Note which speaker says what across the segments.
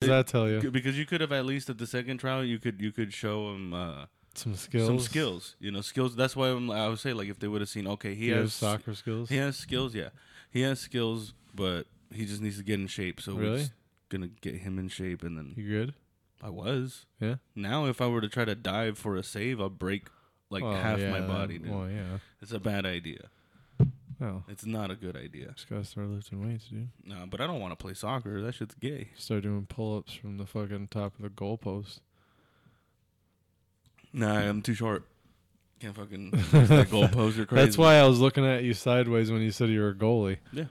Speaker 1: did I tell you?
Speaker 2: because you could have at least at the second trial you could you could show him uh,
Speaker 1: Some skills.
Speaker 2: some skills. You know, skills. That's why I'm, I would say like if they would have seen, okay, he
Speaker 1: You have
Speaker 2: has
Speaker 1: soccer skills.
Speaker 2: he has skills. Yeah, he has skills, but he just needs to get in shape. So we're
Speaker 1: Really?
Speaker 2: just gonna get him in shape, and then
Speaker 1: You good?
Speaker 2: I was.
Speaker 1: Yeah.
Speaker 2: Now, if I were to try to dive for a save, I'll break like
Speaker 1: Well,
Speaker 2: half
Speaker 1: Oh, yeah,
Speaker 2: my
Speaker 1: that-
Speaker 2: body. Dude.
Speaker 1: Well, yeah.
Speaker 2: It's a bad idea.
Speaker 1: Well,
Speaker 2: It's not a good idea.
Speaker 1: just gotta start lifting weights, dude.
Speaker 2: No, but I don't want to play soccer. That shit's gay.
Speaker 1: Start doing pull-ups from the fucking top of the goalpost.
Speaker 2: Nah, I'm too short. Can't fucking that goal poser crazy.
Speaker 1: That's why I was looking at you sideways when you said you were a goalie.
Speaker 2: Yeah.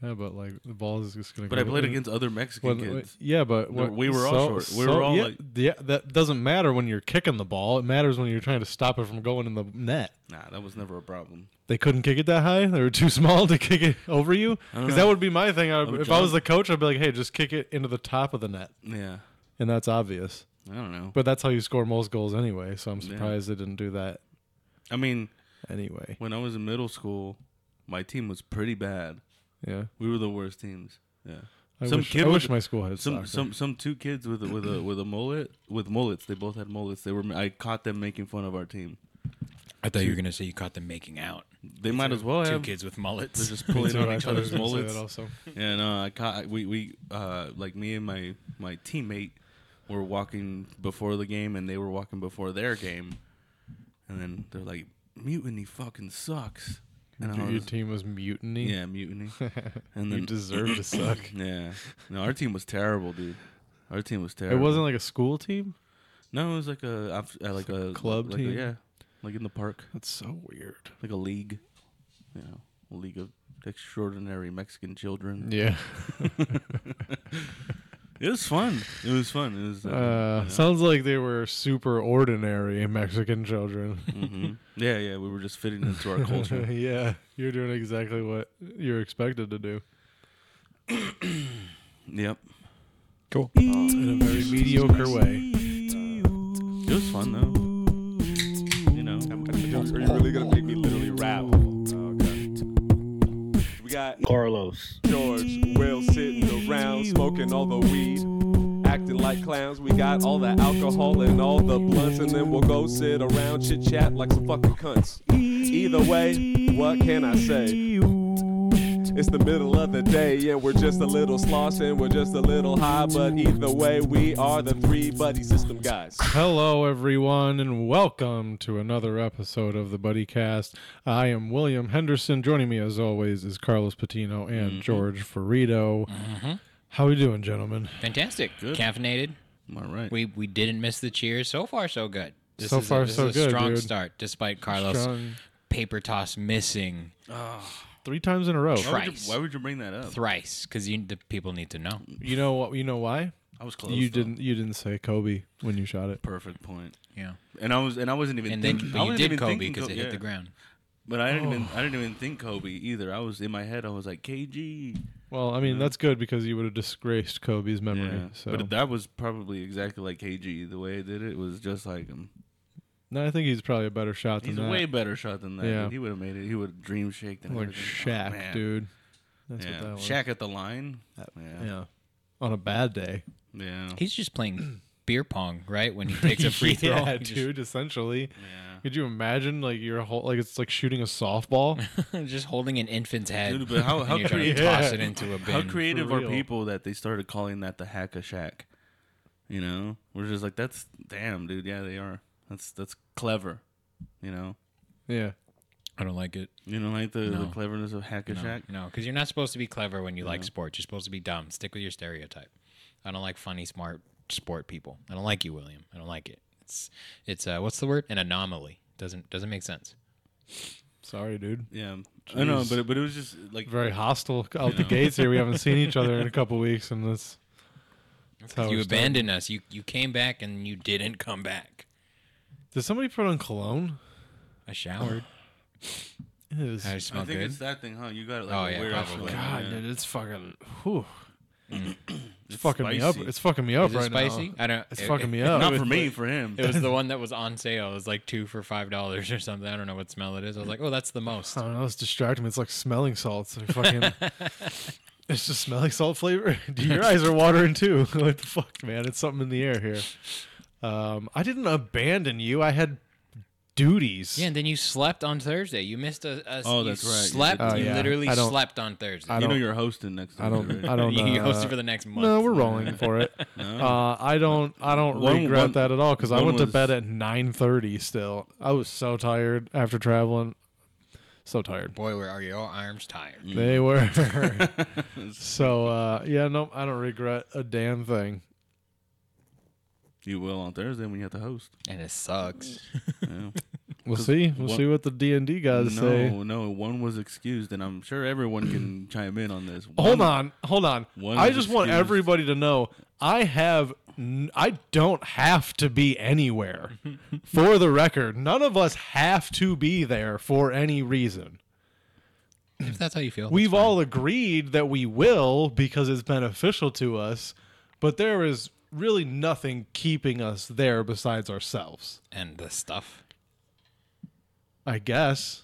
Speaker 1: Yeah, but like the ball is just gonna.
Speaker 2: But
Speaker 1: go
Speaker 2: I played
Speaker 1: in.
Speaker 2: against other Mexican
Speaker 1: When-
Speaker 2: kids.
Speaker 1: yeah, but
Speaker 2: No,
Speaker 1: what-
Speaker 2: we were all short. We were all,
Speaker 1: yeah,
Speaker 2: like-
Speaker 1: yeah, that doesn't matter when you're kicking the ball. It matters when you're trying to stop it from going in the net.
Speaker 2: Nah, that was never a problem.
Speaker 1: They couldn't kick it that high. They were too small to kick it over you.
Speaker 2: I don't
Speaker 1: Because
Speaker 2: know.
Speaker 1: that would be my thing. I,
Speaker 2: would
Speaker 1: if I was
Speaker 2: jump.
Speaker 1: the coach, I'd be like, "Hey, just kick it into the top of the net,"
Speaker 2: Yeah,
Speaker 1: and that's obvious.
Speaker 2: I don't know.
Speaker 1: But that's how you score most goals anyway. So I'm
Speaker 2: Yeah.
Speaker 1: surprised they didn't do that
Speaker 2: I mean,
Speaker 1: anyway.
Speaker 2: when I was in middle school, my team was pretty bad.
Speaker 1: Yeah,
Speaker 2: We were the worst teams. Yeah.
Speaker 1: I
Speaker 2: Some
Speaker 1: wish,
Speaker 2: kid
Speaker 1: I
Speaker 2: with-
Speaker 1: wish my school had
Speaker 2: Some
Speaker 1: soccer.
Speaker 2: some some two kids with a, with a with a mullet with mullets. They both had mullets. They were I caught them making fun of our team.
Speaker 3: I thought you were gonna say you caught them making out.
Speaker 2: They might as well
Speaker 3: Two
Speaker 2: have.
Speaker 3: kids with
Speaker 2: They're
Speaker 3: mullets.
Speaker 2: just
Speaker 1: Me
Speaker 2: pulling
Speaker 1: too,
Speaker 2: on
Speaker 1: I
Speaker 2: each
Speaker 1: thought I was
Speaker 2: other's
Speaker 1: gonna say that
Speaker 2: mullets.
Speaker 1: also.
Speaker 2: Yeah, no, I caught we we uh like me and my my teammate were walking before the game and they were walking before their game, and then they're like mutiny fucking sucks. And
Speaker 1: Dude,
Speaker 2: I
Speaker 1: your
Speaker 2: was,
Speaker 1: team was mutiny.
Speaker 2: yeah, mutiny. And
Speaker 1: you
Speaker 2: then
Speaker 1: deserve to suck.
Speaker 2: yeah, no, our team was terrible, dude. Our team was
Speaker 1: It
Speaker 2: terrible.
Speaker 1: wasn't like a school team.
Speaker 2: No, it was like a I've- uh, like a
Speaker 1: club
Speaker 2: like a-
Speaker 1: team?
Speaker 2: yeah, like in the park,
Speaker 1: That's so weird.
Speaker 2: like a league, you know, a league of extraordinary Mexican children.
Speaker 1: Yeah.
Speaker 2: It was fun. It was fun. It was.
Speaker 1: Uh,
Speaker 2: yeah.
Speaker 1: Sounds like they were super ordinary Mexican children.
Speaker 2: Mhm. yeah, yeah, we were just fitting into our culture.
Speaker 1: yeah, you're doing exactly what you're expected to do.
Speaker 2: yep,
Speaker 3: cool.
Speaker 1: In a very mediocre way.
Speaker 2: it was fun though. You know,
Speaker 4: Are you really gonna make me literally rap? Okay. We got
Speaker 5: Carlos.
Speaker 4: George, Will sitting around smoking all the weed, acting like clowns. We got all the alcohol and all the blunts, and then we'll go sit around chit chat like some fucking cunts. Either way, what can I say? It's the middle of the day, and we're just a little slosh and we're just a little high, but either way, we are the three buddy system guys.
Speaker 1: Hello, everyone, and welcome to another episode of the Buddy Cast. I am William Henderson. Joining me, as always, is Carlos Patino and
Speaker 2: Mm-hmm.
Speaker 1: George Ferrito. How we doing, gentlemen?
Speaker 3: Fantastic.
Speaker 2: Good.
Speaker 3: Caffeinated.
Speaker 2: all right.
Speaker 3: We we didn't miss the cheers. So far, so good. This
Speaker 1: So
Speaker 3: is
Speaker 1: far,
Speaker 3: a, this
Speaker 1: so
Speaker 3: is a
Speaker 1: good,
Speaker 3: strong
Speaker 1: dude.
Speaker 3: start, despite Carlos'
Speaker 1: Strong.
Speaker 3: paper toss missing
Speaker 1: Three times in a row.
Speaker 2: why, would
Speaker 3: Christ.
Speaker 2: you, why would you bring that up?
Speaker 3: thrice because you the people need to know.
Speaker 1: You know what? You know why?
Speaker 2: I was close.
Speaker 1: You
Speaker 2: though.
Speaker 1: didn't. You didn't say Kobe when you shot it.
Speaker 2: Perfect point.
Speaker 3: Yeah.
Speaker 2: And I was and I wasn't even
Speaker 3: And then
Speaker 2: thinking. I
Speaker 3: but you
Speaker 2: wasn't
Speaker 3: did
Speaker 2: even
Speaker 3: Kobe
Speaker 2: thinking
Speaker 3: because
Speaker 2: Co-
Speaker 3: it hit
Speaker 2: yeah.
Speaker 3: the ground.
Speaker 2: But I didn't
Speaker 1: Oh.
Speaker 2: even I didn't even think Kobe either. I was in my head. I was like KG.
Speaker 1: Well, I mean that's good because you would have disgraced Kobe's memory.
Speaker 2: Yeah.
Speaker 1: So
Speaker 2: But that was probably exactly like KG. The way I did it was just like him.
Speaker 1: no, I think he's probably a better shot
Speaker 2: He's
Speaker 1: than
Speaker 2: a
Speaker 1: that.
Speaker 2: way better shot than that.
Speaker 1: Yeah.
Speaker 2: dude. He would have made it. He would have dream shaked and
Speaker 1: like
Speaker 2: everything. Oh,
Speaker 1: Shaq,
Speaker 2: man.
Speaker 1: dude. That's
Speaker 2: yeah.
Speaker 1: what that was.
Speaker 2: Shaq at the line.
Speaker 1: Yeah.
Speaker 2: Yeah.
Speaker 1: On a bad day.
Speaker 2: Yeah. Yeah.
Speaker 3: He's just playing beer pong, right? When he takes a free throw.
Speaker 1: yeah,
Speaker 3: He just-
Speaker 1: dude. Essentially, could you imagine like your whole like it's like shooting a softball?
Speaker 3: Just, holding an infant's head.
Speaker 2: Dude, but how-
Speaker 3: and
Speaker 2: how
Speaker 3: you're trying to
Speaker 1: creative-
Speaker 3: toss it into a bin.
Speaker 2: How creative
Speaker 1: for
Speaker 2: are
Speaker 1: real.
Speaker 2: people that they started calling that the hack a shack? You know? We're just like, that's damn, dude. Yeah, they are. That's that's clever. You know?
Speaker 1: yeah.
Speaker 3: I don't like it.
Speaker 2: You know, like the, the
Speaker 3: No.
Speaker 2: cleverness of hack a
Speaker 3: No,
Speaker 2: shack?
Speaker 3: no, because you're not supposed to be clever when you like sports. You're supposed to be dumb. Stick with your stereotype. I don't like funny, smart sport people. I don't like you, William. I don't like it. It's it's uh, what's the word? An anomaly. Doesn't doesn't make sense.
Speaker 1: Sorry, dude.
Speaker 2: Yeah. I know,
Speaker 1: Jeez.
Speaker 2: but, it- but it was just like,
Speaker 1: Very hostile out the
Speaker 2: know.
Speaker 1: gates here. We haven't seen each other in a couple weeks, and this. That's how
Speaker 3: you
Speaker 1: we're starting.
Speaker 3: abandoned us. You you came back and you didn't come back.
Speaker 1: Did somebody put on cologne?
Speaker 3: I showered.
Speaker 1: It was-
Speaker 3: I
Speaker 2: I
Speaker 3: smell
Speaker 2: think
Speaker 3: good.
Speaker 2: it's that thing, huh? You got it
Speaker 3: Oh,
Speaker 2: like a
Speaker 3: yeah,
Speaker 2: weird
Speaker 3: probably.
Speaker 2: like,
Speaker 1: God,
Speaker 2: yeah.
Speaker 1: dude, it's fucking. Whew. It's,
Speaker 2: It's
Speaker 1: fucking me up.
Speaker 2: spicy.
Speaker 1: It's fucking me up
Speaker 3: Is it
Speaker 1: right
Speaker 3: spicy?
Speaker 1: now.
Speaker 3: I don't.
Speaker 1: It's
Speaker 3: it-
Speaker 1: fucking me
Speaker 3: it-
Speaker 1: up.
Speaker 2: Not for me, for him.
Speaker 3: It was the one that was on sale. It was like two for five dollars or something. I don't know what smell it is. I was like, oh, that's the most.
Speaker 1: I don't know. It's distracting me. It's like smelling salts. Like fucking. It's just smell like salt flavor. Dude, Your eyes are watering too. what the fuck, man? It's something in the air here. Um, I didn't abandon you. I had duties.
Speaker 3: Yeah, and then you slept on Thursday. You missed a. a
Speaker 2: Oh,
Speaker 3: you
Speaker 2: that's right. You
Speaker 3: Slept.
Speaker 2: did
Speaker 1: do
Speaker 3: you
Speaker 1: that.
Speaker 3: literally
Speaker 1: I don't-
Speaker 3: slept on Thursday.
Speaker 1: I
Speaker 2: you know
Speaker 1: don't-
Speaker 2: you're hosting next time.
Speaker 1: I don't. I don't.
Speaker 3: you
Speaker 1: uh,
Speaker 3: hosted for the next month.
Speaker 1: No, we're rolling for it. Uh, I don't. I don't
Speaker 2: One-
Speaker 1: regret
Speaker 2: one-
Speaker 1: that at all because I
Speaker 2: one
Speaker 1: went to
Speaker 2: was-
Speaker 1: bed at nine thirty. Still, I was so tired after traveling. So tired.
Speaker 3: Boy, were are your arms tired?
Speaker 1: They were. so uh, yeah, no, I don't regret a damn thing.
Speaker 2: You will on Thursday when you have to host.
Speaker 3: And it sucks.
Speaker 2: Yeah.
Speaker 1: We'll see. We'll
Speaker 2: one-
Speaker 1: see what the D and D
Speaker 2: no,
Speaker 1: guys say.
Speaker 2: no, one was excused, and I'm sure everyone can chime in on this.
Speaker 1: Hold
Speaker 2: One-
Speaker 1: on, hold on.
Speaker 2: one
Speaker 1: I
Speaker 2: is
Speaker 1: just want
Speaker 2: excused.
Speaker 1: everybody to know I have n- I don't have to be anywhere. for the record, none of us have to be there for any reason.
Speaker 3: if that's how you feel.
Speaker 1: We've all agreed that we will because it's beneficial to us, but there is really nothing keeping us there besides ourselves.
Speaker 3: and the stuff,
Speaker 1: I guess.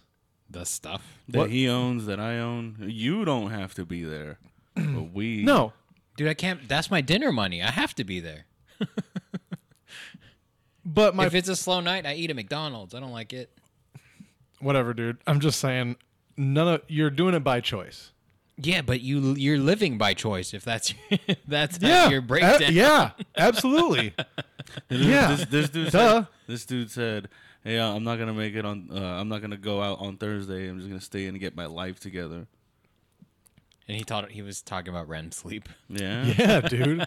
Speaker 3: the stuff.
Speaker 2: That
Speaker 1: What-
Speaker 2: he owns, that I own. You don't have to be there, but we.
Speaker 1: No,
Speaker 3: Dude, I can't. That's my dinner money. I have to be there.
Speaker 1: but my
Speaker 3: if it's a slow night, I eat at McDonald's. I don't like it.
Speaker 1: whatever, dude. I'm just saying, none of you're doing it by choice.
Speaker 3: Yeah, but you you're living by choice. If that's if that's how
Speaker 1: Yeah,
Speaker 3: your
Speaker 1: a-
Speaker 3: breakdown.
Speaker 1: yeah, absolutely. yeah,
Speaker 2: This, this dude
Speaker 1: Duh.
Speaker 2: said. This dude said, "Hey, uh, I'm not gonna make it on. Uh, I'm not gonna go out on Thursday. I'm just gonna stay and get my life together."
Speaker 3: And he thought he was talking about REM sleep.
Speaker 2: Yeah.
Speaker 1: yeah, dude.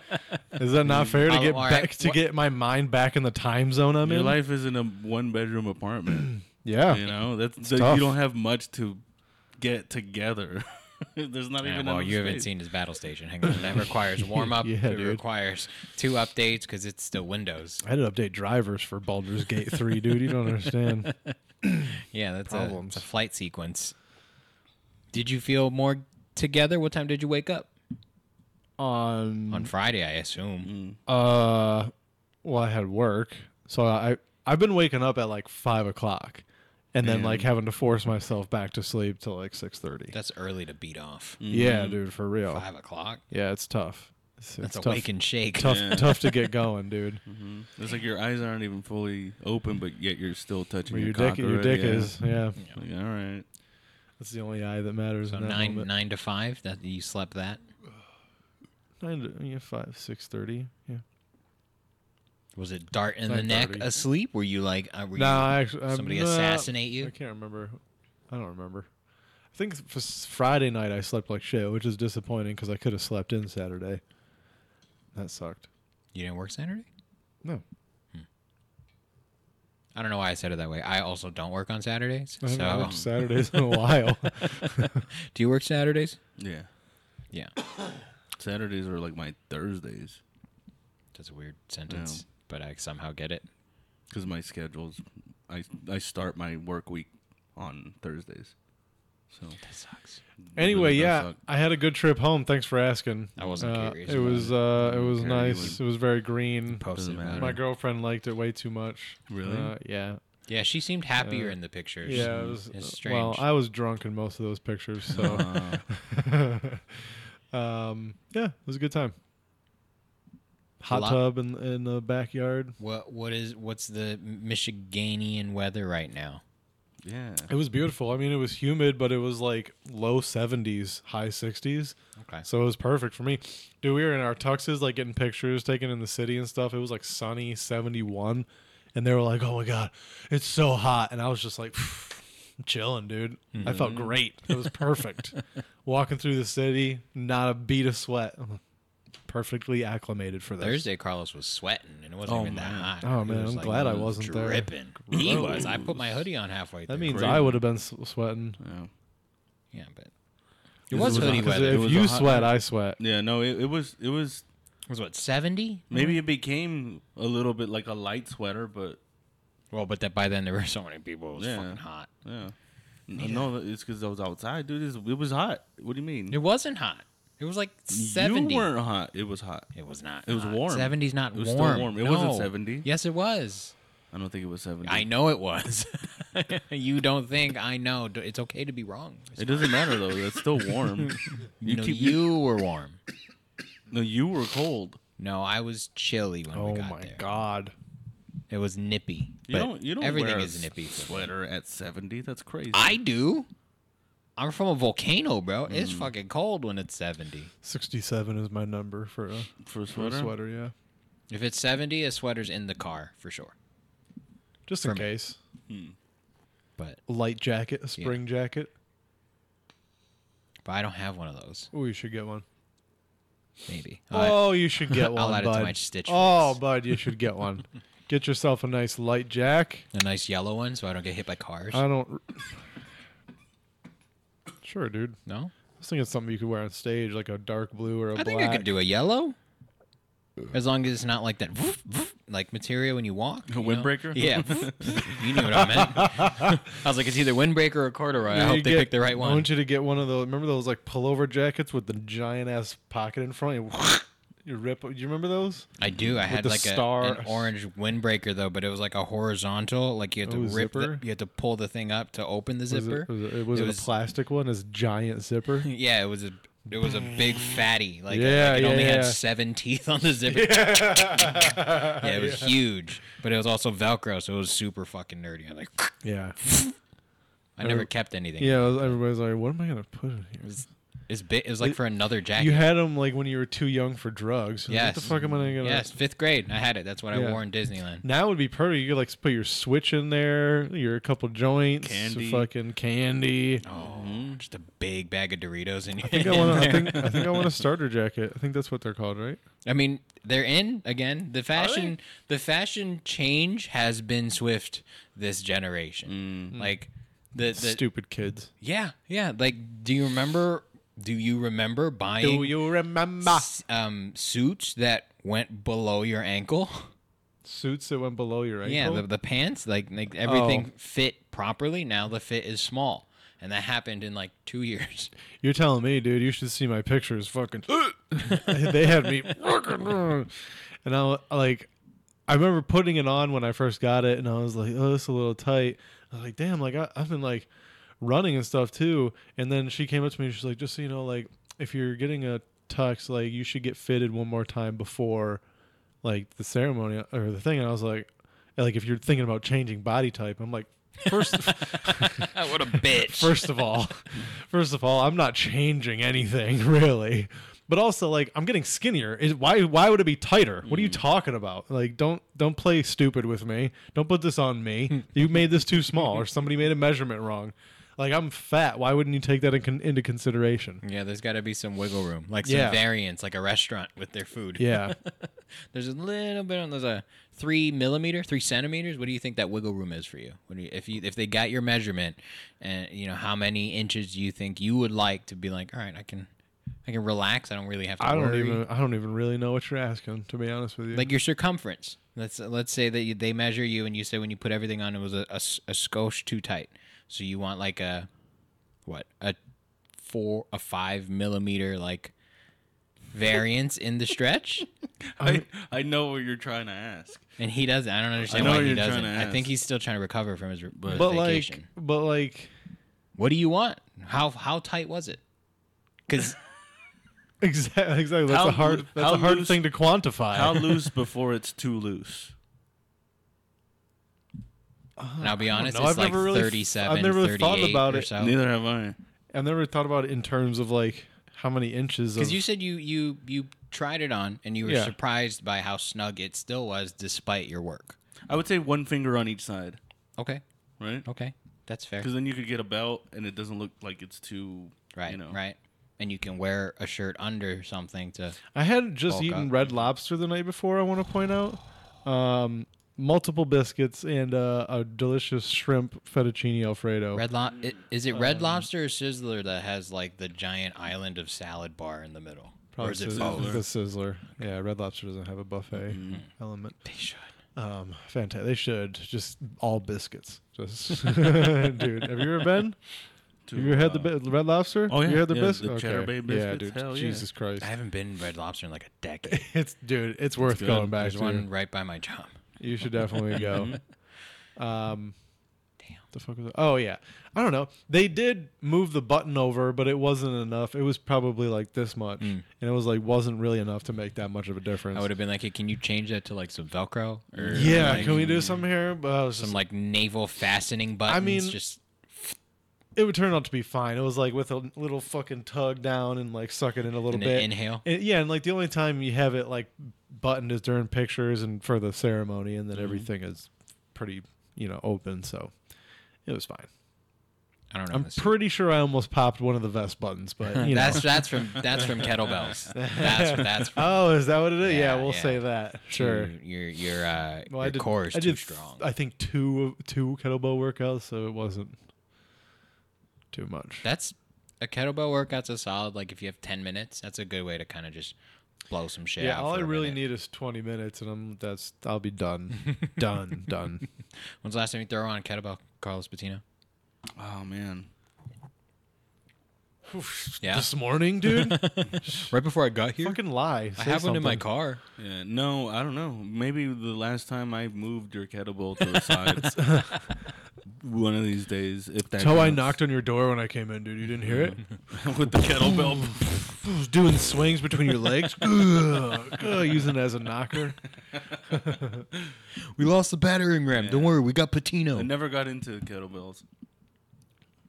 Speaker 1: Is that not fair to
Speaker 3: I'll-
Speaker 1: get
Speaker 3: Oh, all right,
Speaker 1: back to
Speaker 3: what-
Speaker 1: get my mind back in the time zone I'm
Speaker 2: Your
Speaker 1: in?
Speaker 2: life is in a one bedroom apartment.
Speaker 1: yeah,
Speaker 2: you know that's that
Speaker 1: tough.
Speaker 2: you don't have much to get together. There's not
Speaker 3: Yeah,
Speaker 2: even.
Speaker 3: well,
Speaker 2: enough
Speaker 3: you haven't
Speaker 2: space.
Speaker 3: seen his battle station. Hang on, that requires warm up.
Speaker 1: Yeah,
Speaker 3: it
Speaker 1: dude.
Speaker 3: requires two updates because it's still Windows.
Speaker 1: I had to update drivers for Baldur's Gate three, dude. You don't understand.
Speaker 3: Yeah, that's a,
Speaker 1: Problems.
Speaker 3: it's a flight sequence. Did you feel more together? What time did you wake up
Speaker 1: Mm-hmm. On
Speaker 3: on Friday? I
Speaker 1: Mm.
Speaker 3: assume.
Speaker 1: Uh, well, I had work, so I I've been waking up at like five o'clock, and then like having to force myself back to sleep till like six thirty.
Speaker 3: That's early to beat off.
Speaker 1: Yeah, dude, for real.
Speaker 3: Five o'clock.
Speaker 1: Yeah, it's tough. It's, it's
Speaker 3: That's a
Speaker 1: tough.
Speaker 3: wake and shake.
Speaker 1: Tough, tough to get going, dude.
Speaker 2: It's like your eyes aren't even fully open, but yet you're still touching
Speaker 1: Where your
Speaker 2: your,
Speaker 1: dick,
Speaker 2: cock
Speaker 1: your
Speaker 2: already.
Speaker 1: dick
Speaker 2: Yeah.
Speaker 1: is, yeah.
Speaker 2: Like, all right.
Speaker 1: That's the only eye that matters.
Speaker 3: So
Speaker 1: in that
Speaker 3: nine
Speaker 1: moment.
Speaker 3: nine to five. That you slept that.
Speaker 1: nine, to, yeah, five, six thirty. Yeah.
Speaker 3: Was it dart in the neck
Speaker 1: 9:30.
Speaker 3: asleep? Were you like? Uh, were
Speaker 1: No,
Speaker 3: you,
Speaker 1: I actually, I'm
Speaker 3: somebody
Speaker 1: not-
Speaker 3: assassinate you?
Speaker 1: I can't remember. I don't remember. I think f- s- Friday night I slept like shit, which is disappointing because I could have slept in Saturday. That sucked.
Speaker 3: you didn't work Saturday. Hmm.
Speaker 1: No,
Speaker 3: I don't know why I said it that way. I also don't work on Saturdays.
Speaker 1: I haven't
Speaker 3: So,
Speaker 1: worked Saturdays in a while.
Speaker 3: do you work Saturdays?
Speaker 2: Yeah.
Speaker 3: Yeah,
Speaker 2: Saturdays are like my Thursdays
Speaker 3: that's a weird sentence, but I somehow get it.
Speaker 2: because my schedules. I I start my work week on Thursdays. So
Speaker 3: That sucks.
Speaker 1: anyway,
Speaker 2: really does
Speaker 1: yeah,
Speaker 2: suck.
Speaker 1: I had a good trip home. Thanks for asking.
Speaker 3: I wasn't
Speaker 1: Uh,
Speaker 3: curious
Speaker 1: it
Speaker 3: about
Speaker 1: was uh, it was
Speaker 2: care
Speaker 1: nice.
Speaker 2: either.
Speaker 1: It was very green.
Speaker 3: Posted
Speaker 2: Doesn't
Speaker 3: about
Speaker 2: matter.
Speaker 1: My
Speaker 3: it.
Speaker 1: girlfriend liked it way too much.
Speaker 2: Really?
Speaker 1: Uh, yeah.
Speaker 3: Yeah, she seemed happier in the pictures.
Speaker 1: Yeah, it was,
Speaker 3: it's
Speaker 1: uh,
Speaker 3: strange.
Speaker 1: Well, I was drunk in most of those pictures, so
Speaker 2: Uh,
Speaker 1: um, yeah, it was a good time. Hot
Speaker 3: lot-
Speaker 1: tub in in the backyard.
Speaker 3: what what is what's the Michiganian weather right now?
Speaker 2: yeah.
Speaker 1: It was beautiful. I mean, it was humid, but it was like low 70s, high 60s.
Speaker 3: Okay.
Speaker 1: So it was perfect for me. Dude, we were in our tuxes, like getting pictures taken in the city and stuff. It was like sunny 71. And they were like, oh my God, it's so hot. And I was just like, chilling, dude. I felt
Speaker 3: Mm-hmm.
Speaker 1: great. It was perfect. Walking through the city, not a bead of sweat. I'm perfectly acclimated for this.
Speaker 3: Thursday, Carlos was sweating, and it wasn't even that hot.
Speaker 1: Oh,
Speaker 3: He
Speaker 1: man,
Speaker 3: was,
Speaker 1: I'm glad I
Speaker 3: was
Speaker 1: wasn't there.
Speaker 3: dripping. He was. I put my hoodie on halfway. Through.
Speaker 1: That means
Speaker 2: Crazy.
Speaker 1: I would have been s- sweating.
Speaker 2: Yeah.
Speaker 3: yeah, but it was,
Speaker 2: was
Speaker 3: hoodie
Speaker 1: 'Cause
Speaker 3: weather.
Speaker 2: It
Speaker 1: if
Speaker 2: was
Speaker 1: you
Speaker 2: a hot
Speaker 1: sweat,
Speaker 2: night.
Speaker 1: I sweat.
Speaker 2: Yeah. No. It, it was. It was.
Speaker 3: It was what seventy?
Speaker 1: Mm-hmm.
Speaker 2: Maybe it became a little bit like a light sweater, but
Speaker 3: Well, but that by then there were so many people. It was
Speaker 2: Yeah.
Speaker 3: fucking hot.
Speaker 2: yeah. N- No, it's because I was outside, dude. It's, it was hot. What do you mean?
Speaker 3: It wasn't hot. It was like seventy.
Speaker 2: You weren't hot. It was hot.
Speaker 3: It was not.
Speaker 2: It was warm.
Speaker 3: Seventy's not
Speaker 2: It was still
Speaker 3: warm.
Speaker 2: warm. It
Speaker 3: No.
Speaker 2: wasn't 70.
Speaker 3: Yes, it was.
Speaker 2: I don't think it was seventy.
Speaker 3: I know it was. you don't think I know? D- It's okay to be wrong.
Speaker 2: It doesn't matter though. It's still warm.
Speaker 3: You, know, you were warm.
Speaker 2: No, you were cold.
Speaker 3: No, I was chilly when
Speaker 1: Oh
Speaker 3: we got
Speaker 1: my
Speaker 3: there.
Speaker 1: god.
Speaker 3: It was nippy.
Speaker 2: You
Speaker 3: but
Speaker 2: don't. You don't
Speaker 3: everything
Speaker 2: wear a
Speaker 3: is nippy. for me.
Speaker 2: Sweater at seventy. That's crazy.
Speaker 3: I do. I'm from a volcano, bro. It's fucking cold when it's 70.
Speaker 1: 67 is my number for a,
Speaker 2: for a
Speaker 1: for a
Speaker 2: sweater.
Speaker 1: sweater, yeah.
Speaker 3: If it's 70, a sweater's in the car for sure.
Speaker 1: Just in
Speaker 3: For me.
Speaker 1: case.
Speaker 3: But,
Speaker 1: Light jacket, a spring jacket.
Speaker 3: but I don't have one of those.
Speaker 1: Oh, you should get one.
Speaker 3: Maybe. Uh,
Speaker 1: Oh, you should get
Speaker 3: I'll
Speaker 1: one,
Speaker 3: add it to
Speaker 1: bud.
Speaker 3: my Stitch
Speaker 1: oh,
Speaker 3: Fix.
Speaker 1: bud, you should get one. get yourself a nice light jack.
Speaker 3: a nice yellow one so I don't get hit by cars.
Speaker 1: I don't. Sure, dude.
Speaker 3: no?
Speaker 1: I was thinking something you could wear on stage, like a dark blue or a
Speaker 3: I
Speaker 1: black.
Speaker 3: think I could do a yellow. As long as it's not like that like material when you walk. A
Speaker 2: windbreaker?
Speaker 3: Yeah. you knew what I meant. I was like, it's either windbreaker or corduroy. I
Speaker 1: You
Speaker 3: hope they
Speaker 1: get-
Speaker 3: picked the right
Speaker 1: I
Speaker 3: one.
Speaker 1: want you to get one of those. Remember those like pullover jackets with the giant ass pocket in front? You, you rip. Do you remember those?
Speaker 3: I do. I had
Speaker 1: the
Speaker 3: like a, an
Speaker 1: stars.
Speaker 3: orange windbreaker though, but it was like a horizontal. Like you had to
Speaker 1: Oh,
Speaker 3: rip. The,
Speaker 1: zipper?
Speaker 3: you had to pull the thing up to open the
Speaker 1: Was
Speaker 3: zipper.
Speaker 1: it, was it, was it,
Speaker 3: was-
Speaker 1: a plastic one? This giant zipper?
Speaker 3: yeah, it was a. It was a big fatty. Like,
Speaker 1: Yeah,
Speaker 3: like it
Speaker 1: yeah,
Speaker 3: only had
Speaker 1: yeah.
Speaker 3: seven teeth on the zipper. Yeah, it was huge, but it was also Velcro, so it was super fucking nerdy. I like.
Speaker 1: yeah.
Speaker 3: I never kept anything.
Speaker 1: Yeah. Everybody's like, what am I gonna put in
Speaker 3: It
Speaker 1: here?
Speaker 3: was, it was, big, it was like for another jacket.
Speaker 1: You had them like when you were too young for drugs. What
Speaker 3: yes.
Speaker 1: the fuck am I gonna?
Speaker 3: Yes, fifth grade. I had it. That's what I
Speaker 1: Yeah.
Speaker 3: wore in Disneyland.
Speaker 1: Now would be perfect. You could like put your switch in there, your couple joints,
Speaker 2: Candy.
Speaker 1: fucking candy.
Speaker 3: Oh, just a big bag of Doritos in your
Speaker 1: I think I, want I, think, I think I want a starter jacket. I think that's what they're called, right?
Speaker 3: I mean, they're in again. The fashion, the fashion change has been swift this
Speaker 1: Mm.
Speaker 3: generation. Mm. Like the, the
Speaker 1: Stupid kids.
Speaker 3: yeah, yeah. Like, do you remember? Do you remember buying
Speaker 1: you remember
Speaker 3: s- um suits that went below your ankle?
Speaker 1: suits that went below your ankle?
Speaker 3: Yeah, the, the pants, like like
Speaker 1: Oh.
Speaker 3: everything fit properly. Now the fit is small, and that happened in like two years.
Speaker 1: You're telling me, dude. You should see my pictures. Fucking, they had me, and I like, I remember putting it on when I first got it, and I was like, oh, this is a little tight. I was like, damn, like I, I've been like running and stuff too. And then she came up to me. She's like, just so you know, like if you're getting a tux, like you should get fitted one more time before, like the ceremony or the thing. And I was like, and, like if you're thinking about changing body type, I'm like, first.
Speaker 3: Ah, what a bitch!
Speaker 1: First of all, first of all, I'm not changing anything really. But also, like, I'm getting skinnier. Is why? Why would it be tighter? What are you
Speaker 2: Hmm.
Speaker 1: talking about? Like, don't don't play stupid with me. Don't put this on me. you made this too small, or somebody made a measurement wrong. Like, I'm fat. Why wouldn't you take that in con- into consideration?
Speaker 3: yeah, there's got to be some wiggle room, like some
Speaker 1: Yeah.
Speaker 3: variance, like a restaurant with their food.
Speaker 1: Yeah,
Speaker 3: There's a little bit on there's a three millimeter, three centimeters. What do you think that wiggle room is for you? What do you, if you if they got your measurement and you know how many inches do you think you would like to be like? All right, I can, I can relax. I don't really have to.
Speaker 1: I don't
Speaker 3: worry."
Speaker 1: even I don't even really know what you're asking. To be honest with you,
Speaker 3: like your circumference. Let's let's say that you, they measure you and you say when you put everything on it was a, a s- a skosh too tight. So you want like a what a four a five millimeter like variance in the stretch.
Speaker 2: I, I know what you're trying to ask.
Speaker 3: And he doesn't. I don't understand
Speaker 2: know
Speaker 3: why
Speaker 2: what
Speaker 3: he
Speaker 2: you're trying
Speaker 3: doesn't.
Speaker 2: to
Speaker 3: I think
Speaker 2: ask.
Speaker 3: he's still trying to recover from his re-
Speaker 1: but
Speaker 3: vacation.
Speaker 1: like, but like,
Speaker 3: what do you want? How how tight was it? Because
Speaker 1: exactly, exactly. That's
Speaker 2: How
Speaker 1: a hard
Speaker 2: loo-
Speaker 1: that's
Speaker 2: how
Speaker 1: a hard
Speaker 2: loose-
Speaker 1: thing to quantify.
Speaker 2: How loose before it's too loose?
Speaker 3: and I'll be honest,
Speaker 1: know.
Speaker 3: it's
Speaker 1: I've
Speaker 3: like
Speaker 1: never really f-
Speaker 3: 37,
Speaker 1: I've never really thought
Speaker 3: 38
Speaker 1: about
Speaker 3: or
Speaker 1: it.
Speaker 3: so.
Speaker 2: Neither have I.
Speaker 1: I've never thought about it in terms of like how many inches. Of,
Speaker 3: Because you said you you you tried it on and you were
Speaker 1: Yeah.
Speaker 3: surprised by how snug it still was despite your work.
Speaker 2: I would say one finger on each side,
Speaker 3: Okay,
Speaker 2: right?
Speaker 3: okay, that's fair.
Speaker 2: Because then you could get a belt, and it doesn't look like it's too.
Speaker 3: Right,
Speaker 2: You know.
Speaker 3: right. And you can wear a shirt under something to.
Speaker 1: I had just
Speaker 3: Bulk
Speaker 1: eaten
Speaker 3: up.
Speaker 1: red lobster the night before. I want to point out um, multiple biscuits and uh, a delicious shrimp fettuccine
Speaker 2: Oh.
Speaker 1: alfredo.
Speaker 3: Red lo- i- is it
Speaker 2: Um,
Speaker 3: Red Lobster or Sizzler that has like the giant island of salad bar in the middle? or
Speaker 1: Probably
Speaker 3: is it
Speaker 1: Sizz-
Speaker 3: both?
Speaker 1: The sizzler. Yeah, Red Lobster doesn't have a buffet element.
Speaker 3: They should.
Speaker 1: Um, fantastic. They should just all biscuits. Just dude, have you ever been?
Speaker 2: To,
Speaker 1: Have you ever had the
Speaker 2: uh,
Speaker 1: bi- Red Lobster?
Speaker 2: Oh, yeah.
Speaker 1: you had the
Speaker 2: Yeah,
Speaker 1: biscuit.
Speaker 2: the Cheddar Bay
Speaker 1: Yeah,
Speaker 2: biscuits.
Speaker 1: dude.
Speaker 2: Hell yeah.
Speaker 1: Jesus Christ.
Speaker 3: I haven't been to Red Lobster in like a decade.
Speaker 1: It's dude. It's worth
Speaker 2: good.
Speaker 1: going back
Speaker 3: There's
Speaker 1: to.
Speaker 3: one right by my job. Mm-hmm.
Speaker 1: You should definitely go. Um,
Speaker 3: Damn.
Speaker 1: the fuck was it? Oh yeah, I don't know. They did move the button over, but it wasn't enough. It was probably like this much, and it was like wasn't really enough to make that much of a difference.
Speaker 3: Mm. I would have been like, hey, can you change that to like some Velcro or
Speaker 1: yeah,
Speaker 3: like, mm.
Speaker 1: can we do something here? But I was
Speaker 3: some
Speaker 1: just-
Speaker 3: like naval fastening buttons?
Speaker 1: mean-
Speaker 3: just
Speaker 1: it would turn out to be fine. It was like with a little fucking tug down and like suck it in a little
Speaker 3: And then
Speaker 1: bit.
Speaker 3: inhale?
Speaker 1: And- yeah, and like the only time you have it like buttoned is during pictures and for the ceremony, and then
Speaker 3: Mm-hmm.
Speaker 1: everything is pretty you know open. So it was fine.
Speaker 3: I don't know.
Speaker 1: I'm
Speaker 3: this-
Speaker 1: pretty sure I almost popped one of the vest buttons, but you know.
Speaker 3: that's that's from that's from kettlebells. That's that's from,
Speaker 1: Oh, is that what it is? Yeah,
Speaker 3: Yeah,
Speaker 1: we'll
Speaker 3: yeah.
Speaker 1: say that. Sure.
Speaker 3: Dude, Your your uh,
Speaker 1: Well,
Speaker 3: your
Speaker 1: I did,
Speaker 3: core is
Speaker 1: I
Speaker 3: too
Speaker 1: did,
Speaker 3: strong.
Speaker 1: I think two two kettlebell workouts, so it wasn't too much.
Speaker 3: that's a kettlebell workout's a solid. Like if you have ten minutes, that's a good way to kind of just blow some shit
Speaker 1: yeah,
Speaker 3: out.
Speaker 1: all
Speaker 3: for
Speaker 1: I
Speaker 3: a
Speaker 1: really
Speaker 3: minute.
Speaker 1: need is 20 minutes, and I'm that's I'll be done, done, done.
Speaker 3: When's the last time you throw on a kettlebell, Carlos Patino?
Speaker 2: Oh man.
Speaker 3: Yeah,
Speaker 1: This morning, dude,
Speaker 3: right before I got here,
Speaker 1: fucking lie.
Speaker 3: I
Speaker 1: Say
Speaker 3: have one in my
Speaker 1: something.
Speaker 3: car.
Speaker 2: Yeah, no, I don't know. Maybe the last time I moved your kettlebell to the side. one of these days, if that.
Speaker 1: That's how I
Speaker 2: counts.
Speaker 1: knocked on your door when I came in, dude. You didn't hear it?
Speaker 2: with the kettlebell.
Speaker 1: I was doing swings between your legs, Ugh, ugh, using it as a knocker.
Speaker 3: We lost the battering ram. Don't worry, we got
Speaker 2: I
Speaker 3: Patino.
Speaker 2: never got into kettlebells.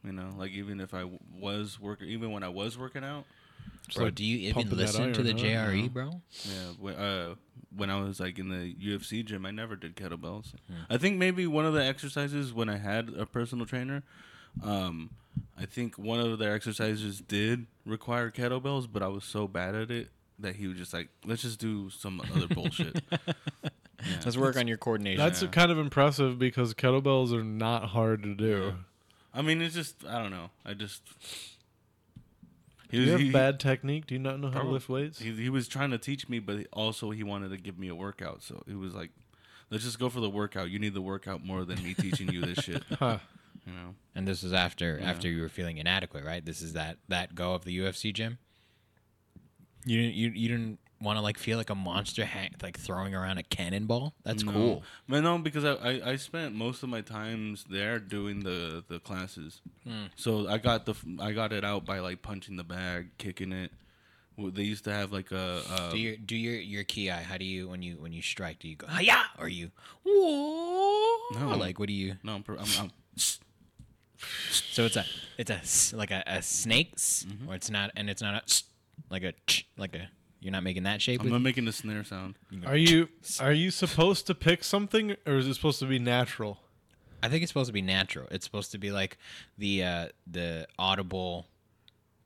Speaker 2: You know, like even if I w- was working, even when I was working out,
Speaker 3: Bro, do you even
Speaker 1: pumping that
Speaker 3: listen to
Speaker 1: iron,
Speaker 3: the
Speaker 1: huh?
Speaker 3: JRE, bro?
Speaker 2: yeah, when, uh, when I was like in the UFC gym, I never did kettlebells. I think maybe one of the exercises when I had a personal trainer, um, I think one of their exercises did require kettlebells, but I was so bad at it that he was just like, "Let's just do some other bullshit."
Speaker 3: Let's work on your coordination.
Speaker 1: That's kind of impressive because kettlebells are not hard to do.
Speaker 2: I mean, it's just I don't know. I just he
Speaker 1: Do you have
Speaker 2: he-
Speaker 1: bad technique? Do you not know how to lift weights?
Speaker 2: He, he was trying to teach me, but he- also he wanted to give me a workout. So it was like, let's just go for the workout. You need the workout more than me teaching you this shit.
Speaker 1: Huh.
Speaker 2: You know?
Speaker 3: and this was after after you were feeling inadequate, right? This is that that go of the UFC gym. You didn't you, you didn't want to like feel like a monster hang, like throwing around a cannonball. That's cool.
Speaker 2: But no, because I, I, I spent most of my times there doing the, the classes. So I got the f- I got it out by like punching the bag, kicking it. Well, They used to have like a,
Speaker 3: Do
Speaker 2: a
Speaker 3: your do your your ki? How do you when you when you strike? Do you go hiya? Or you whoa?
Speaker 2: No.
Speaker 3: Like what do you?
Speaker 2: no. I'm, pro- I'm, I'm
Speaker 3: So it's a it's a s- like a, a snake, s,
Speaker 2: Mm-hmm.
Speaker 3: or it's not, and it's not a s, like a ch, like a. You're not making that shape.
Speaker 2: I'm
Speaker 3: with-
Speaker 2: not making a snare sound.
Speaker 1: Are you are you supposed to pick something, or is it supposed to be natural?
Speaker 3: I think it's supposed to be natural. It's supposed to be like the uh, the audible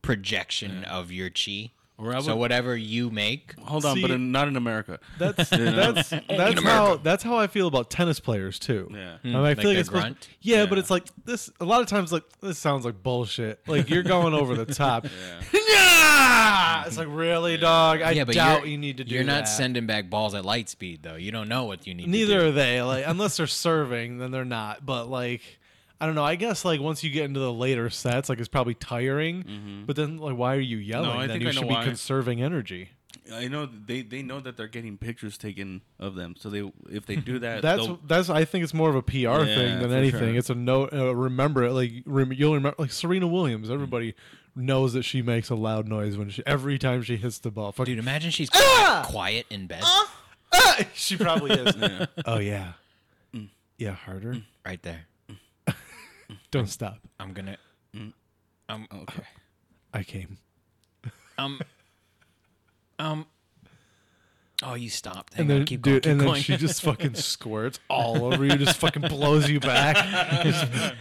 Speaker 3: projection of your chi.
Speaker 2: Or I
Speaker 3: so
Speaker 2: would-
Speaker 3: whatever you make,
Speaker 2: Hold on, but
Speaker 1: See-
Speaker 2: in, not in America.
Speaker 1: That's that's that's how that's how I feel about tennis players too.
Speaker 2: Yeah.
Speaker 1: I, mean, I
Speaker 3: Mm, Like
Speaker 1: feel like
Speaker 3: the
Speaker 1: it's supposed,
Speaker 3: grunt?
Speaker 1: yeah, but
Speaker 2: Yeah.
Speaker 1: it's like this. A lot of times, like this sounds like bullshit. Like you're going over the top. Yeah. It's like really, dog. I
Speaker 3: yeah, but
Speaker 1: doubt
Speaker 3: you're,
Speaker 1: you need to do.
Speaker 3: You're not
Speaker 1: that.
Speaker 3: sending back balls at light speed though. You don't know what you need.
Speaker 1: Neither
Speaker 3: To
Speaker 1: are they. Like unless they're serving, then they're not. But like I don't know. I guess like once you get into the later sets, like it's probably tiring. But then like why are you yelling?
Speaker 2: Mm-hmm. I
Speaker 1: then
Speaker 2: think
Speaker 1: you
Speaker 2: I know
Speaker 1: should be
Speaker 2: why.
Speaker 1: conserving energy.
Speaker 2: I know they, they know that they're getting pictures taken of them. So they if they do that,
Speaker 1: That's
Speaker 2: they'll-
Speaker 1: that's. I think it's more of a PR thing
Speaker 2: Yeah,
Speaker 1: than
Speaker 2: for
Speaker 1: anything.
Speaker 2: sure.
Speaker 1: It's a no. Uh, remember it. Like rem- you'll remember. Like Serena
Speaker 2: Mm-hmm.
Speaker 1: Williams. Everybody knows that she makes a loud noise when she every time she hits the ball. Fuck,
Speaker 3: do. Dude, imagine she's quiet, quiet in bed,
Speaker 1: Ah! she probably is. Oh yeah.
Speaker 2: Mm.
Speaker 1: Yeah, harder.
Speaker 3: right there.
Speaker 1: Don't stop.
Speaker 3: I'm gonna.
Speaker 1: Mm.
Speaker 3: I'm
Speaker 2: okay.
Speaker 1: I came.
Speaker 3: um um. Oh, you stopped. Hang
Speaker 1: And
Speaker 3: on,
Speaker 1: then,
Speaker 3: keep
Speaker 1: dude,
Speaker 3: going.
Speaker 1: and
Speaker 3: keep
Speaker 1: then
Speaker 3: going.
Speaker 1: she just fucking squirts all over you, just fucking blows you back.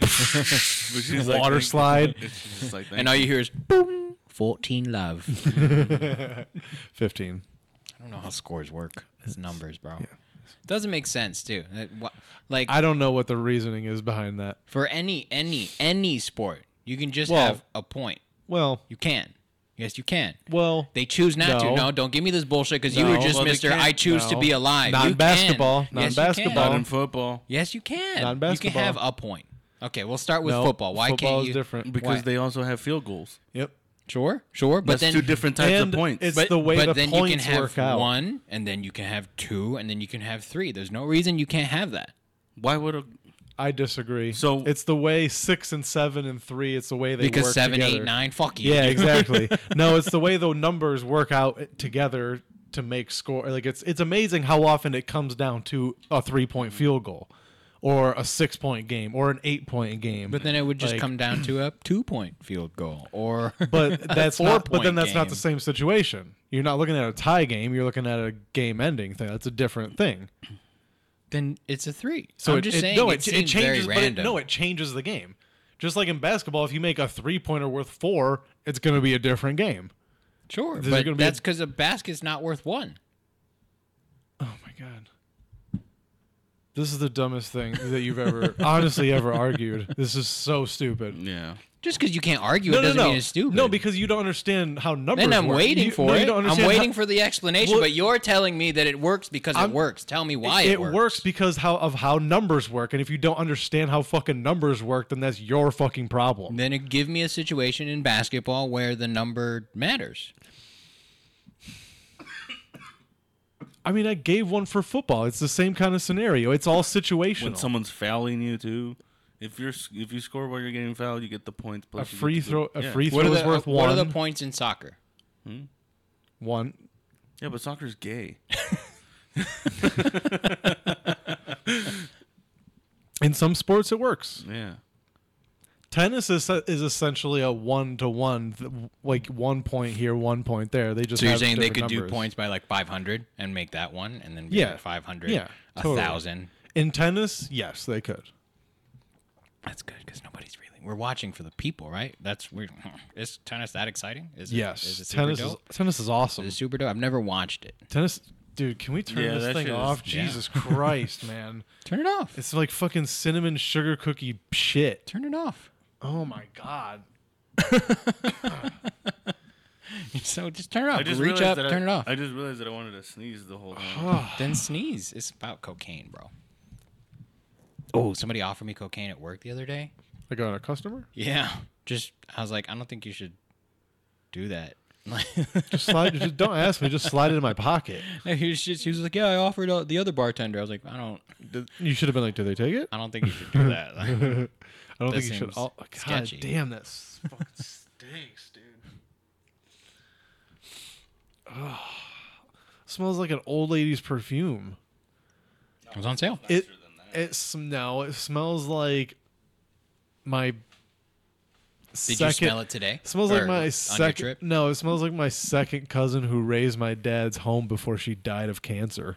Speaker 2: But she's like,
Speaker 1: Water
Speaker 2: thank-
Speaker 1: slide,
Speaker 2: She's just like,
Speaker 3: and all you hear is boom. Fourteen love.
Speaker 1: fifteen.
Speaker 3: I don't know how scores work. It's numbers, bro. Doesn't make sense, too. That wha- Like
Speaker 1: I don't know what the reasoning is behind that.
Speaker 3: for any any any sport, you can just
Speaker 1: Well-
Speaker 3: have a point.
Speaker 1: Well,
Speaker 3: You can. Yes, you can.
Speaker 1: well,
Speaker 3: They choose not
Speaker 1: No.
Speaker 3: to. No, don't give me this bullshit because you
Speaker 1: No.
Speaker 3: were just
Speaker 2: Well, they
Speaker 3: Mister.
Speaker 2: can't.
Speaker 3: I choose to
Speaker 1: No.
Speaker 3: be alive.
Speaker 1: Not
Speaker 3: You
Speaker 1: in basketball.
Speaker 3: Can.
Speaker 1: Not in
Speaker 3: yes,
Speaker 1: basketball.
Speaker 2: not
Speaker 3: You
Speaker 2: in
Speaker 3: can.
Speaker 2: football
Speaker 3: Yes, you can.
Speaker 1: Not in
Speaker 3: You
Speaker 1: basketball.
Speaker 3: can have a point. Okay, we'll start with
Speaker 1: no,
Speaker 3: football. Why
Speaker 1: football
Speaker 3: can't
Speaker 1: is
Speaker 3: you?
Speaker 1: different.
Speaker 2: because
Speaker 3: Why?
Speaker 2: they also have field goals.
Speaker 1: Yep.
Speaker 3: Sure, sure. But
Speaker 2: That's
Speaker 3: then
Speaker 2: two different types
Speaker 1: And
Speaker 2: of points.
Speaker 1: it's-
Speaker 3: But,
Speaker 1: the way
Speaker 3: but
Speaker 1: the
Speaker 3: then you can
Speaker 1: points
Speaker 3: have
Speaker 1: work out.
Speaker 3: one, and then you can have two, and then you can have three. There's no reason you can't have that.
Speaker 2: Why would a
Speaker 1: I disagree.
Speaker 2: So-
Speaker 1: it's the way six and seven and three. It's the way they
Speaker 3: because
Speaker 1: work
Speaker 3: seven, eight, nine,
Speaker 1: together.
Speaker 3: fuck you.
Speaker 1: Yeah,
Speaker 3: dude.
Speaker 1: exactly. no, it's the way the numbers work out together to make score. Like it's it's amazing how often it comes down to a three point field goal, or a six point game, or an eight point game.
Speaker 3: But then it would just
Speaker 1: Like-
Speaker 3: come down to a two point field goal or
Speaker 1: but that's not. But
Speaker 3: four-point
Speaker 1: then that's not the
Speaker 3: game.
Speaker 1: same situation. You're not looking at a tie game. You're looking at a game ending thing. That's a different thing.
Speaker 3: then it's a three.
Speaker 1: So
Speaker 3: So I'm
Speaker 1: it,
Speaker 3: just
Speaker 1: it-
Speaker 3: saying
Speaker 1: no,
Speaker 3: it,
Speaker 1: it,
Speaker 3: seems
Speaker 1: changes.
Speaker 3: very random.
Speaker 1: But it, no, it changes the game. Just like in basketball, if you make a three pointer worth four, it's going to be a different game.
Speaker 3: sure,
Speaker 1: there's gonna
Speaker 3: but
Speaker 1: be a-
Speaker 3: that's because a basket's not worth one.
Speaker 1: Oh my god. This is the dumbest thing that you've ever honestly ever argued. This is so stupid.
Speaker 2: Yeah.
Speaker 3: Just because you can't argue it
Speaker 1: No, no,
Speaker 3: doesn't
Speaker 1: no.
Speaker 3: mean it's stupid.
Speaker 1: No, because you don't understand how numbers
Speaker 3: then I'm
Speaker 1: work.
Speaker 3: waiting
Speaker 1: You-
Speaker 3: for
Speaker 1: no, you
Speaker 3: it.
Speaker 1: don't
Speaker 3: I'm
Speaker 1: understand
Speaker 3: waiting
Speaker 1: how-
Speaker 3: for the explanation,
Speaker 1: Well-
Speaker 3: but you're telling me that it works because
Speaker 1: I'm-
Speaker 3: it works. Tell me why
Speaker 1: it,
Speaker 3: it,
Speaker 1: works. because how of how numbers work and if you don't understand how fucking numbers work then that's your fucking problem.
Speaker 3: Then it give me a situation in basketball where the number matters.
Speaker 1: I mean, I gave one for football. It's the same kind of scenario. It's all
Speaker 2: When
Speaker 1: situational.
Speaker 2: someone's fouling you too. If you're s- if you score while you're getting fouled, you get the points.
Speaker 1: a
Speaker 2: Plus you
Speaker 1: free
Speaker 2: get to
Speaker 1: throw
Speaker 2: go-
Speaker 1: a
Speaker 2: yeah.
Speaker 1: free throw
Speaker 3: What are,
Speaker 1: is
Speaker 3: the, uh,
Speaker 1: worth
Speaker 3: what are
Speaker 1: one.
Speaker 3: the points in soccer?
Speaker 1: one.
Speaker 2: Yeah, but soccer's gay.
Speaker 1: In some sports it works.
Speaker 2: Yeah.
Speaker 1: tennis is is essentially a one to one, like one point here, one point there. They just
Speaker 3: So you're
Speaker 1: have
Speaker 3: saying they could
Speaker 1: different
Speaker 3: do
Speaker 1: numbers.
Speaker 3: points by like 500 and make that one, and then
Speaker 1: Yeah.
Speaker 3: yeah, 500,
Speaker 1: Yeah,
Speaker 3: a
Speaker 1: totally.
Speaker 3: thousand.
Speaker 1: in tennis? Yes, they could.
Speaker 3: That's good because nobody's really. We're watching for the people, right? That's weird. Is tennis that exciting? Is it,
Speaker 1: Yes,
Speaker 3: Is it super
Speaker 1: tennis is
Speaker 3: dope?
Speaker 1: tennis is awesome.
Speaker 3: Is it super dope? I've never watched it.
Speaker 1: tennis, dude, can we turn
Speaker 2: Yeah,
Speaker 1: this
Speaker 2: that
Speaker 1: thing
Speaker 2: shit is-
Speaker 1: off?
Speaker 3: yeah.
Speaker 1: Jesus Christ, man,
Speaker 3: Turn it off.
Speaker 1: it's like fucking cinnamon sugar cookie shit.
Speaker 3: Turn it off.
Speaker 1: Oh my god.
Speaker 3: So just turn it off.
Speaker 2: I just
Speaker 3: Reach
Speaker 2: realized
Speaker 3: up,
Speaker 2: that I-
Speaker 3: turn it off.
Speaker 2: I just realized that I wanted to sneeze the whole time.
Speaker 3: then sneeze. It's about cocaine, bro. Oh, somebody offered me cocaine at work the other day.
Speaker 1: I got a customer.
Speaker 3: Yeah. Just I was like, I don't think you should do that.
Speaker 1: Just slide. just don't ask me. Just slide it in my pocket.
Speaker 3: he was just, he was like, yeah, I offered uh, the other bartender. I was like, I don't,
Speaker 1: You should have been like, do they take it?
Speaker 3: I don't think you should do that.
Speaker 1: I don't
Speaker 3: That
Speaker 1: think you should.
Speaker 3: seems
Speaker 1: Oh, God
Speaker 3: sketchy.
Speaker 1: damn, that s- fucking stinks, dude. Ugh. smells like an old lady's perfume.
Speaker 3: it was on sale.
Speaker 1: It, it sm- no, it smells like my.
Speaker 3: Did
Speaker 1: second,
Speaker 3: you smell it today?
Speaker 1: Smells
Speaker 3: Or
Speaker 1: like my
Speaker 3: on your
Speaker 1: second.
Speaker 3: trip.
Speaker 1: No, it smells like my second cousin who raised my dad's home before she died of cancer.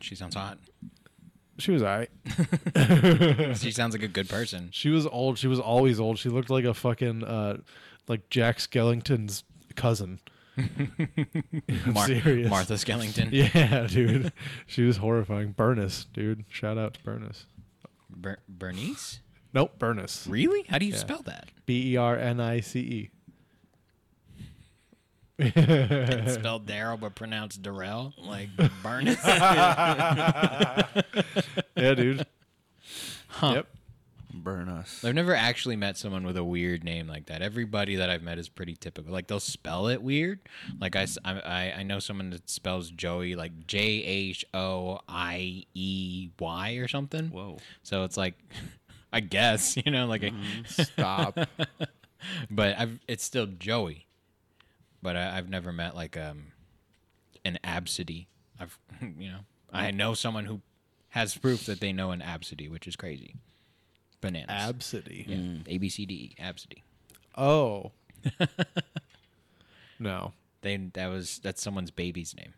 Speaker 3: She sounds hot.
Speaker 1: She was alright.
Speaker 3: She sounds like a good person.
Speaker 1: She was old. She was always old. She looked like a fucking uh, like Jack Skellington's cousin. I'm
Speaker 3: Mar-
Speaker 1: serious.
Speaker 3: Martha Skellington.
Speaker 1: Yeah, dude. she was horrifying. Bernice, dude. Shout out to Bernice.
Speaker 3: Ber- Bernice?
Speaker 1: Nope, Bernice.
Speaker 3: Really? How do you spell that?
Speaker 1: B E R N I C E.
Speaker 3: It's spelled Daryl but pronounced Darrell. Like Bernice.
Speaker 1: Yeah, dude.
Speaker 3: Huh.
Speaker 1: Yep.
Speaker 2: Burn us.
Speaker 3: I've never actually met someone with a weird name like that. Everybody that I've met is pretty typical. Like they'll spell it weird. Like I, s- I- I- I know someone that spells Joey like J H O I E Y or something.
Speaker 2: Whoa.
Speaker 3: So it's like, I guess you know, like,
Speaker 1: Mm-hmm. Stop.
Speaker 3: but I've, it's still Joey. But I, I've never met like um, an absidy. I've you know I know someone who has proof that they know an absidy, which is crazy. Bananas.
Speaker 1: Absidy.
Speaker 3: Yeah. A B C D E absidy.
Speaker 1: Oh. no.
Speaker 3: They that was that's someone's baby's name,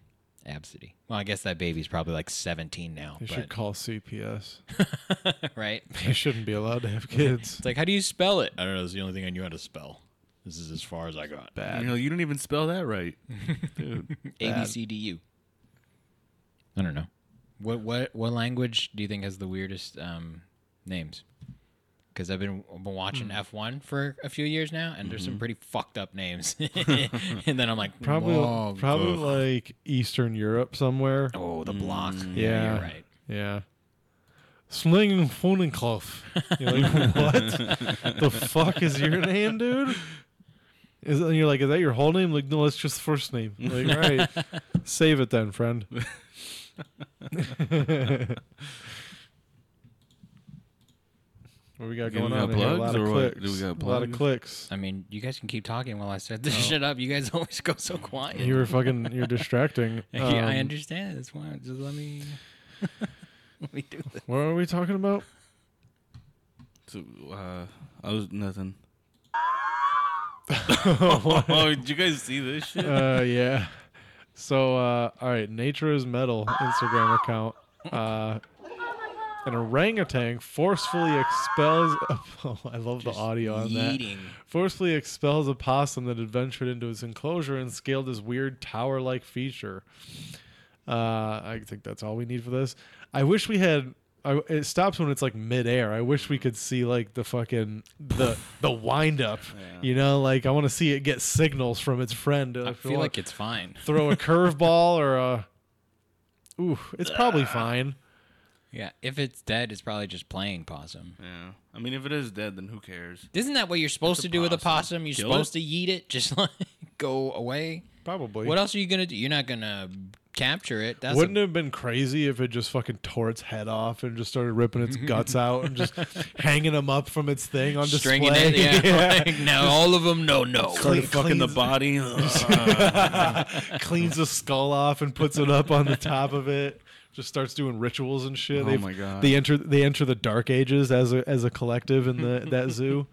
Speaker 3: absidy. Well, I guess that baby's probably like 17 now,
Speaker 1: You should
Speaker 3: but,
Speaker 1: call CPS.
Speaker 3: right?
Speaker 1: You shouldn't be allowed to have kids.
Speaker 3: It's like, how do you spell it? I don't know. It's the only thing I knew how to spell. This is as far as I got.
Speaker 2: You know, you didn't even spell that right.
Speaker 3: A B C D U. I don't know. What what what language do you think has the weirdest um, names? Because I've been I've been watching
Speaker 1: Hmm.
Speaker 3: F1 for a few years now, and there's some pretty fucked up names. and then I'm like,
Speaker 1: Probably,
Speaker 3: "Whoa,
Speaker 1: probably
Speaker 3: ugh."
Speaker 1: like Eastern Europe somewhere.
Speaker 3: oh the block.
Speaker 1: Yeah.
Speaker 3: you're right.
Speaker 1: Yeah. Slinging phone and cloth. You're like, what the fuck is your name, dude? Is and you're like, is that your whole name? Like, no, that's just the first name. Like, all right, save it then, friend. we got
Speaker 2: Yeah, we
Speaker 1: going
Speaker 2: got
Speaker 1: on? here? a lot
Speaker 2: plugs
Speaker 1: of
Speaker 2: or what?
Speaker 1: clicks.
Speaker 2: Do we got
Speaker 1: a lot of
Speaker 2: plugs?
Speaker 1: clicks.
Speaker 3: I mean, you guys can keep talking while I set
Speaker 2: Oh.
Speaker 3: this shit up. You guys always go
Speaker 2: Mm.
Speaker 3: so quiet.
Speaker 1: You were fucking. You're distracting.
Speaker 3: yeah, I
Speaker 1: Um,
Speaker 3: understand. That's why. Just let me let me do this.
Speaker 1: What are we talking about?
Speaker 2: So, uh, I was nothing. oh, did you guys see this shit?
Speaker 1: uh, yeah. So, uh, all right, Nature is Metal Instagram account. Uh, an orangutan forcefully expels. Oh, I love the audio on that.
Speaker 3: yeeting.
Speaker 1: Forcefully expels a possum that had ventured into his enclosure and scaled his weird tower like feature. Uh, I think that's all we need for this. I wish we had. I, it stops when it's like midair. I wish we could see like the fucking the the wind up. You know, like I want to see it get signals from its friend. To,
Speaker 3: I feel like it's fine.
Speaker 1: throw a curveball or a. Ooh, it's probably fine.
Speaker 3: Yeah, if it's dead, it's probably just playing possum.
Speaker 2: Yeah. I mean, if it is dead, then who cares?
Speaker 3: Isn't that what you're supposed to do with a
Speaker 2: possum.
Speaker 3: possum? You're
Speaker 2: Kill
Speaker 3: supposed to eat it, just like go away.
Speaker 1: Probably.
Speaker 3: What else are you gonna do? You're not gonna capture it. That's
Speaker 1: Wouldn't
Speaker 3: a,
Speaker 1: it have been crazy if it just fucking tore its head off and just started ripping its guts out and just hanging them up from its thing on display?
Speaker 3: stringing it. Yeah, Like, no, all of them. No, no.
Speaker 1: Clean-
Speaker 2: Started fucking the
Speaker 1: cleans-
Speaker 2: body. Ugh.
Speaker 1: cleans the skull off and puts it up on the top of it. Just starts doing rituals and shit.
Speaker 2: Oh
Speaker 1: They've-
Speaker 2: my God.
Speaker 1: They enter they enter the dark ages as a as a collective in the that zoo.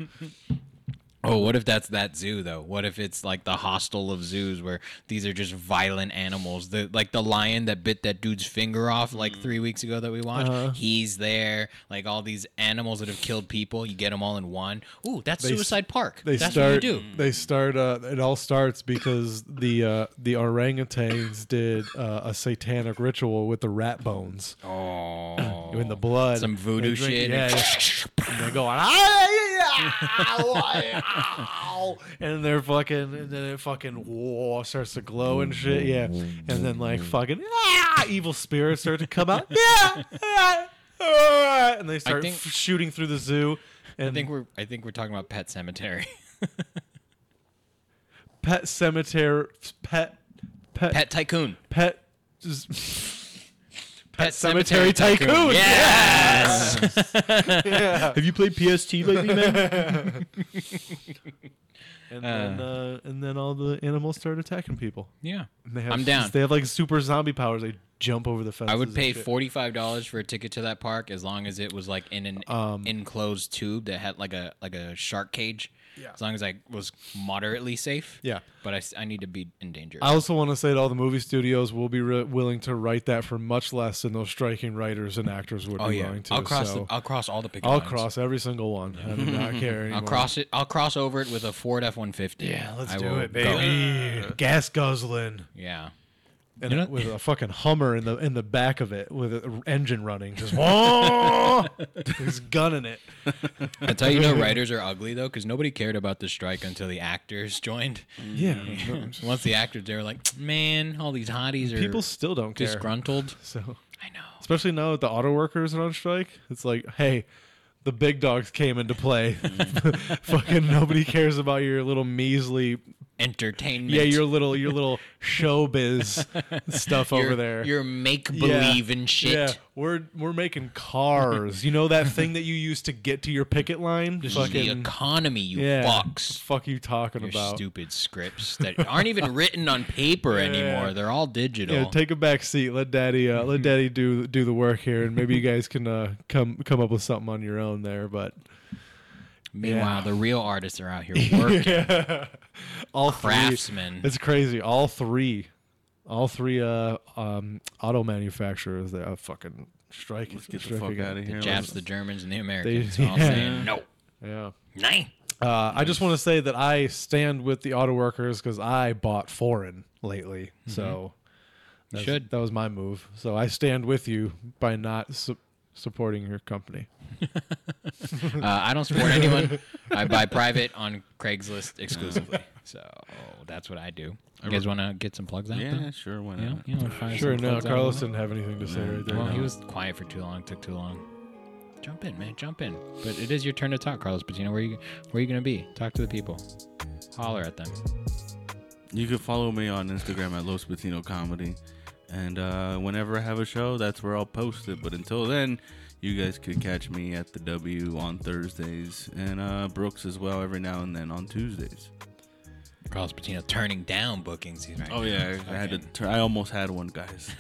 Speaker 3: Oh, what if that's that zoo though? What if it's like the hostel of zoos where these are just violent animals? The like the lion that bit that dude's finger off like three
Speaker 1: Mm.
Speaker 3: weeks ago that we watched.
Speaker 1: Uh-huh.
Speaker 3: He's there. Like all these animals that have killed people, you get them all in one. Ooh, that's
Speaker 1: s-
Speaker 3: Suicide Park.
Speaker 1: They
Speaker 3: that's
Speaker 1: start.
Speaker 3: what you do.
Speaker 1: They start. Uh, it all starts because the uh, the orangutans did uh, a satanic ritual with the rat bones
Speaker 3: Oh,
Speaker 1: in the blood,
Speaker 3: some voodoo
Speaker 1: They drink-
Speaker 3: shit.
Speaker 1: Yeah, yeah. and they're going. "Ah, yeah, ow, and they're fucking, and then it fucking whoa, starts to glow and shit, yeah. And then like fucking "Ah," evil spirits start to come out, yeah, yeah, ah," and they start
Speaker 3: think-
Speaker 1: f- shooting through the zoo.
Speaker 3: I
Speaker 1: And
Speaker 3: think we're I think we're talking about Pet Cemetery.
Speaker 1: pet cemetery, pet, pet,
Speaker 3: Pet Tycoon.
Speaker 1: pet just
Speaker 3: Pet,
Speaker 1: cemetery tycoon.
Speaker 3: Yes.
Speaker 1: Have you played PST lately, man? and then uh, and then all the animals start attacking people.
Speaker 3: yeah.
Speaker 1: And they have,
Speaker 3: I'm down.
Speaker 1: They have like super zombie powers. They jump over the fence.
Speaker 3: I would pay forty-five dollars for a ticket to that park as long as it was like in an
Speaker 1: Um,
Speaker 3: enclosed tube that had like a like a shark cage.
Speaker 1: Yeah.
Speaker 3: As long as I was moderately safe.
Speaker 1: Yeah.
Speaker 3: But I, s- I need to be in danger.
Speaker 1: I also want to say that all the movie studios will be re- willing to write that for much less than those striking writers and actors would
Speaker 3: oh
Speaker 1: be
Speaker 3: yeah.
Speaker 1: willing to.
Speaker 3: I'll cross.
Speaker 1: so
Speaker 3: The, I'll cross all the picket
Speaker 1: I'll
Speaker 3: lines.
Speaker 1: cross every single one. I do not care anymore.
Speaker 3: I'll cross it. I'll cross over it with a Ford F one fifty.
Speaker 1: Yeah, let's
Speaker 3: I
Speaker 1: do
Speaker 3: will
Speaker 1: it,
Speaker 3: go.
Speaker 1: baby. Gas guzzling.
Speaker 3: Yeah.
Speaker 1: and
Speaker 3: You know-
Speaker 1: it- with a fucking Hummer in the in the back of it with an engine running, just whoa, he's gunning it.
Speaker 3: I tell you, no writers are ugly though, because nobody cared about the strike until the actors joined.
Speaker 1: Yeah,
Speaker 3: Once the actors, they were like, man, all these hotties are
Speaker 1: people still don't care.
Speaker 3: disgruntled.
Speaker 1: So
Speaker 3: I know.
Speaker 1: especially now that the auto workers are on strike, it's like, hey, the big dogs came into play. fucking nobody cares about your little measly,
Speaker 3: Entertainment.
Speaker 1: yeah, your little your little showbiz stuff over
Speaker 3: your-
Speaker 1: there.
Speaker 3: Your make
Speaker 1: Yeah.
Speaker 3: believe and shit.
Speaker 1: Yeah, we're we're making cars. you know that thing that you used to get to your picket line?
Speaker 3: This
Speaker 1: Fucking
Speaker 3: is the economy, you
Speaker 1: yeah.
Speaker 3: fucks.
Speaker 1: Fuck you talking
Speaker 3: Your
Speaker 1: about.
Speaker 3: stupid scripts that aren't even written on paper anymore. They're all digital.
Speaker 1: Yeah, take a back seat. Let daddy, uh, let daddy do do the work here, and maybe you guys can uh, come come up with something on your own there. But
Speaker 3: Meanwhile,
Speaker 1: yeah.
Speaker 3: the real artists are out here working.
Speaker 1: all
Speaker 3: Craftsmen.
Speaker 1: three, it's crazy. All three, all three uh, um, auto manufacturers that are fucking striking.
Speaker 2: Let's get the fuck out of here.
Speaker 3: Japs,
Speaker 2: Let's-
Speaker 3: the Germans, and the Americans. all
Speaker 1: yeah.
Speaker 3: saying, no.
Speaker 1: Yeah.
Speaker 3: Nah.
Speaker 1: Uh, I just want to say that I stand with the auto workers because I bought foreign lately. So that's-
Speaker 3: should.
Speaker 1: that was my move. So I stand with you by not su- supporting your company.
Speaker 3: Uh, I don't support anyone. I buy private on Craigslist exclusively. So that's what I do. You guys want to get some plugs out?
Speaker 2: yeah,
Speaker 3: though?
Speaker 2: sure. Why
Speaker 3: Yeah,
Speaker 2: not?
Speaker 3: you wanna find
Speaker 1: Sure,
Speaker 3: some
Speaker 1: no,
Speaker 3: plugs out?
Speaker 1: Carlos didn't have anything to say right there.
Speaker 3: Well, he was quiet for too long. Took too long. Jump in, man. Jump in. But it is your turn to talk, Carlos Patino. Where you where you gonna be? Talk to the people. Holler at them.
Speaker 2: You can follow me on Instagram at Los Patino Comedy And uh, whenever I have a show, that's where I'll post it. But until then, you guys could catch me at the W on Thursdays and uh, Brooks as well every now and then on Tuesdays.
Speaker 3: Carlos Patino turning down bookings. He's right
Speaker 2: Oh
Speaker 3: now.
Speaker 2: yeah, I had to.
Speaker 3: Fucking-
Speaker 2: Tur- I almost had one, guys,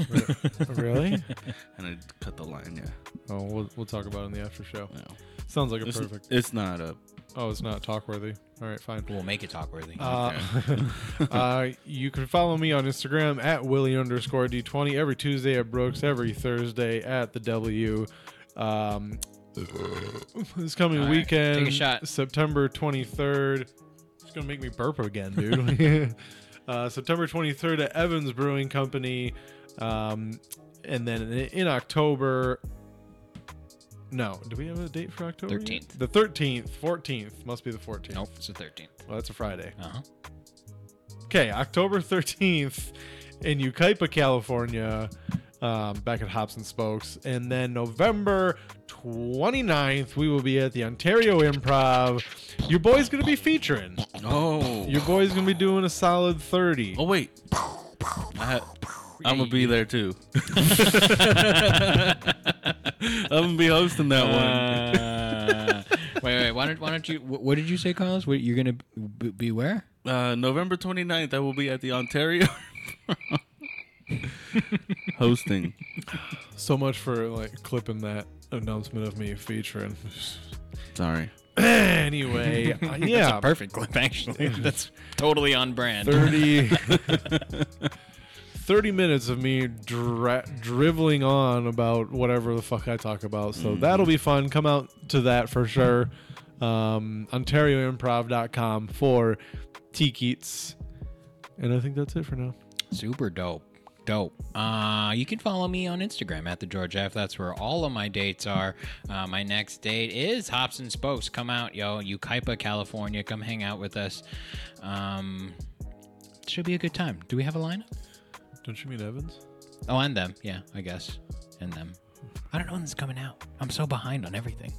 Speaker 1: really?
Speaker 2: and I cut the line. Yeah,
Speaker 1: Oh, we'll, we'll talk about it in the after show.
Speaker 2: no.
Speaker 1: Sounds like a
Speaker 2: It's,
Speaker 1: perfect.
Speaker 2: it's not a.
Speaker 1: Oh, it's not talk worthy. All right, fine.
Speaker 3: We'll make it talk worthy.
Speaker 1: Uh, uh, you can follow me on Instagram at Willie underscore D20 every Tuesday at Brooks, every Thursday at the W. Um, this coming
Speaker 3: All right,
Speaker 1: weekend,
Speaker 3: take a shot.
Speaker 1: September 23rd. It's going to make me burp again, dude. uh, September 23rd at Evans Brewing Company. Um, and then in- in October. No, do we have a date for October? yet?
Speaker 3: 13th.
Speaker 1: The 13th, 14th. Must be the 14th.
Speaker 3: nope, it's the 13th.
Speaker 1: Well, that's a Friday.
Speaker 3: Uh huh.
Speaker 1: Okay, October 13th in Yucaipa, California, um, back at Hops and Spokes. And then November 29th, we will be at the Ontario Improv. Your boy's going to be featuring.
Speaker 2: Oh.
Speaker 1: Your boy's going to be doing a solid 30.
Speaker 2: oh wait. I ha- I'm gonna be there too. I'm gonna be hosting that one.
Speaker 3: Uh, wait, wait. Why don't why don't you? What, what did you say, Carlos? What, you're gonna b- be where?
Speaker 2: Uh, November 29th, I will be at the Ontario hosting.
Speaker 1: So much for like clipping that announcement of me featuring.
Speaker 2: Sorry.
Speaker 1: anyway, uh, yeah.
Speaker 3: Perfect clip, actually. That's totally on brand.
Speaker 1: 30, 30 minutes of me dra- driveling on about whatever the fuck I talk about. So that'll be fun. Come out to that for sure. Um, OntarioImprov.com for Teekeets. And I think that's it for now.
Speaker 3: Super dope. Dope. Uh, you can follow me on Instagram at the George F. That's where all of my dates are. Uh, my next date is Hops and Spokes. Come out, yo, Yucaipa, California. Come hang out with us. Um, should be a good time. Do we have a lineup?
Speaker 1: Don't you mean Evans?
Speaker 3: Oh, and them. Yeah, I guess. And them. I don't know when this is coming out. I'm so behind on everything.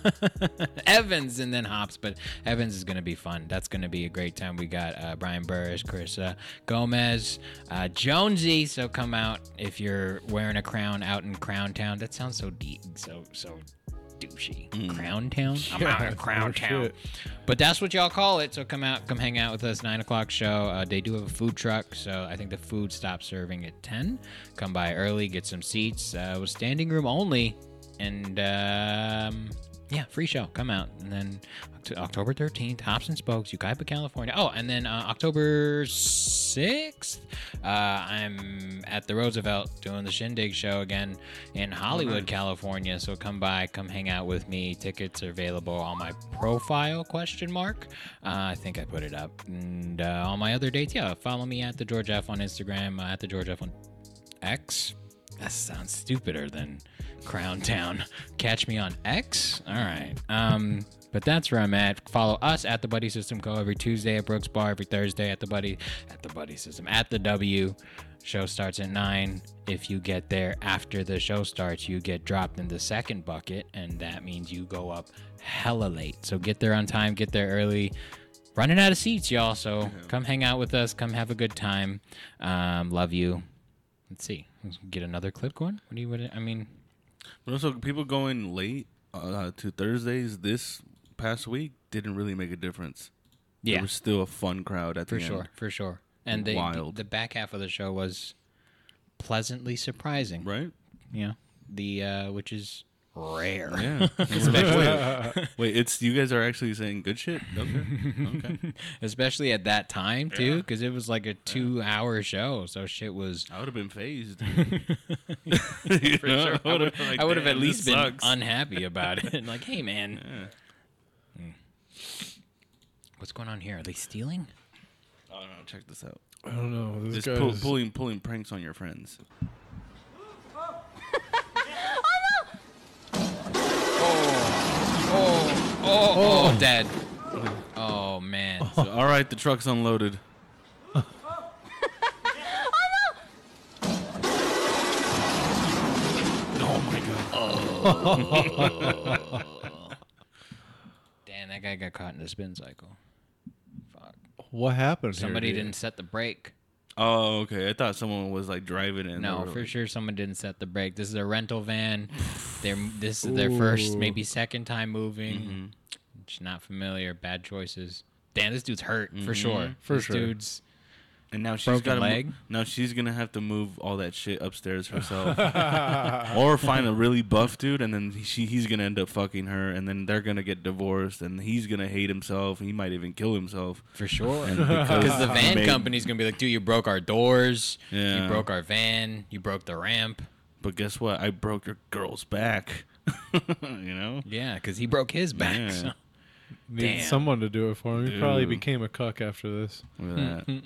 Speaker 3: Evans and then Hops, but Evans is going to be fun. That's going to be a great time. We got uh, Brian Burris, Chris uh, Gomez, uh, Jonesy. So come out if you're wearing a crown out in Crown Town. That sounds so deep, so so douchey. Crown Town. Mm. Oh, I'm out in Crown Town.
Speaker 1: shit.
Speaker 3: But that's what y'all call it. So come out, come hang out with us. Nine o'clock show. Uh, they do have a food truck, so I think the food stops serving at ten. Come by early, get some seats. Uh, it was standing room only, and um, yeah, free show. Come out, and then Oct- October thirteenth, Hops and Spokes, Yucaipa, California. Oh, and then uh, October sixth, uh, I'm at the Roosevelt doing the Shindig show again in Hollywood, California. So come by, come hang out with me. Tickets are available on my profile question mark. Uh, I think I put it up. And uh, all my other dates, yeah, follow me at the George F on Instagram, uh, at the George F on X. That sounds stupider than Crown Town. Catch me on X. All right. Um, but that's where I'm at. Follow us at the Buddy System Co. every Tuesday at Brooks Bar, every Thursday at the Buddy at the Buddy System at the W. Show starts at nine. If you get there after the show starts, you get dropped in the second bucket, and that means you go up hella late. So get there on time. Get there early running out of seats, y'all. So come hang out with us. Come have a good time. Um, love you. Let's see. Let's get another clip going. What do you? What, do- I mean,
Speaker 2: But also, people going late uh, to Thursdays this past week didn't really make a difference.
Speaker 3: yeah,
Speaker 2: There was still a fun crowd at
Speaker 3: for
Speaker 2: the end.
Speaker 3: sure, for sure. And the,
Speaker 2: Wild.
Speaker 3: the back half of the show was pleasantly surprising.
Speaker 2: Right?
Speaker 3: Yeah. The uh, which is rare.
Speaker 2: Yeah. wait, wait, it's you guys are actually saying good shit? Okay. Okay.
Speaker 3: Especially at that time too, because it was like a two-hour show, so shit was.
Speaker 2: I would have been phased. for sure.
Speaker 3: I would have at least been unhappy about it. like, hey, man. Mm. What's going on here? Are they stealing?
Speaker 2: oh, no, check this out.
Speaker 1: I don't know. This
Speaker 2: It's
Speaker 1: guy
Speaker 2: pull,
Speaker 1: is-
Speaker 2: pulling pulling pranks on your friends.
Speaker 3: Oh, oh, oh, Dad. Oh, man.
Speaker 2: So, all right, the truck's unloaded. Oh
Speaker 3: Damn, that guy got caught in the spin cycle. Fuck.
Speaker 1: What happened? here,
Speaker 3: Somebody
Speaker 1: dude?
Speaker 3: didn't set the brake.
Speaker 2: Oh, okay. I thought someone was like driving in.
Speaker 3: No,
Speaker 2: or,
Speaker 3: for
Speaker 2: like-
Speaker 3: sure someone didn't set the brake. This is a rental van. Their this is their first,
Speaker 1: Ooh.
Speaker 3: maybe second time moving. It's not familiar. Bad choices. Damn, this dude's hurt Mm-hmm. for sure.
Speaker 1: For
Speaker 3: this
Speaker 1: sure.
Speaker 3: dude's
Speaker 2: And now she's
Speaker 3: Broken
Speaker 2: got
Speaker 3: leg?
Speaker 2: Now she's gonna have to move all that shit upstairs herself, or find a really buff dude, and then she he's gonna end up fucking her, and then they're gonna get divorced, and he's gonna hate himself, and he might even kill himself.
Speaker 3: for sure.
Speaker 2: And because
Speaker 3: Because the
Speaker 2: he
Speaker 3: van
Speaker 2: made-
Speaker 3: company's gonna be like, dude, you broke our doors.
Speaker 2: Yeah.
Speaker 3: You broke our van. You broke the ramp.
Speaker 2: But guess what? I broke your girl's back. you know.
Speaker 3: Yeah, because he broke his back.
Speaker 2: Yeah.
Speaker 3: so-
Speaker 1: Need
Speaker 3: Damn.
Speaker 1: someone to do it for him. He probably
Speaker 2: Dude.
Speaker 1: became a cuck after this.
Speaker 2: Look at that.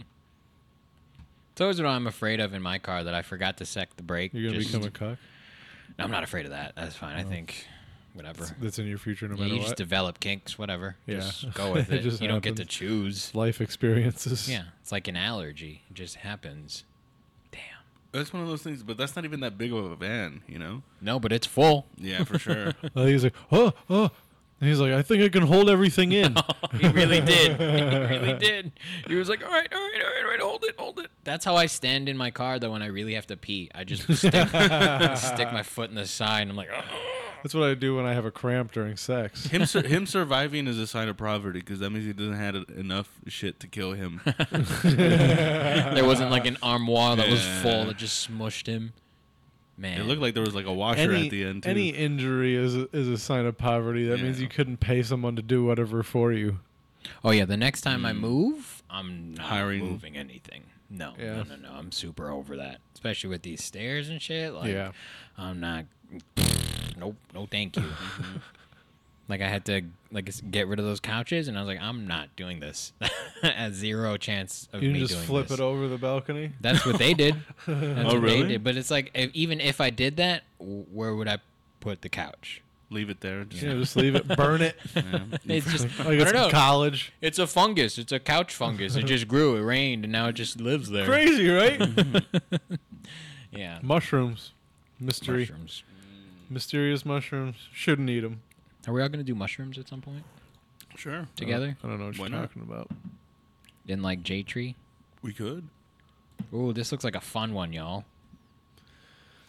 Speaker 3: It's always what I'm afraid of in my car that I forgot to set the brake.
Speaker 1: You're gonna
Speaker 3: Just-
Speaker 1: become a cuck.
Speaker 3: No, I'm not afraid of that. That's fine. I
Speaker 1: Oh.
Speaker 3: think whatever.
Speaker 1: That's in your future, no
Speaker 3: Yeah,
Speaker 1: matter
Speaker 3: you
Speaker 1: what.
Speaker 3: just develop kinks, whatever.
Speaker 1: Yeah.
Speaker 3: Just go with
Speaker 1: It
Speaker 3: it.
Speaker 1: just
Speaker 3: you don't get to
Speaker 1: happens.
Speaker 3: choose.
Speaker 1: Life experiences.
Speaker 3: Yeah, it's like an allergy. It just happens. Damn.
Speaker 2: That's one of those things, but that's not even that big of a van, you know.
Speaker 3: No, but it's full.
Speaker 2: Yeah, for sure.
Speaker 1: Uh, he's like, oh, oh. And he's like, I think I can hold everything in.
Speaker 3: he really did. He really did. He was like, all right, all right, all right, all right, hold it, hold it. That's how I stand in my car, though, when I really have to pee. I just stick, stick my foot in the side. I'm like, "Ugh."
Speaker 1: That's what I do when I have a cramp during sex.
Speaker 2: him sur- him surviving is a sign of poverty because that means he doesn't have enough shit to kill him.
Speaker 3: there wasn't like an armoire that was full
Speaker 2: Yeah.
Speaker 3: that just smushed him. Man.
Speaker 2: It looked like there was like a washer
Speaker 1: any,
Speaker 2: at the end too.
Speaker 1: any injury is a, is a sign of poverty. That means
Speaker 2: Yeah.
Speaker 1: you couldn't pay someone to do whatever for you.
Speaker 3: Oh yeah, the next time I
Speaker 1: Mm.
Speaker 3: move, I'm not
Speaker 2: Hiring-
Speaker 3: moving anything. No,
Speaker 1: Yeah.
Speaker 3: no, no, no. I'm super over that, especially with these stairs and shit. Like,
Speaker 1: Yeah.
Speaker 3: I'm not. Nope, no, thank you. like I had to like s- get rid of those couches, and I was like, I'm not doing this. At zero chance of
Speaker 1: You
Speaker 3: me
Speaker 1: can just
Speaker 3: doing
Speaker 1: flip
Speaker 3: this.
Speaker 1: it over the balcony.
Speaker 3: That's what they did. That's
Speaker 2: Oh,
Speaker 3: what
Speaker 2: really?
Speaker 3: They did. But it's like if, even if I did that, w- where would I put the couch?
Speaker 2: Leave it there. Just,
Speaker 1: You know, just leave it, burn it.
Speaker 3: It's just
Speaker 1: Like
Speaker 3: I
Speaker 1: it's
Speaker 3: don't know.
Speaker 1: college.
Speaker 3: It's a fungus. It's a couch fungus. It just grew. It rained, and now it just lives there.
Speaker 1: Crazy, right?
Speaker 3: Yeah.
Speaker 1: Mushrooms. Mystery.
Speaker 3: Mushrooms.
Speaker 1: Mysterious mushrooms. Shouldn't eat them.
Speaker 3: Are we all gonna do mushrooms at some point
Speaker 2: Sure.
Speaker 3: together
Speaker 1: I don't know what
Speaker 2: Why
Speaker 1: you're
Speaker 2: not?
Speaker 1: talking about.
Speaker 3: in like J Tree?
Speaker 2: We could.
Speaker 3: Ooh, this looks like a fun one, y'all.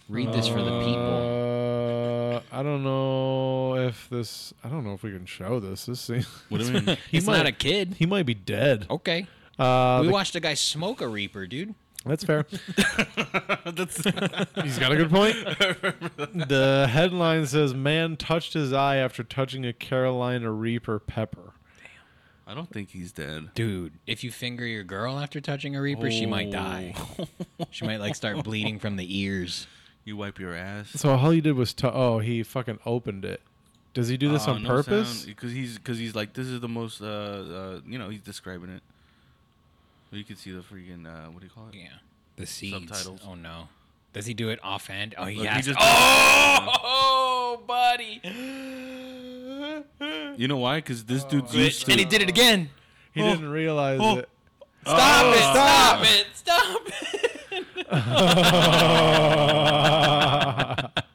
Speaker 3: Read this for the people.
Speaker 1: Uh, I don't know if this. I don't know if we can show this. This thing.
Speaker 2: What do you mean?
Speaker 1: he
Speaker 3: He's
Speaker 1: might-
Speaker 3: not a kid.
Speaker 1: He might be dead.
Speaker 3: Okay.
Speaker 1: Uh,
Speaker 3: Oh. we
Speaker 1: the-
Speaker 3: watched a guy smoke a reaper, dude.
Speaker 1: that's fair. He's got a good point. the headline says, "Man touched his eye after touching a Carolina Reaper pepper."
Speaker 2: I don't think he's dead.
Speaker 3: Dude, if you finger your girl after touching a reaper, she might die.
Speaker 1: Oh.
Speaker 3: She might like start bleeding from the ears.
Speaker 2: You wipe your ass.
Speaker 1: So all he did was, tou- oh, he fucking opened it. Does he do
Speaker 3: Ah,
Speaker 2: Oh,
Speaker 1: this on purpose?
Speaker 2: Because he's because he's like this is the most uh, uh you know he's describing it. You can see the freaking uh, what do you call it?
Speaker 3: Yeah. The seeds.
Speaker 2: Subtitles.
Speaker 3: Oh no. Does he do it offhand? Oh, he
Speaker 2: Look, he
Speaker 3: has.
Speaker 2: just-
Speaker 3: oh, buddy.
Speaker 2: You know why? Because this dude's used to.
Speaker 3: Oh. and he did it again.
Speaker 1: he
Speaker 3: Oh.
Speaker 1: didn't realize it.
Speaker 3: Stop it! Stop it! Stop it!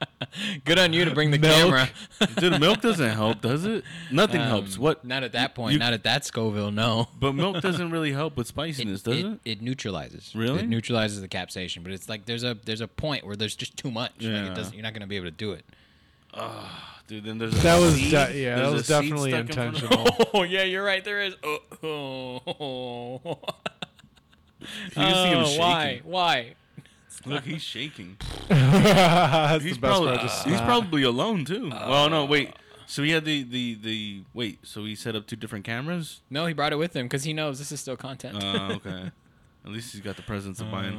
Speaker 3: Good on you to bring the
Speaker 1: Milk.
Speaker 3: camera.
Speaker 2: Dude, milk doesn't help, does it? Nothing helps. What?
Speaker 3: Um, Not at that point.
Speaker 2: you-
Speaker 3: not at that Scoville. No.
Speaker 2: But milk doesn't really help with spiciness, does it?
Speaker 3: it, it neutralizes.
Speaker 2: Really?
Speaker 3: It neutralizes the capsation, but it's like there's a there's a point where there's just too much. Like
Speaker 2: Yeah.
Speaker 3: it doesn't, you're not gonna be able to do it. Oh,
Speaker 2: Dude, then there's a
Speaker 1: That was
Speaker 2: seed.
Speaker 1: de- yeah, that
Speaker 2: There's a
Speaker 1: was
Speaker 2: seed
Speaker 1: definitely
Speaker 2: stuck in front of-
Speaker 1: intentional.
Speaker 3: Oh yeah, you're right. There is. Oh, oh,
Speaker 2: You can see him shaking.
Speaker 3: Why?
Speaker 2: Look, he's shaking.
Speaker 1: That's
Speaker 2: he's
Speaker 1: the best
Speaker 2: probably
Speaker 1: part, just
Speaker 2: he's
Speaker 1: snap.
Speaker 2: probably alone too.
Speaker 3: Oh.
Speaker 2: well, no, wait. So he had the the the wait. So he set up two different cameras.
Speaker 3: No, he brought it with him because he knows this is still content.
Speaker 2: Uh, okay. At least he's got the presence of mind.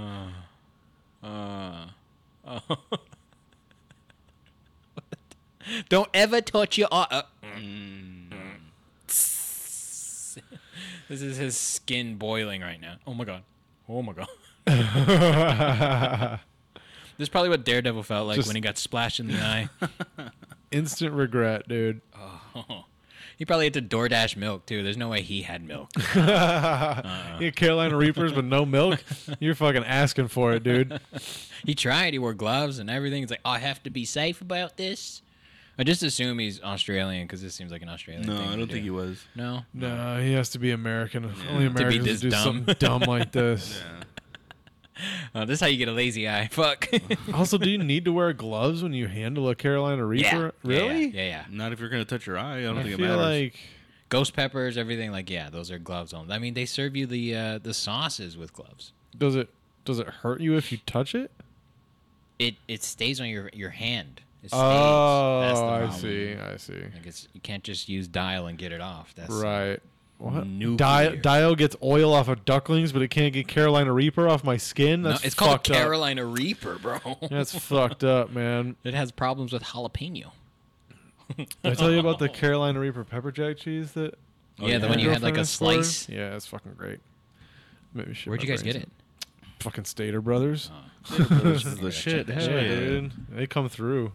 Speaker 3: Don't ever touch your. Uh, uh.
Speaker 2: Mm.
Speaker 3: this is his skin boiling right now. Oh my god. Oh my god. this is probably what Daredevil felt like
Speaker 1: Just-
Speaker 3: when he got splashed in the eye.
Speaker 1: Instant regret, dude.
Speaker 3: He probably had to DoorDash milk too. There's no way he had milk. Uh.
Speaker 1: Yeah, Carolina Reapers, but no milk. You're fucking asking for it, dude.
Speaker 3: He tried. He wore gloves and everything. It's like I have to be safe about this. I just assume he's Australian because this seems like an Australian.
Speaker 2: No,
Speaker 3: thing
Speaker 2: I
Speaker 3: to
Speaker 2: don't
Speaker 3: do.
Speaker 2: think he was.
Speaker 3: No.
Speaker 1: No, he has to be American. Only
Speaker 3: To be
Speaker 1: Americans
Speaker 3: this
Speaker 1: do
Speaker 3: dumb.
Speaker 1: something dumb like this.
Speaker 2: Yeah.
Speaker 3: Oh, this is how you get a lazy eye. Fuck.
Speaker 1: also, do you need to wear gloves when you handle a Carolina
Speaker 3: yeah.
Speaker 1: Reaper?
Speaker 3: Yeah, yeah,
Speaker 1: Really?
Speaker 3: Yeah, yeah.
Speaker 2: Not if you're gonna touch your eye. I don't
Speaker 1: I
Speaker 2: think it
Speaker 1: feel
Speaker 2: matters.
Speaker 1: like
Speaker 3: Ghost peppers, everything. Like, yeah, those are gloves on. I mean, they serve you the uh, the sauces with gloves.
Speaker 1: does it does it hurt you if you touch it?
Speaker 3: It it stays on your your hand. It stays. That's the
Speaker 1: Oh, I
Speaker 3: problem.
Speaker 1: see. I see.
Speaker 3: Like it's, you can't just use dial and get it off. That's
Speaker 1: Right. What?
Speaker 3: Nuclear.
Speaker 1: Di- Dio gets oil off of ducklings, but it can't get Carolina Reaper off my skin.
Speaker 3: No,
Speaker 1: That's
Speaker 3: it's called
Speaker 1: fucked up.
Speaker 3: Carolina Reaper, bro.
Speaker 1: That's fucked up, man.
Speaker 3: It has problems with jalapeno.
Speaker 1: Did I tell you about the Carolina Reaper pepper jack cheese that?
Speaker 2: Oh,
Speaker 3: yeah, the
Speaker 1: my
Speaker 3: one you had like
Speaker 1: girlfriend
Speaker 3: a
Speaker 1: asked for?
Speaker 3: slice.
Speaker 1: Yeah, it's fucking great. Maybe shit
Speaker 3: Where'd
Speaker 1: my
Speaker 3: you guys get
Speaker 1: brains
Speaker 3: it?
Speaker 1: out. Fucking Stater Brothers.
Speaker 3: Uh-huh.
Speaker 2: This is
Speaker 3: Yeah,
Speaker 2: the shit.
Speaker 3: check
Speaker 1: yeah,
Speaker 3: that
Speaker 2: Hell yeah.
Speaker 1: dude, they come through.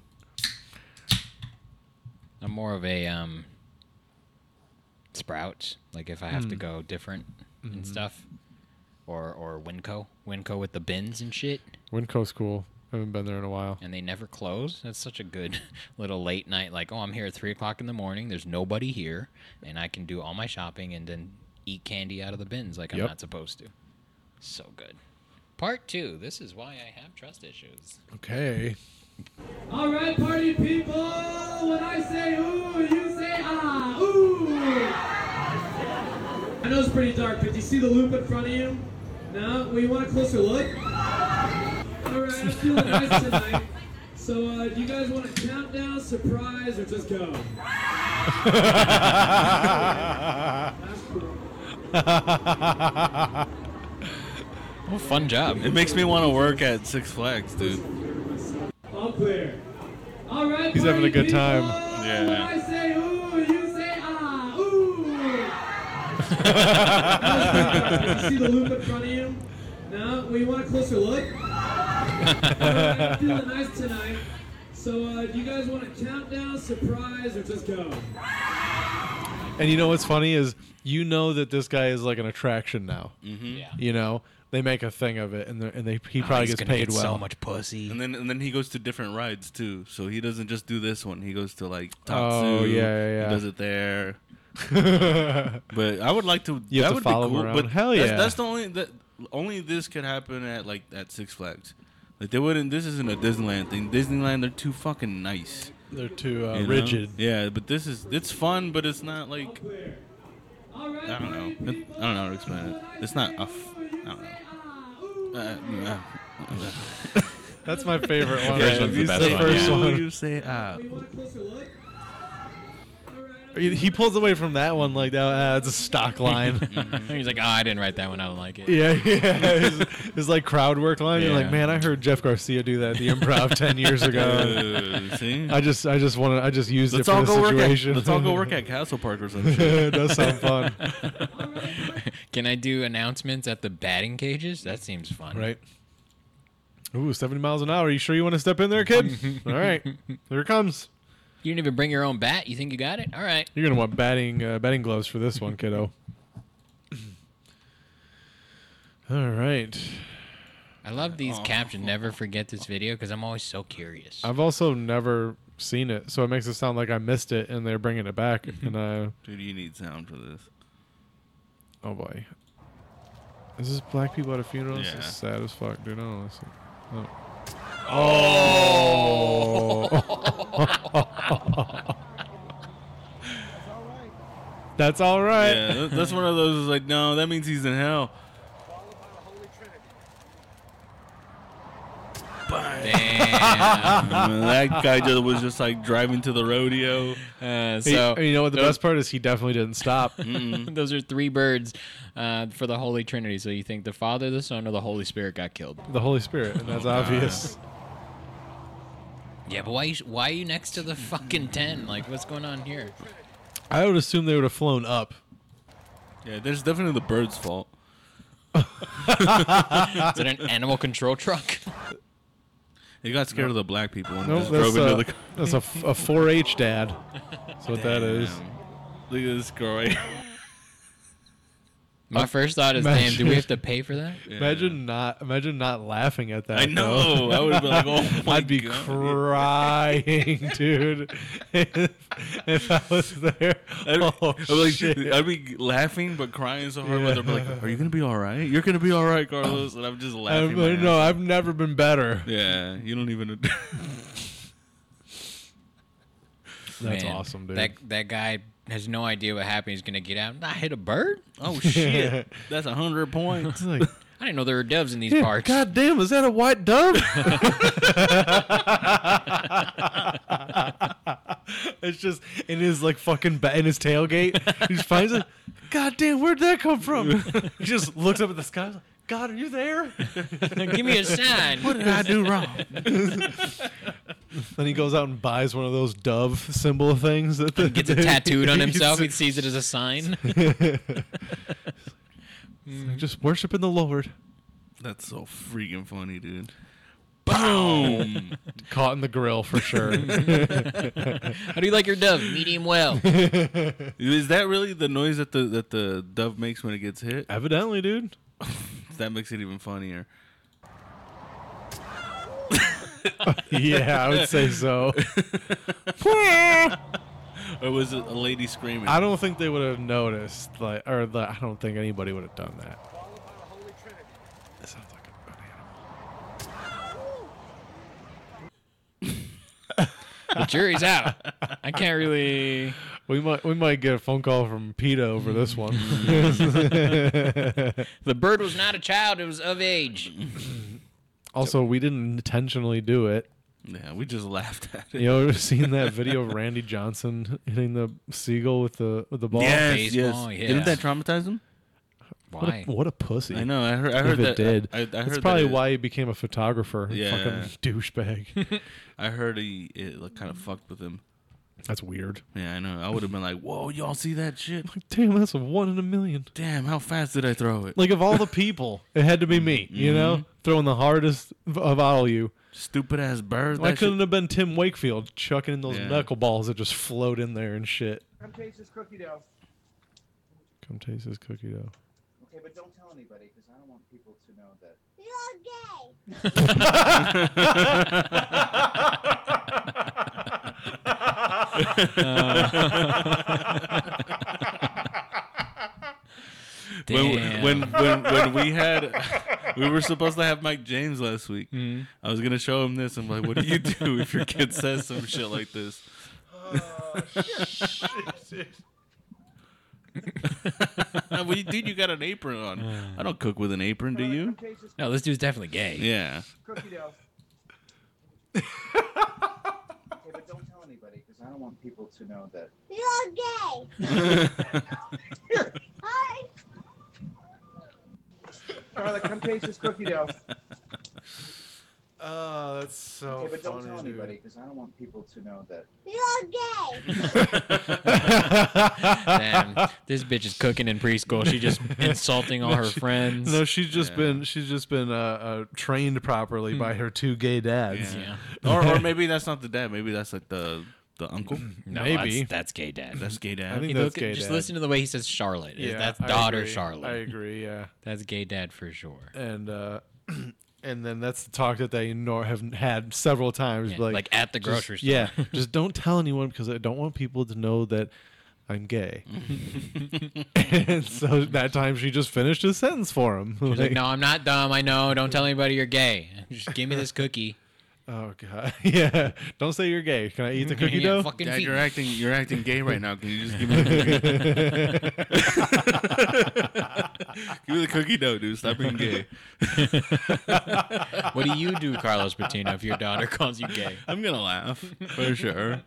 Speaker 3: I'm more of a um Sprouts. Like if I have to
Speaker 1: Hmm.
Speaker 3: go different
Speaker 1: Mm-hmm.
Speaker 3: and stuff, or or Winco, Winco with the bins and shit,
Speaker 1: Winco's cool. I haven't been there in a while.
Speaker 3: and they never close. That's such a good little late night. Like oh, I'm here at three o'clock in the morning. There's nobody here, and I can do all my shopping and then eat candy out of the bins like I'm
Speaker 1: Yep.
Speaker 3: not supposed to. So good. Part two. This is why I have trust issues.
Speaker 1: Okay.
Speaker 5: All right, party people, when I say ooh, you say ah, ooh. I know it's pretty dark, but do you see the loop in front of you? No? Well, you want a closer look? All right, I'm feeling nice tonight. So, uh, do you guys want a countdown, surprise, or just go? That's cool.
Speaker 3: Well, fun job.
Speaker 2: It makes me want to work at Six Flags, dude.
Speaker 5: All clear. All right,
Speaker 1: He's having a
Speaker 5: party
Speaker 1: good
Speaker 5: people,
Speaker 1: time.
Speaker 2: Yeah.
Speaker 5: When I say ooh, you say ah, ooh. you see the loop in front of you? No? Well, you want a closer look? Alright, I'm feeling nice tonight. So, uh, do you guys want a countdown, surprise, or just go?
Speaker 1: And you know what's funny is you know that this guy is like an attraction now.
Speaker 3: Yeah.
Speaker 1: You know they make a thing of it, and they're- and they he probably
Speaker 3: Oh, He's
Speaker 1: gets
Speaker 3: gonna
Speaker 1: paid
Speaker 3: get
Speaker 1: well.
Speaker 3: So much pussy.
Speaker 2: And then and then he goes to different rides too. So he doesn't just do this one. He goes to like Tatsu.
Speaker 1: Oh, yeah, yeah, yeah.
Speaker 2: He does it there. but I would like to.
Speaker 1: You have
Speaker 2: that
Speaker 1: to
Speaker 2: would
Speaker 1: follow him
Speaker 2: be cool.
Speaker 1: around.
Speaker 2: But
Speaker 1: Hell
Speaker 2: that's,
Speaker 1: yeah.
Speaker 2: That's the only that only this could happen at like at Six Flags. Like they wouldn't. This isn't a Disneyland thing. Disneyland, they're too fucking nice.
Speaker 1: They're too
Speaker 2: you
Speaker 1: uh,
Speaker 2: know?
Speaker 1: rigid.
Speaker 2: Yeah, but this is it's fun, but it's not like
Speaker 5: Clear. Alright,
Speaker 2: I don't
Speaker 5: party
Speaker 2: know. It-
Speaker 5: people,
Speaker 2: I don't know how to explain it.
Speaker 5: when I
Speaker 2: It's not
Speaker 5: say
Speaker 2: a f-
Speaker 5: ooh, you
Speaker 2: I don't
Speaker 5: say
Speaker 2: know.
Speaker 5: ah, ooh.
Speaker 2: Uh, uh,
Speaker 1: That's my favorite one.
Speaker 3: First one's the
Speaker 1: You
Speaker 3: best
Speaker 1: say
Speaker 3: one,
Speaker 1: first
Speaker 3: yeah.
Speaker 1: one. uh,
Speaker 2: You say ah.
Speaker 5: Well, you want a closer look? Alright, I'm
Speaker 1: He he pulls away from that one like that. Ah, it's a stock line.
Speaker 3: He's like, oh, I didn't write that one. I don't like it.
Speaker 1: yeah, yeah. It's, it's like crowd work line. You're like,
Speaker 3: Yeah.
Speaker 1: man, I heard Jeff Garcia do that at the Improv ten years ago.
Speaker 2: Uh, see.
Speaker 1: I just, I just want to, I just used
Speaker 2: Let's
Speaker 1: it for
Speaker 2: all
Speaker 1: the
Speaker 2: go work at.
Speaker 1: situation.
Speaker 2: Let's all go work at Castle Park or some shit.
Speaker 1: it does sound fun,
Speaker 3: Can I do announcements at the batting cages? That seems fun.
Speaker 1: right? Ooh, 70 miles an hour. you sure you want to step in there, kid? all right, here it comes.
Speaker 3: You didn't even bring your own bat. You think you got it? All right.
Speaker 1: You're gonna want batting uh, batting gloves for this one, kiddo. All right.
Speaker 3: I love these captions. Never forget this video because I'm always so curious.
Speaker 1: I've also never seen it, so it makes it sound like I missed it, and they're bringing it back. and uh,
Speaker 2: Dude, you need sound for this.
Speaker 1: oh boy, is this black people at a funeral? This
Speaker 2: Yeah.
Speaker 1: is sad as fuck, dude. I don't listen. Oh. That's all right.
Speaker 2: Yeah, tha- that's one of those. Like, no, that means he's in hell.
Speaker 3: Damn.
Speaker 2: I mean, that guy just was just like driving to the rodeo.
Speaker 3: Uh,
Speaker 1: He-
Speaker 3: so
Speaker 1: and you know what? The best part is he definitely didn't stop.
Speaker 2: Hmm?
Speaker 3: those are three birds uh, for the Holy Trinity. So you think the Father, the Son, or the Holy Spirit got killed?
Speaker 1: the Holy Spirit, and
Speaker 2: Oh,
Speaker 1: that's obvious.
Speaker 3: Yeah, but why? You, why are you next to the fucking tent? Like, what's going on here?
Speaker 1: I would assume they would have flown up.
Speaker 2: Yeah, there's definitely the bird's fault.
Speaker 3: Is it an animal control truck?
Speaker 2: He got scared of the black people and
Speaker 1: Nope,
Speaker 2: just
Speaker 1: that's,
Speaker 2: drove into
Speaker 1: uh,
Speaker 2: the. car.
Speaker 1: that's a, f- a 4-H dad. That's what that is.
Speaker 2: Look at this guy.
Speaker 3: My first thought is, damn, do we have to pay for that?
Speaker 1: Imagine not imagine not laughing at that.
Speaker 2: I
Speaker 1: though.
Speaker 2: know. I would have been like, oh my
Speaker 1: I'd be
Speaker 2: God.
Speaker 1: crying, dude. if, if I was there,
Speaker 2: I'd,
Speaker 1: oh
Speaker 2: I'd be like,
Speaker 1: shit.
Speaker 2: I'd be laughing but crying so hard. My mother would be like, "Are you gonna be all right? You're gonna be all right, Carlos." And I'm just laughing.
Speaker 1: I'm
Speaker 2: my
Speaker 1: like, no,
Speaker 2: ass
Speaker 1: I've never been better.
Speaker 2: off. yeah, you don't even.
Speaker 1: That's
Speaker 3: Man,
Speaker 1: awesome, dude.
Speaker 3: That that guy has no idea what happened. He's gonna get out. I hit a bird.
Speaker 2: oh shit, that's a hundred points.
Speaker 1: It's like,
Speaker 3: I didn't know there were doves in these
Speaker 1: yeah,
Speaker 3: parks.
Speaker 1: God damn, is that a white dove? it's just in his like fucking ba- in his tailgate. He just finds it. God damn, where'd that come from? he just looks up at the sky. he's like, God, are you there?
Speaker 3: Give me a sign.
Speaker 2: What did I do wrong?
Speaker 1: Then he goes out and buys one of those dove symbol things that the,
Speaker 3: Gets it tattooed on
Speaker 1: He's-
Speaker 3: himself. He sees it as a sign.
Speaker 1: just worshiping the Lord.
Speaker 2: That's so freaking funny, dude. Boom.
Speaker 1: Caught in the grill for sure.
Speaker 3: How do you like your dove? Medium well.
Speaker 2: Is that really the noise that the that the dove makes when it gets hit?
Speaker 1: Evidently, dude.
Speaker 2: That makes it even funnier.
Speaker 1: Yeah, I would say so.
Speaker 2: Or was it a lady screaming?
Speaker 1: I don't think they would have noticed, like, or the, I don't think anybody would have done that. That sounds like a banana.
Speaker 3: The jury's out. I can't really.
Speaker 1: We might we might get a phone call from PETA over this one.
Speaker 3: Mm. The bird was not a child. It was of age.
Speaker 1: also, we didn't intentionally do it.
Speaker 2: yeah, we just laughed at it.
Speaker 1: You ever seen that video of Randy Johnson hitting the seagull with the with the ball?
Speaker 2: Yes,
Speaker 3: Baseball,
Speaker 2: yes.
Speaker 3: yeah.
Speaker 2: Didn't that traumatize him?
Speaker 1: What a,
Speaker 3: Why?
Speaker 1: what a pussy.
Speaker 2: I know. I heard. I
Speaker 1: If
Speaker 2: heard
Speaker 1: it
Speaker 2: that.
Speaker 1: did,
Speaker 2: I, I heard
Speaker 1: that's
Speaker 2: that
Speaker 1: probably
Speaker 2: it-
Speaker 1: why he became a photographer.
Speaker 2: Yeah.
Speaker 1: Fucking douchebag.
Speaker 2: I heard he it like, kind of fucked with him.
Speaker 1: that's weird.
Speaker 2: Yeah, I know. I would have been like, "Whoa, y'all see that shit?
Speaker 1: Damn, that's a one in a million.
Speaker 2: Damn, how fast did I throw it?
Speaker 1: Like of all the people, it had to be me.
Speaker 2: Mm-hmm.
Speaker 1: You know, throwing the hardest of all you.
Speaker 2: Stupid ass bird.
Speaker 1: Why
Speaker 2: that shit-
Speaker 1: couldn't it have been Tim Wakefield chucking in those
Speaker 2: Yeah.
Speaker 1: knuckleballs that just float in there and shit?
Speaker 6: Come taste this cookie dough.
Speaker 1: Come taste this cookie dough.
Speaker 6: Okay, but don't tell anybody because I don't want people to know that.
Speaker 2: when,
Speaker 3: Damn.
Speaker 2: when when when we had we were supposed to have Mike James last week. I was gonna show him this. I'm like, what do you do if your kid says some shit like this? well, you- dude, you got an apron on. I don't cook with an apron, do you?
Speaker 6: Come taste this
Speaker 3: no, this dude's definitely gay.
Speaker 2: Yeah.
Speaker 6: cookie dough. okay, but don't tell anybody because I don't want people to know that.
Speaker 7: You're gay. Hi.
Speaker 6: Carla, come taste this cookie dough.
Speaker 1: Oh, that's so
Speaker 6: Okay, but don't tell anybody because I don't want people to know that.
Speaker 7: You're gay.
Speaker 3: Damn, this bitch is cooking in preschool. She just insulting all her friends.
Speaker 1: No, she's just been she's just been uh, uh, trained properly
Speaker 3: Hmm.
Speaker 1: by her two gay dads.
Speaker 2: yeah. or or maybe that's not the dad. Maybe that's like the the uncle.
Speaker 3: No,
Speaker 1: Maybe.
Speaker 3: that's, that's gay, dad.
Speaker 2: That's gay dad.
Speaker 1: I think
Speaker 3: Hey,
Speaker 1: that's
Speaker 3: look at-
Speaker 1: gay
Speaker 3: just
Speaker 1: dad.
Speaker 3: listen to the way he says Charlotte. Is- that's
Speaker 1: I
Speaker 3: daughter
Speaker 1: agree. I
Speaker 3: Charlotte.
Speaker 1: agree. Yeah,
Speaker 3: That's gay dad for sure.
Speaker 1: and uh, and then that's the talk that they nor have had several times.
Speaker 3: Yeah,
Speaker 1: like,
Speaker 3: like at the
Speaker 1: just-
Speaker 3: grocery store.
Speaker 1: Yeah, just don't tell anyone because I don't want people to know that I'm gay. and so that time she just finished his sentence for him.
Speaker 3: She's like, no, I'm not dumb. I know. Don't tell anybody you're gay. Just give me this cookie.
Speaker 1: Oh god. Yeah. Don't say you're gay. Can I eat the cookie
Speaker 3: Yeah,
Speaker 1: dough?
Speaker 3: fucking
Speaker 2: Dad,
Speaker 3: feet.
Speaker 2: you're acting you're acting gay right now. Can you just give me the cookie? give me the cookie dough, dude. Stop being gay.
Speaker 3: What do you do, Carlos Patino, if your daughter calls you gay?
Speaker 2: I'm gonna laugh for sure.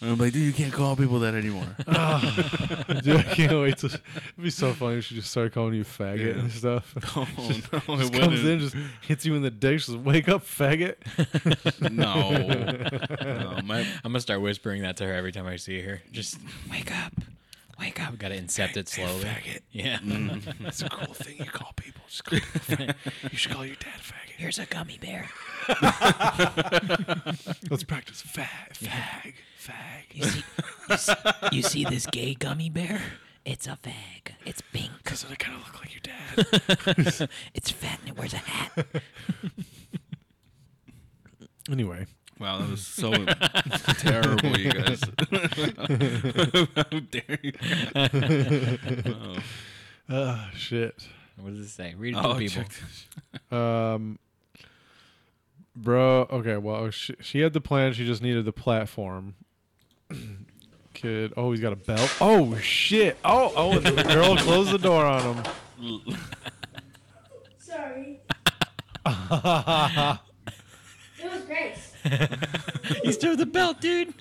Speaker 2: I'm like, dude, you can't call people that anymore.
Speaker 1: Dude, I can't wait to. It'd be so funny if she just started calling you faggot
Speaker 2: Yeah.
Speaker 1: and stuff.
Speaker 2: Oh no,
Speaker 1: Just
Speaker 2: it
Speaker 1: comes in,
Speaker 2: wouldn't.
Speaker 1: just hits you in the dick. Just wake up, faggot.
Speaker 2: No, no, my
Speaker 3: I'm gonna start whispering that to her every time I see her. Just wake up, wake up. Gotta incept it slowly. Yeah.
Speaker 2: Mm.
Speaker 1: That's a cool thing you call people. Just call people faggot. You should call your dad faggot.
Speaker 3: Here's a gummy bear.
Speaker 1: Let's practice fag, fag, fag.
Speaker 3: You see, you see this gay gummy bear? It's a fag. It's pink.
Speaker 1: Doesn't it kind of look like your dad?
Speaker 3: it's fat and it wears a hat.
Speaker 1: anyway,
Speaker 2: Wow, that was so terrible, you guys. How dare you?
Speaker 1: ah, shit.
Speaker 3: What does it say? Read it to
Speaker 2: Oh,
Speaker 3: the people.
Speaker 2: check this.
Speaker 1: Um, bro. Okay. Well, she, she had the plan. She just needed the platform. Kid. Oh, he's got a belt. Oh shit. Oh. Oh. and The girl closed the door on him.
Speaker 7: Sorry. it was Grace.
Speaker 3: He's through the belt, dude.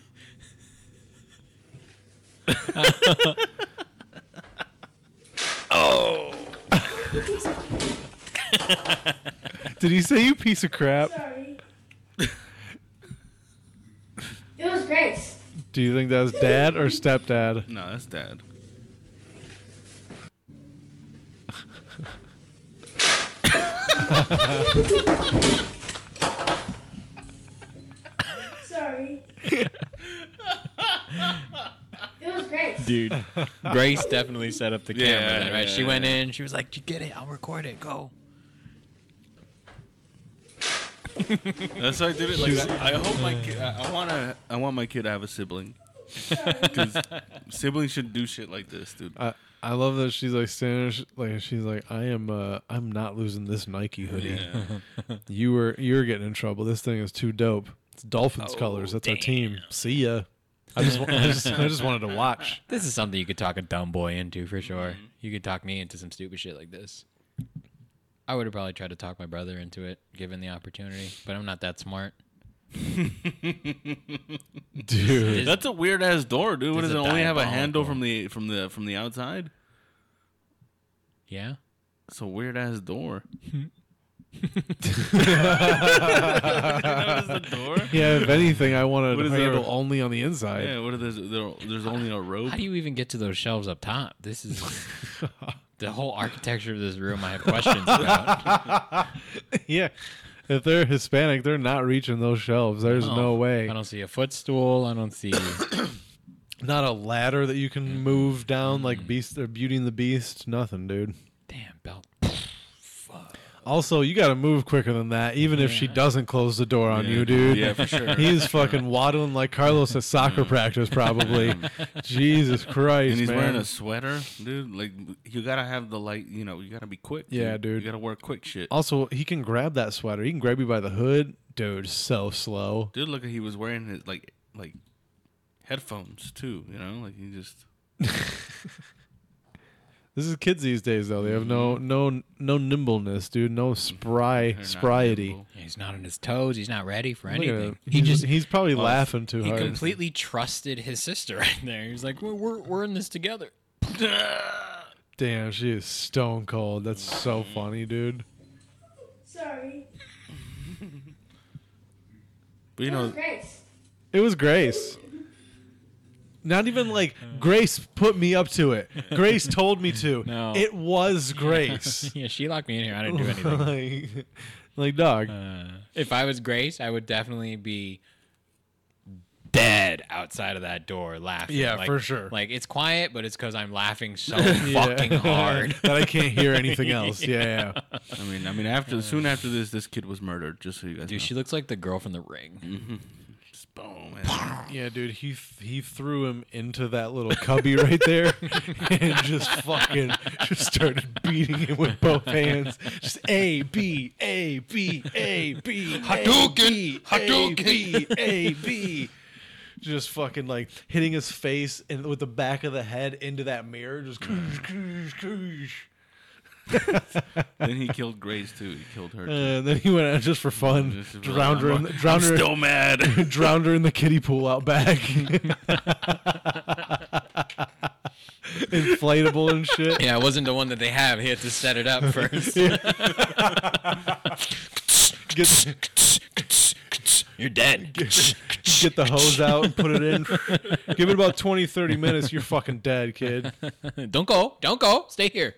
Speaker 1: Did he say you piece of crap?
Speaker 7: Sorry. it was Grace.
Speaker 1: Do you think that's dad or stepdad?
Speaker 2: No, that's dad.
Speaker 7: Sorry. it was Grace.
Speaker 3: Dude. Grace definitely set up the camera.
Speaker 2: Yeah,
Speaker 3: then, right?
Speaker 2: yeah,
Speaker 3: she went
Speaker 2: yeah.
Speaker 3: in. She was like, "You get it? I'll record it. Go."
Speaker 2: That's why I did it. Like that. I hope my kid. I want to. I want my kid to have a sibling. Because siblings should do shit like this, dude.
Speaker 1: I I love that she's like standing. sh- Like she's like, I am. Uh, I'm not losing this Nike hoodie.
Speaker 2: Yeah.
Speaker 1: You were. You're getting in trouble. This thing is too dope. It's Dolphins
Speaker 2: Oh,
Speaker 1: colors. That's our
Speaker 3: damn.
Speaker 1: team. See ya. I just, wa- I just. I just wanted to watch.
Speaker 3: This is something you could talk a dumb boy into for sure.
Speaker 2: Mm-hmm.
Speaker 3: You could talk me into some stupid shit like this. I would have probably tried to talk my brother into it, given the opportunity, but I'm not that smart.
Speaker 1: Dude,
Speaker 2: That's a weird ass door, dude. What
Speaker 3: This
Speaker 2: does
Speaker 3: is
Speaker 2: it
Speaker 3: a
Speaker 2: only have a
Speaker 3: diabolical.
Speaker 2: handle from the from the from the outside?
Speaker 3: Yeah.
Speaker 2: It's a weird ass door. Notice the door.
Speaker 1: yeah. If anything, I want
Speaker 2: What
Speaker 1: to
Speaker 2: is
Speaker 1: handle
Speaker 2: that?
Speaker 1: only on the inside.
Speaker 2: Yeah, what are those? There, there's only a rope.
Speaker 3: How do you even get to those shelves up top? This is the whole architecture of this room. I have questions about.
Speaker 1: yeah. If they're Hispanic, they're not reaching those shelves. There's no way.
Speaker 3: I don't see a footstool. I don't see.
Speaker 1: Not a ladder that you can move down like Beast or Beauty and the Beast. Nothing, dude.
Speaker 3: Damn belt.
Speaker 1: Also, you got to move quicker than that, even if she doesn't close the door on
Speaker 2: Yeah,
Speaker 1: you, dude.
Speaker 2: Yeah, for sure. Mm.
Speaker 1: He's fucking waddling like Carlos at soccer practice, probably. Jesus Christ,
Speaker 2: and he's
Speaker 1: man.
Speaker 2: wearing a sweater, dude. Like you gotta have the light. You know, you gotta be quick.
Speaker 1: Yeah, dude.
Speaker 2: You gotta wear quick shit.
Speaker 1: also, he can grab that sweater. He can grab you by the hood, dude. So slow.
Speaker 2: Dude, look, he was wearing his like like headphones too. You know, like he just
Speaker 1: This is kids these days though. They have no no no nimbleness, dude. No spry
Speaker 2: Mm-hmm. they're not
Speaker 1: spriety.
Speaker 2: nimble.
Speaker 3: He's not on his toes. He's not ready for
Speaker 1: Look at
Speaker 3: anything.
Speaker 1: him.
Speaker 3: He
Speaker 1: He's-
Speaker 3: just
Speaker 1: he's probably laughing too
Speaker 3: he
Speaker 1: hard.
Speaker 3: completely trusted his sister right there. He's like, we're we're, we're in this together.
Speaker 1: Damn, she is stone cold. That's so
Speaker 2: Mm-hmm.
Speaker 1: funny, dude.
Speaker 7: Sorry.
Speaker 2: But you
Speaker 7: It was
Speaker 2: know,
Speaker 7: Grace.
Speaker 1: It was Grace. Not even like Grace put me up to it. Grace told me to.
Speaker 3: No.
Speaker 1: It was Grace.
Speaker 3: yeah, she locked me in here. I didn't do anything.
Speaker 1: like, like dog.
Speaker 3: Uh, if I was Grace, I would definitely be dead outside of that door laughing.
Speaker 1: Yeah,
Speaker 3: Like-
Speaker 1: for sure.
Speaker 3: Like it's quiet, but it's because I'm laughing so fucking hard.
Speaker 1: that I can't hear anything else. Yeah. yeah.
Speaker 2: I mean, I mean, after soon after this, this kid was murdered. Just so you guys know. Mm-hmm.
Speaker 3: Dude, she looks like the girl from The Ring.
Speaker 2: Just boom. man.
Speaker 1: Yeah, dude, he he threw him into that little cubby right there, and just fucking just started beating him with both hands. Just a b a b a b Hadouken Hadouken a b. Just fucking like hitting his face and with the back of the head into that mirror. Just koosh, koosh,
Speaker 2: Mm.
Speaker 1: koosh.
Speaker 2: then he killed Grace too. He killed her. Too.
Speaker 1: And then he went out just for fun,
Speaker 2: Just like,
Speaker 1: drowned her, in,
Speaker 2: I'm-
Speaker 1: drowned
Speaker 2: I'm
Speaker 1: her,
Speaker 2: still mad.
Speaker 1: drowned her in the kiddie pool out back. Inflatable and shit.
Speaker 3: Yeah, it wasn't the one that they have. He had to set it up first.
Speaker 1: Get,
Speaker 3: You're dead.
Speaker 1: get the hose out and put it in. Give it about 20, 30 minutes. You're fucking dead, kid.
Speaker 3: Don't go. Don't go. Stay here.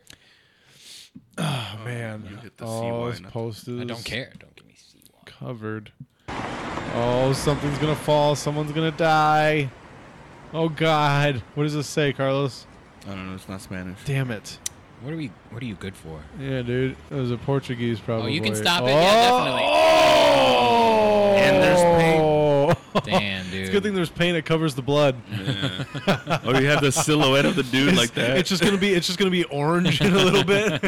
Speaker 1: Oh, man.
Speaker 2: hit the
Speaker 1: Oh,
Speaker 2: CY
Speaker 1: this
Speaker 2: now.
Speaker 1: post is
Speaker 3: I don't care. Don't give me C one.
Speaker 1: covered. Oh, something's going to fall. Someone's going to die. Oh, God. What does this say, Carlos?
Speaker 2: I don't know. It's not Spanish.
Speaker 1: Damn it.
Speaker 3: What are we? What are you good for?
Speaker 1: Yeah, dude. It was a Portuguese probably.
Speaker 3: Oh, you can stop it. Yeah, definitely.
Speaker 1: Oh!
Speaker 2: And there's
Speaker 1: paint.
Speaker 3: Damn, dude.
Speaker 1: it's a good thing there's paint. It covers the blood.
Speaker 2: oh, you have the silhouette of the dude like that.
Speaker 1: It's just gonna be. It's just gonna be orange in a little bit.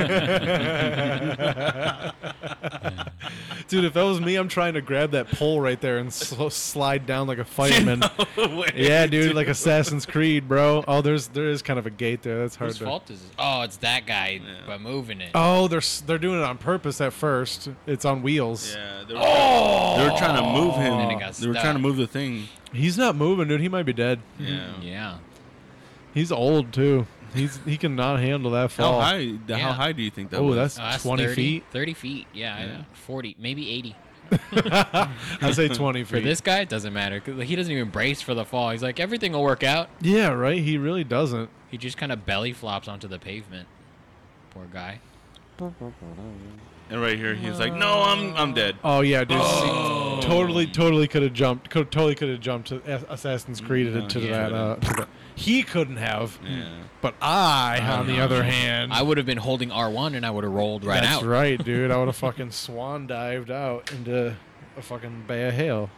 Speaker 1: Dude, if that was me, I'm trying to grab that pole right there and sl- slide down like a fireman. yeah, dude, like Assassin's Creed, bro. Oh, there's there is kind of a gate there. That's hard
Speaker 3: Whose
Speaker 1: to.
Speaker 3: fault is this? Oh, it's that guy by moving it.
Speaker 1: Oh, they're s- they're doing it on purpose at first. It's on wheels.
Speaker 2: yeah. They were, oh! they were trying to move him.
Speaker 3: And it got
Speaker 2: they were
Speaker 3: stuck.
Speaker 2: trying to move the thing.
Speaker 1: He's not moving, dude. He might be dead.
Speaker 2: Yeah.
Speaker 3: Yeah.
Speaker 1: He's old too. He's he cannot handle that
Speaker 2: How
Speaker 1: fall.
Speaker 2: high? How
Speaker 3: Yeah.
Speaker 2: high do you think that
Speaker 1: Oh,
Speaker 2: was?
Speaker 1: that's,
Speaker 3: Oh, that's
Speaker 1: 20
Speaker 3: 30,
Speaker 1: feet.
Speaker 3: 30 feet. Yeah, I- 40, maybe 80.
Speaker 1: I say 20 feet.
Speaker 3: For this guy, it doesn't matter. 'cause He doesn't even brace for the fall. He's like, everything will work out.
Speaker 1: Yeah, right. He really doesn't.
Speaker 3: He just kind of belly flops onto the pavement. Poor guy.
Speaker 2: and right here, he's like, "No, I'm I'm dead."
Speaker 1: Oh yeah, dude.
Speaker 3: Oh.
Speaker 1: see, totally, totally could have jumped. Could totally could have jumped to Ass- Assassin's Creed
Speaker 2: No,
Speaker 1: into
Speaker 2: he
Speaker 1: that. Uh,
Speaker 2: couldn't.
Speaker 1: to that. He couldn't have.
Speaker 2: Yeah.
Speaker 1: But I, on the other hand,
Speaker 3: I would have been holding R1 and I would have rolled right
Speaker 1: that's
Speaker 3: out.
Speaker 1: right, dude. I would have fucking swan dived out into a fucking bay of hail.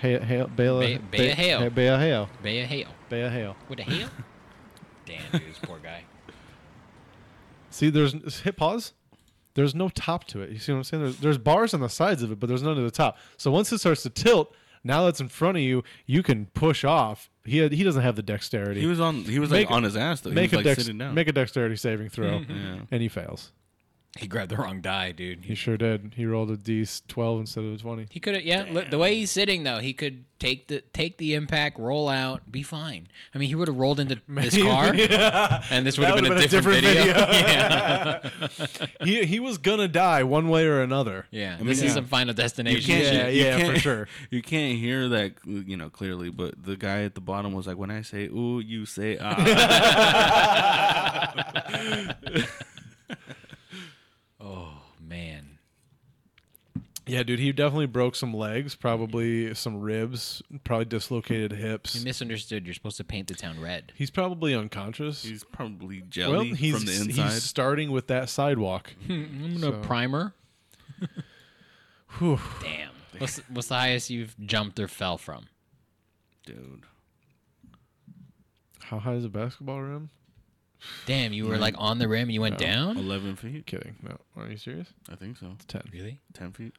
Speaker 1: Hail, hail, bale
Speaker 3: Bay-
Speaker 1: of,
Speaker 3: bay of hail.
Speaker 1: Bay of hail.
Speaker 3: Bay of hail.
Speaker 1: Bay of hail.
Speaker 3: What the hell? Damn, dude, this poor guy.
Speaker 1: See, there's hit pause. There's no top to it. You see what I'm saying? There's, there's bars on the sides of it, but there's none at the top. So once it starts to tilt, now that's in front of you, you can push off. He he doesn't have the dexterity.
Speaker 2: He was on. He was
Speaker 1: Make
Speaker 2: like
Speaker 1: a-
Speaker 2: on his ass though.
Speaker 1: make
Speaker 2: he
Speaker 1: a
Speaker 2: was like
Speaker 1: dex-
Speaker 2: sitting down. Mm-hmm.
Speaker 1: make a dexterity saving throw,
Speaker 2: yeah.
Speaker 1: and he fails.
Speaker 3: He grabbed the wrong die, dude.
Speaker 1: He
Speaker 3: He,
Speaker 1: sure did. He rolled a d12 instead of a 20.
Speaker 3: could have, yeah. Look, the way he's sitting though, he could take the take the impact, roll out, be fine. I mean, he would have rolled into this car, and this would have
Speaker 1: That
Speaker 3: been, a
Speaker 1: would've been a
Speaker 3: different,
Speaker 1: different
Speaker 3: video.
Speaker 1: video.
Speaker 3: yeah,
Speaker 1: he he was gonna die one way or another.
Speaker 3: yeah. this is
Speaker 2: yeah.
Speaker 3: some Final
Speaker 2: You
Speaker 3: Destination.
Speaker 2: can't,
Speaker 1: Yeah,
Speaker 3: shit.
Speaker 2: you
Speaker 1: yeah, for
Speaker 2: can't-
Speaker 1: sure.
Speaker 2: You can't hear that, you know, clearly. But the guy at the bottom was like, "When I say ooh, you say ah."
Speaker 3: Oh, Man,
Speaker 1: Yeah, dude, he definitely broke some legs, probably some ribs, probably dislocated
Speaker 3: you
Speaker 1: hips.
Speaker 3: misunderstood. You're supposed to paint the town red.
Speaker 1: He's probably unconscious.
Speaker 2: he's probably
Speaker 1: well,
Speaker 2: jelly
Speaker 1: he's
Speaker 2: from the inside.
Speaker 1: he's starting with that sidewalk.
Speaker 3: I'm gonna primer.
Speaker 1: Whew.
Speaker 3: Damn. What's what's the highest you've jumped or fell from?
Speaker 2: Dude,
Speaker 1: How high is a basketball rim?
Speaker 3: Damn, you were like on the rim and you went down.
Speaker 2: eleven feet.
Speaker 1: Kidding. No. Are you serious?
Speaker 2: I think so.
Speaker 1: Ten.
Speaker 3: Really?
Speaker 2: Ten feet.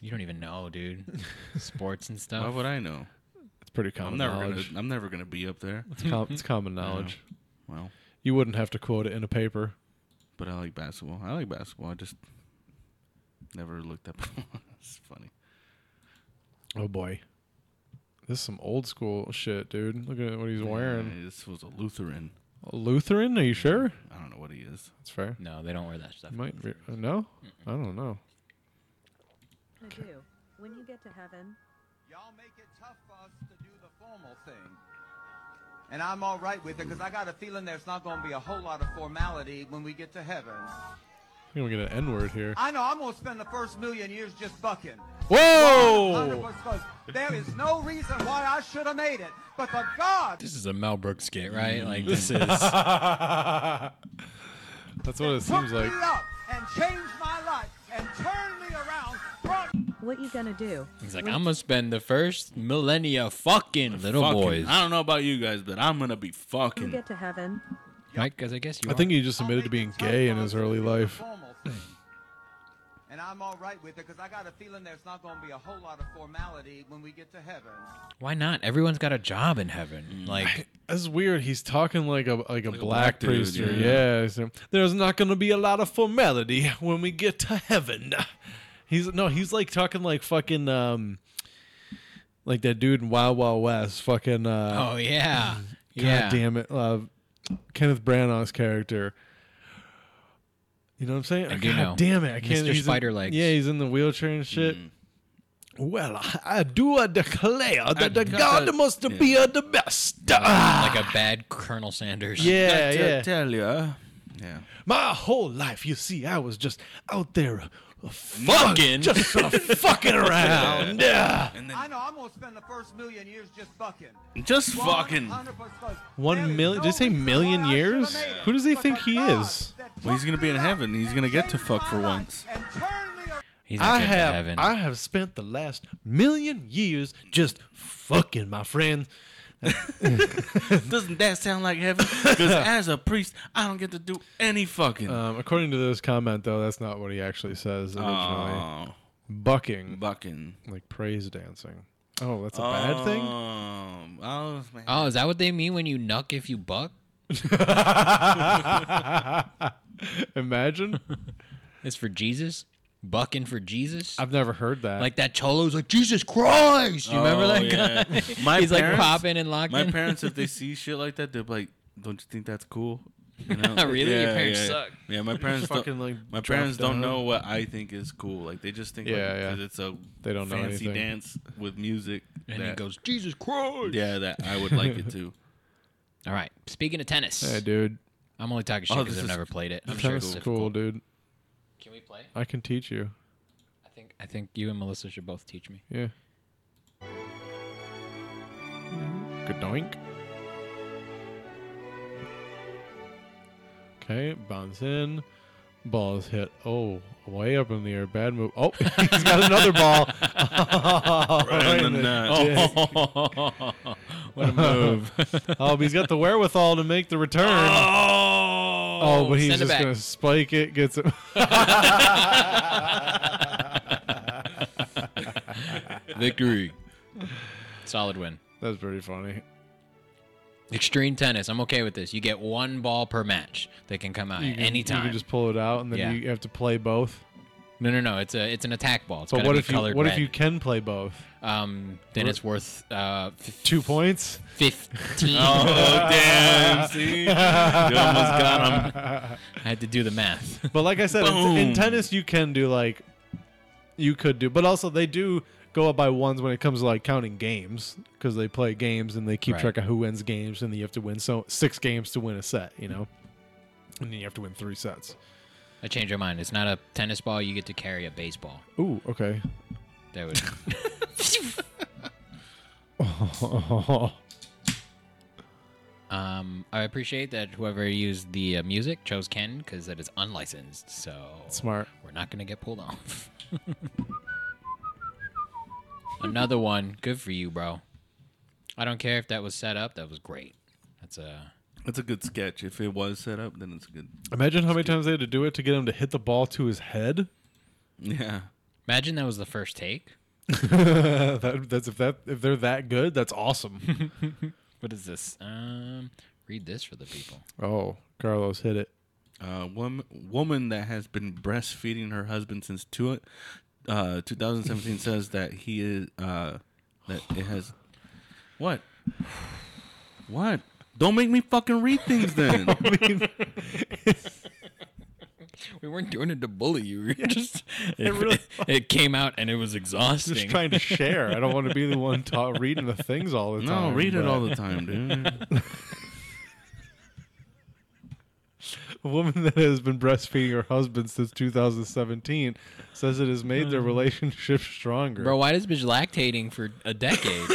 Speaker 3: You don't even know, dude. Sports and
Speaker 2: Why
Speaker 3: stuff.
Speaker 2: would I know?
Speaker 1: It's pretty
Speaker 2: I'm
Speaker 1: common
Speaker 2: never gonna.
Speaker 1: knowledge.
Speaker 2: I'm never gonna be up there.
Speaker 1: It's, com- it's common knowledge.
Speaker 2: Well,
Speaker 1: You wouldn't have to quote it in a paper.
Speaker 2: but I like basketball. I like basketball. I just never looked up. it's funny.
Speaker 1: Oh boy. This is some old school shit, dude. Look at what he's wearing.
Speaker 2: Yeah, this was a Lutheran.
Speaker 1: Lutheran? Are you sure?
Speaker 2: I don't know what he is.
Speaker 1: That's fair.
Speaker 3: No, they don't wear that stuff.
Speaker 1: You might re- uh, no. I don't know.
Speaker 8: Purdue, when you get to heaven,
Speaker 9: Y'all make it tough for us to do the formal thing. And I'm all right with it because I got a feeling there's not going to be a whole lot of formality when we get to heaven.
Speaker 1: I think we get an N word here.
Speaker 9: I know I'm going to spend the first million years just bucking.
Speaker 1: Whoa!
Speaker 9: 100%. There is no reason why I should have made it. But for God,
Speaker 3: This is a Mel Brooks skit, right? Like this is.
Speaker 1: That's what it
Speaker 9: hook
Speaker 1: seems
Speaker 9: me
Speaker 1: like.
Speaker 9: up and change my life and turn me around. Brought
Speaker 8: what you gonna do?
Speaker 3: He's like, I'm gonna spend the first millennia fucking little
Speaker 2: Fucking-
Speaker 3: boys.
Speaker 2: I don't know about you guys, but I'm gonna be
Speaker 8: When
Speaker 2: fucking.
Speaker 8: you get to heaven,
Speaker 3: Right? Because I guess you.
Speaker 1: I think
Speaker 3: are.
Speaker 1: he just admitted to
Speaker 9: I'll
Speaker 1: being
Speaker 9: make it
Speaker 1: gay in
Speaker 9: tough
Speaker 1: his
Speaker 9: for us to
Speaker 1: early
Speaker 9: do the
Speaker 1: life.
Speaker 9: formal thing. And I'm all right with it because I got a feeling there's not going to be a whole lot of formality when we get to heaven.
Speaker 3: Why not? Everyone's got a job in heaven.
Speaker 1: Mm.
Speaker 3: Like,
Speaker 1: That's weird. He's talking like a like a black,
Speaker 2: black dude,
Speaker 1: priest. or-
Speaker 2: yeah.
Speaker 1: yeah. so, There's not going to be a lot of formality when we get to heaven. He's no, he's like talking like fucking um like that dude in Wild Wild West, fucking uh
Speaker 3: oh yeah,
Speaker 1: God
Speaker 3: yeah.
Speaker 1: damn it. Uh, Kenneth Branagh's character. You know what I'm saying?
Speaker 3: I do
Speaker 1: God
Speaker 3: know.
Speaker 1: damn it. I can't
Speaker 3: Mr.
Speaker 1: he's in-
Speaker 3: Spider Legs. Mm-hmm.
Speaker 1: Yeah, he's in the wheelchair and shit. Well, I, I do uh, declare that the
Speaker 2: do-
Speaker 1: God must be uh, the best. Ah.
Speaker 3: Like a bad Colonel Sanders.
Speaker 1: yeah,
Speaker 2: I
Speaker 1: yeah.
Speaker 2: tell ya. Yeah.
Speaker 1: My whole life, you see, I was just out there uh,
Speaker 3: fucking just fucking around.
Speaker 2: And
Speaker 9: I
Speaker 2: then
Speaker 9: know I'm gonna spend the first million years just fucking.
Speaker 2: just fucking.
Speaker 9: 100%. There
Speaker 1: One
Speaker 9: is
Speaker 1: million? Did
Speaker 9: no
Speaker 1: they say
Speaker 9: reason
Speaker 1: million
Speaker 9: why I should've
Speaker 1: years?
Speaker 9: made it.
Speaker 1: Who does he
Speaker 9: But
Speaker 1: think
Speaker 9: the
Speaker 1: he
Speaker 9: God
Speaker 1: is?
Speaker 9: that
Speaker 2: Well, he's gonna be in
Speaker 9: fucked me up
Speaker 2: heaven. He's gonna
Speaker 9: and
Speaker 2: get to
Speaker 9: changed
Speaker 2: fuck
Speaker 9: my
Speaker 2: for
Speaker 9: life
Speaker 2: once.
Speaker 9: and turned me around.
Speaker 3: He's not
Speaker 1: I
Speaker 3: going
Speaker 1: have
Speaker 3: to heaven.
Speaker 1: I have spent the last million years just fucking my friends.
Speaker 2: Doesn't that sound like heaven? Because as a priest, I don't get to do any fucking.
Speaker 3: Uh,
Speaker 1: Um, according to this comment, though, that's not what he actually says originally.
Speaker 2: oh,
Speaker 1: Bucking,
Speaker 2: bucking.
Speaker 1: like praise dancing. Oh, that's a bad thing.
Speaker 2: Um, oh, man.
Speaker 3: Oh, is that what they mean when you nuck if you buck?
Speaker 1: Imagine.
Speaker 3: It's for Jesus? Bucking for Jesus?
Speaker 1: I've never heard that.
Speaker 3: like that cholo's like, Jesus Christ! You remember
Speaker 2: Oh,
Speaker 3: that
Speaker 2: yeah.
Speaker 3: guy?
Speaker 2: My
Speaker 3: He's like
Speaker 2: parents-
Speaker 3: popping and locking.
Speaker 2: My parents, if they see shit like that, they're like, "Don't you think that's cool?" You know?
Speaker 3: Really? Your parents
Speaker 2: yeah.
Speaker 3: suck.
Speaker 2: Yeah, my parents
Speaker 1: Fucking,
Speaker 2: fucking
Speaker 1: like,
Speaker 2: like. My
Speaker 1: drop
Speaker 2: parents don't
Speaker 1: down.
Speaker 2: know what I think is cool. Like they just think,
Speaker 1: Yeah,
Speaker 2: like,
Speaker 1: yeah.
Speaker 2: 'cause it's a
Speaker 1: They don't know
Speaker 2: fancy
Speaker 1: anything.
Speaker 2: dance with music.
Speaker 3: and he
Speaker 2: that-
Speaker 3: goes, Jesus Christ!
Speaker 2: yeah, that I would like it too.
Speaker 3: All right. Speaking of tennis,
Speaker 1: hey, dude,
Speaker 3: I'm only talking shit
Speaker 2: Oh,
Speaker 3: because
Speaker 2: this
Speaker 3: I've
Speaker 2: is-
Speaker 3: never played it. I'm
Speaker 1: tennis
Speaker 3: sure it's
Speaker 1: is
Speaker 3: difficult.
Speaker 1: cool, dude.
Speaker 3: Can we play?
Speaker 1: I can teach you.
Speaker 3: I think I think you and Melissa should both teach me.
Speaker 1: Yeah. Good doink. Okay, bounce in. Ball is hit. Oh, way up in the air. Bad move. Oh, he's got another ball.
Speaker 2: Right in the nuts.
Speaker 3: what a move!
Speaker 1: Oh, but he's got the wherewithal to make the return. Oh, but he's
Speaker 3: Send it
Speaker 1: just
Speaker 3: back.
Speaker 1: going to spike it. Gets it.
Speaker 3: Victory. Solid win.
Speaker 1: That's pretty funny.
Speaker 3: Extreme tennis. I'm okay with this. You get one ball per match that can come out
Speaker 1: You
Speaker 3: at
Speaker 1: can,
Speaker 3: any
Speaker 1: You
Speaker 3: time.
Speaker 1: can just pull it out, and then
Speaker 3: Yeah.
Speaker 1: you have to play both.
Speaker 3: No, no, no. It's a it's an attack ball. It's
Speaker 1: But
Speaker 3: gotta
Speaker 1: what
Speaker 3: be
Speaker 1: if you
Speaker 3: colored
Speaker 1: what if
Speaker 3: red.
Speaker 1: you can play both?
Speaker 3: Um, then it's worth uh f-
Speaker 1: Two points.
Speaker 3: fifteen.
Speaker 2: Oh damn! See, you almost got him.
Speaker 3: I had to do the math.
Speaker 1: But like I said, in, in
Speaker 2: Boom.
Speaker 1: tennis you can do like you could do, but also they do go up by ones when it comes to like counting games because they play games and they keep
Speaker 3: Right.
Speaker 1: track of who wins games and you have to win so six games to win a set, you know, and then you have to win three sets.
Speaker 3: I changed my mind. It's not a tennis ball. You get to carry a baseball.
Speaker 1: Ooh, okay.
Speaker 3: That would. um, I appreciate that whoever used the uh, music chose Ken because that is unlicensed. So
Speaker 1: Smart.
Speaker 3: We're not gonna get pulled off. Another one. Good for you, bro. I don't care if that was set up. That was great. That's uh, a.
Speaker 2: That's a good sketch. If it was set up, then it's good.
Speaker 1: Imagine how many times they had to do it to get him to hit the ball to his head.
Speaker 2: Yeah.
Speaker 3: Imagine that was the first take.
Speaker 1: That, that's if that if they're that good, that's awesome.
Speaker 3: What is this? Um, read this for the people.
Speaker 1: oh, Carlos hit it.
Speaker 2: uh, woman, woman that has been breastfeeding her husband since two, uh, 2017 says that he is uh, that it has what what don't make me fucking read things then
Speaker 3: We weren't doing it to bully you. We were just it, it came out and it was exhausting.
Speaker 1: Just trying to share. I don't want to be the one ta- reading the things all the
Speaker 2: no
Speaker 1: time.
Speaker 2: read it
Speaker 1: but-
Speaker 2: all the time dude
Speaker 1: A woman that has been breastfeeding her husband since 2017 says it has made
Speaker 2: Hmm.
Speaker 1: their relationship stronger.
Speaker 3: Bro, why does bitch lactating for a decade?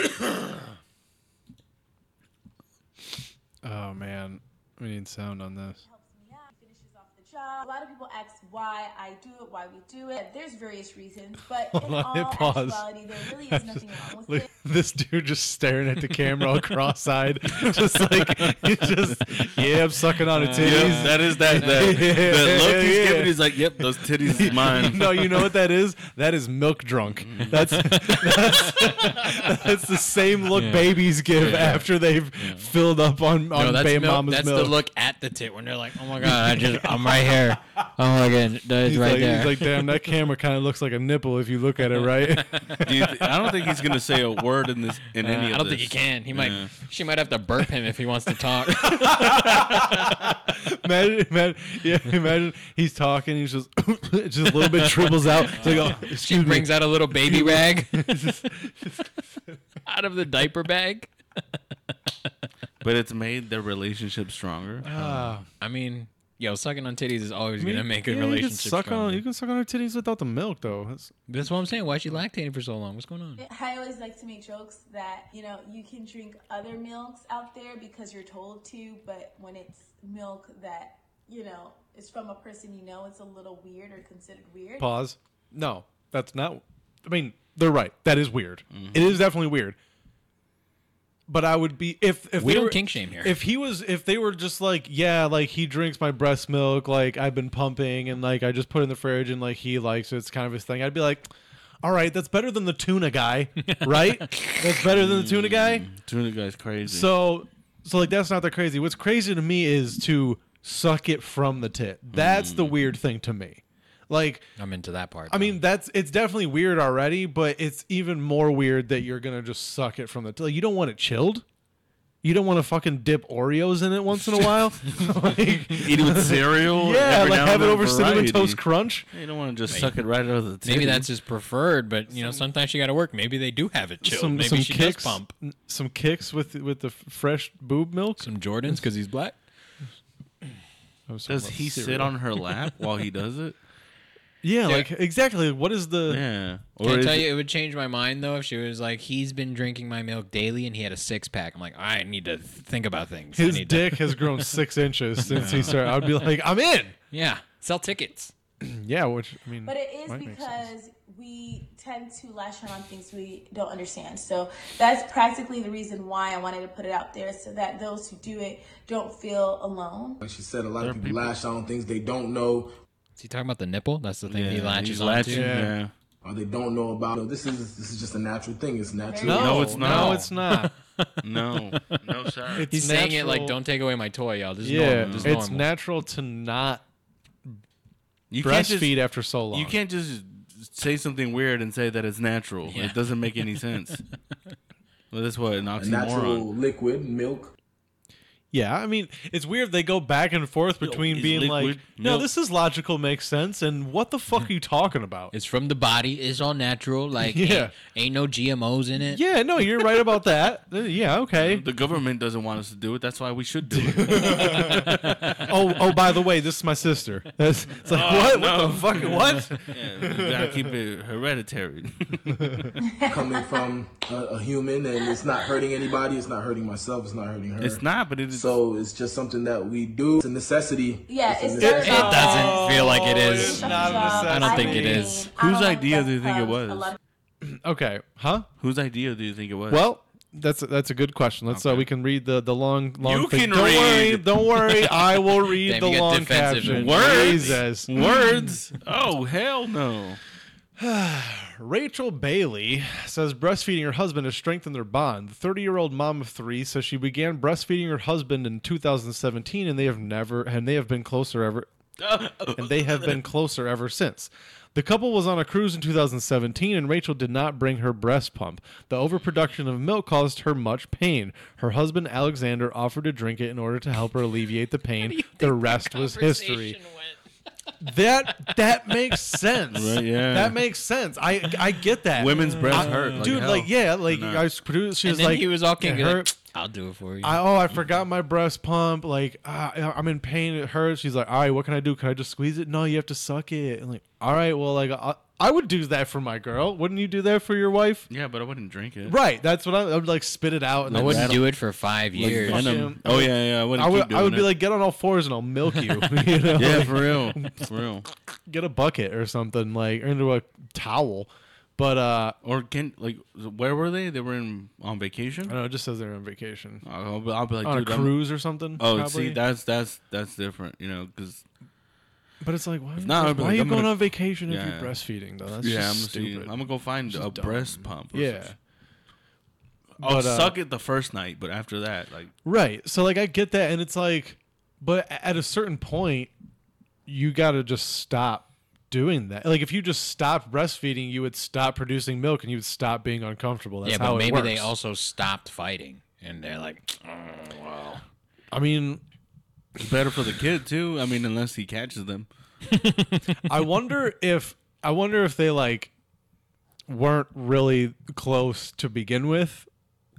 Speaker 1: Oh man, we need sound on this.
Speaker 10: helps me out, finishes off the job. A lot of people ask why I do it, why we do it. There's various reasons, but in
Speaker 1: on,
Speaker 10: all
Speaker 1: hit pause.
Speaker 10: actuality, there really is nothing wrong with
Speaker 1: Look,
Speaker 10: it.
Speaker 1: this dude just staring at the camera all cross-eyed, just like he's just yeah, I'm sucking on a
Speaker 2: Yep,
Speaker 1: titties.
Speaker 2: that is that that, that look he's
Speaker 1: Yeah.
Speaker 2: giving he's like yep those titties is mine
Speaker 1: no, you know what that is? That is milk drunk. That's that's, that's the same look babies give after they've filled up on on
Speaker 3: no, that's
Speaker 1: ba-
Speaker 3: milk-
Speaker 1: mama's
Speaker 3: that's
Speaker 1: milk.
Speaker 3: the look at the tit when they're like, "Oh my god, I just I'm right here. Oh my god, that is
Speaker 1: He's,
Speaker 3: right
Speaker 1: like,
Speaker 3: there."
Speaker 1: he's like, damn, that camera kind of looks like a nipple if you look at it right.
Speaker 2: Do you thi- i don't think he's gonna say a word in this in
Speaker 3: Uh,
Speaker 2: any of
Speaker 3: I don't
Speaker 2: this.
Speaker 3: think he can. He might.
Speaker 2: Yeah.
Speaker 3: She might have to burp him if he wants to talk.
Speaker 1: imagine, imagine, yeah, imagine he's talking, he's just just a little bit dribbles out. It's like, oh,
Speaker 3: she
Speaker 1: excuse me.
Speaker 3: brings out a little baby rag out of the diaper bag.
Speaker 2: but it's made their relationship stronger Um,
Speaker 3: I mean, Yo, sucking on titties is always
Speaker 1: I mean,
Speaker 3: gonna make a
Speaker 1: yeah, You can,
Speaker 3: relationship
Speaker 1: suck on,
Speaker 3: stronger.
Speaker 1: you can suck on her titties without the milk, though. That's-
Speaker 3: That's what I'm saying. Why is she lactating for so long? What's going on?
Speaker 10: I always like to make jokes that, you know, you can drink other milks out there because you're told to, but when it's milk that, you know, is from a person you know, it's a little weird or considered weird.
Speaker 1: Pause. No, that's not. I mean, they're right. That is weird.
Speaker 3: Mm-hmm.
Speaker 1: It is definitely weird. But I would be if if
Speaker 3: We
Speaker 1: they
Speaker 3: don't
Speaker 1: were-
Speaker 3: kink shame here.
Speaker 1: If he was, if they were just like, yeah, like he drinks my breast milk, like I've been pumping, and like I just put it in the fridge, and like he likes it, it's kind of his thing. I'd be like, all right, that's better than the tuna guy, right? that's better than the tuna guy.
Speaker 3: Mm-hmm.
Speaker 2: Tuna guy's crazy.
Speaker 1: So, so like that's not that crazy. What's crazy to me is to suck it from the tit. That's
Speaker 3: Mm.
Speaker 1: the weird thing to me. Like,
Speaker 3: I'm into that part.
Speaker 1: I mean, that's it's definitely weird already, but it's even more weird that you're gonna just suck it from the tit. Like, you don't want it chilled. You don't want to fucking dip Oreos in it once in a while. Like,
Speaker 2: eat it with cereal.
Speaker 1: yeah,
Speaker 2: every
Speaker 1: like
Speaker 2: now
Speaker 1: have it
Speaker 2: and then,
Speaker 1: over cinnamon
Speaker 2: variety.
Speaker 1: toast crunch.
Speaker 2: Yeah, You don't want to just suck it right out of the.
Speaker 3: maybe
Speaker 2: titty.
Speaker 3: that's his preferred, but you know, sometimes she got to work. Maybe they do have it chilled.
Speaker 1: Some
Speaker 3: Maybe
Speaker 1: some
Speaker 3: she
Speaker 1: kicks,
Speaker 3: does pump
Speaker 1: n- some kicks with with the f- fresh boob milk.
Speaker 3: some Jordans because he's black.
Speaker 1: I was talking
Speaker 2: Does
Speaker 1: about
Speaker 2: he sit
Speaker 1: cereal.
Speaker 2: on her lap while he does it?
Speaker 1: Yeah,
Speaker 3: Yeah.
Speaker 1: like exactly. What is the?
Speaker 2: Yeah.
Speaker 3: Can I
Speaker 2: is
Speaker 3: tell
Speaker 2: it-
Speaker 3: you, it would change my mind though if she was like, "He's been drinking my milk daily, and he had a six pack." I'm like, I need to think about things. I
Speaker 1: His
Speaker 3: need to-
Speaker 1: dick has grown six inches since he started. I'd be like, I'm in.
Speaker 3: yeah, sell tickets.
Speaker 1: Yeah, which I mean,
Speaker 10: But it is
Speaker 1: might make sense.
Speaker 10: because we tend to lash out on things we don't understand. So that's practically the reason why I wanted to put it out there so that those who do it don't feel alone.
Speaker 11: Like she said, a lot of people, lash out on things they don't know
Speaker 3: Is he talking about the nipple? That's the thing he
Speaker 2: Yeah,
Speaker 3: latches
Speaker 2: he's
Speaker 3: onto.
Speaker 2: latching,
Speaker 1: Yeah.
Speaker 2: yeah.
Speaker 11: or they don't know about. No, this is this is just a natural thing. It's natural.
Speaker 1: Oh, no,
Speaker 2: No, it's not.
Speaker 1: No, it's not.
Speaker 2: No, no, sir.
Speaker 1: It's
Speaker 3: He's saying it like,
Speaker 1: natural-
Speaker 3: "Don't take away my toy, y'all." This is
Speaker 1: Yeah,
Speaker 3: normal. This is
Speaker 1: it's
Speaker 3: normal.
Speaker 1: natural to not
Speaker 2: You can't just-
Speaker 1: breastfeed after so long.
Speaker 2: You can't just say something weird and say that it's natural. It doesn't make any sense. well, that's what an
Speaker 11: A natural
Speaker 2: oxymoron.
Speaker 11: liquid milk.
Speaker 1: Yeah, I mean, it's weird they go back and forth between
Speaker 2: is
Speaker 1: being like,
Speaker 2: liquid
Speaker 1: "No,
Speaker 2: milk-
Speaker 1: this is logical, makes sense," and "What the fuck are you talking about?"
Speaker 3: It's from the body. It's all natural. Like,
Speaker 1: Yeah.
Speaker 3: ain't, ain't no GMOs in it.
Speaker 1: yeah, no, you're right about that. Uh, Yeah, okay.
Speaker 2: The government doesn't want us to do it. That's why we should do it.
Speaker 1: Oh, oh, by the way, this is my sister. That's it's like what? What the fuck? What?
Speaker 2: yeah, we gotta keep it hereditary.
Speaker 11: coming from a, a human and it's not hurting anybody it's not hurting myself it's not hurting her
Speaker 2: it's not, but it is.
Speaker 11: so it's just something that we do it's a necessity
Speaker 10: Yeah,
Speaker 11: a
Speaker 10: it
Speaker 11: necessity.
Speaker 10: starts off-
Speaker 3: It doesn't feel like it is.
Speaker 1: it's not a
Speaker 3: I don't think it is.
Speaker 10: I don't
Speaker 2: Whose
Speaker 10: like
Speaker 2: idea
Speaker 10: that
Speaker 2: do you think it
Speaker 10: clubs. I
Speaker 2: was?
Speaker 10: love
Speaker 1: Okay, huh?
Speaker 2: Whose idea do you think it was?
Speaker 1: Well, that's a, that's a good question. Let's uh, we can read the the long long.
Speaker 2: You
Speaker 1: thing.
Speaker 2: can
Speaker 1: don't worry,
Speaker 2: read.
Speaker 1: don't worry. I will read
Speaker 3: Damn,
Speaker 1: the
Speaker 3: you got
Speaker 1: long
Speaker 3: defensive.
Speaker 1: caption.
Speaker 2: Words?
Speaker 1: Jesus. Mm.
Speaker 2: words. oh hell no.
Speaker 1: Rachel Bailey says breastfeeding her husband has strengthened their bond. The 30 year old mom of three says she began breastfeeding her husband in 2017, and they have never and they have been closer ever. and they have been closer ever since. The couple was on a cruise in 2017, and Rachel did not bring her breast pump. The overproduction of milk caused her much pain. Her husband Alexander offered to drink it in order to help her alleviate the pain. The rest was history that that makes sense.
Speaker 2: Right, yeah.
Speaker 1: That makes sense. I I get that.
Speaker 2: Women's breasts
Speaker 1: I-
Speaker 2: hurt like
Speaker 1: dude.
Speaker 2: hell.
Speaker 1: Like yeah, like
Speaker 2: They're
Speaker 1: I
Speaker 2: not.
Speaker 1: was producing. She
Speaker 3: And
Speaker 1: was
Speaker 3: then
Speaker 1: like,
Speaker 3: he was all
Speaker 1: it
Speaker 3: kinky.
Speaker 1: hurt.
Speaker 3: Like, I'll do it for you.
Speaker 1: I, oh, I forgot my breast pump. Like ah, I'm in pain. It hurts. She's like, all right, what can I do? Can I just squeeze it? No, you have to suck it. And like, all right, well, like I, I would do that for my girl. Wouldn't you do that for your wife?
Speaker 2: Yeah, but I wouldn't drink it.
Speaker 1: Right. That's what I, I would like. Spit it out. And
Speaker 3: I
Speaker 1: then
Speaker 3: wouldn't
Speaker 1: that'll-
Speaker 3: do it for five years.
Speaker 1: fuck
Speaker 2: Venom.
Speaker 1: him.
Speaker 2: Oh yeah, yeah. I wouldn't
Speaker 1: I
Speaker 2: keep
Speaker 1: would. I
Speaker 2: doing
Speaker 1: would be
Speaker 2: it.
Speaker 1: like, get on all fours and I'll milk you. you know?
Speaker 2: yeah,
Speaker 1: Like,
Speaker 2: for real, for real.
Speaker 1: get a bucket or something like or into a towel. But uh,
Speaker 2: Or can like where were they? They were in on vacation.
Speaker 1: I don't know. It just says they're on vacation,
Speaker 2: I'll be, I'll be like,
Speaker 1: on a
Speaker 2: dude, I'm-
Speaker 1: cruise or something.
Speaker 2: Oh,
Speaker 1: probably.
Speaker 2: see, that's that's that's different, you know, because
Speaker 1: But it's like, why,
Speaker 2: not, I'd be
Speaker 1: why
Speaker 2: like,
Speaker 1: are you
Speaker 2: I'm
Speaker 1: going
Speaker 2: gonna-
Speaker 1: on vacation
Speaker 2: Yeah.
Speaker 1: if you're breastfeeding? Though that's
Speaker 2: yeah, I'm
Speaker 1: just
Speaker 2: gonna, see,
Speaker 1: stupid.
Speaker 2: I'm gonna go find a
Speaker 1: dumb.
Speaker 2: breast pump. Or
Speaker 1: yeah,
Speaker 2: something. I'll
Speaker 1: But, uh,
Speaker 2: suck it the first night, but after that, like,
Speaker 1: right. So like, I get that, and it's like, but a- at a certain point, you got to just stop doing that. Like, if you just stopped breastfeeding, you would stop producing milk, and you would stop being uncomfortable. That's
Speaker 3: yeah,
Speaker 1: how
Speaker 3: but
Speaker 1: it
Speaker 3: maybe they
Speaker 1: works.
Speaker 3: also stopped fighting, and they're like, "Mm, well,
Speaker 1: I mean,
Speaker 2: it's better for the kid too. I mean, unless he catches them.
Speaker 1: I wonder if I wonder if they like weren't really close to begin with,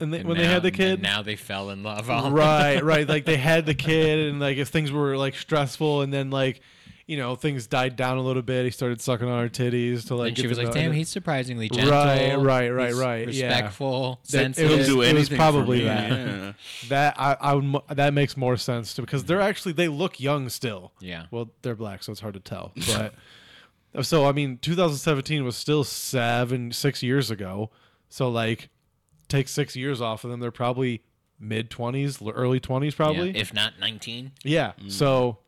Speaker 1: and they,
Speaker 3: And
Speaker 1: when they
Speaker 3: now-
Speaker 1: had the
Speaker 3: and
Speaker 1: kid.
Speaker 3: now they fell in love. all-
Speaker 1: right, right. Like they had the kid, and like if things were like stressful, and then like you know things died down a little bit, he started sucking on her titties to like.
Speaker 3: And she
Speaker 1: get
Speaker 3: was
Speaker 1: to
Speaker 3: like,
Speaker 1: know-
Speaker 3: "Damn, he's surprisingly gentle.
Speaker 1: Right, right, right,
Speaker 3: He's
Speaker 1: right. yeah.
Speaker 3: respectful,
Speaker 1: That-
Speaker 3: sensitive."
Speaker 1: It was,
Speaker 3: He'll do
Speaker 1: it was
Speaker 3: anything for
Speaker 1: probably
Speaker 3: me,
Speaker 1: that.
Speaker 3: yeah.
Speaker 1: That I, I would, mo- that makes more sense to because they're actually they look young still.
Speaker 3: Mm-hmm. Yeah.
Speaker 1: Well, they're black, so it's hard to tell, but. uh, So I mean, 2017 was still seven, six years ago. So like, take six years off of them. They're probably mid 20s, l- early 20s, probably.
Speaker 3: Yeah, if not 19.
Speaker 1: Yeah.
Speaker 3: Mm.
Speaker 1: So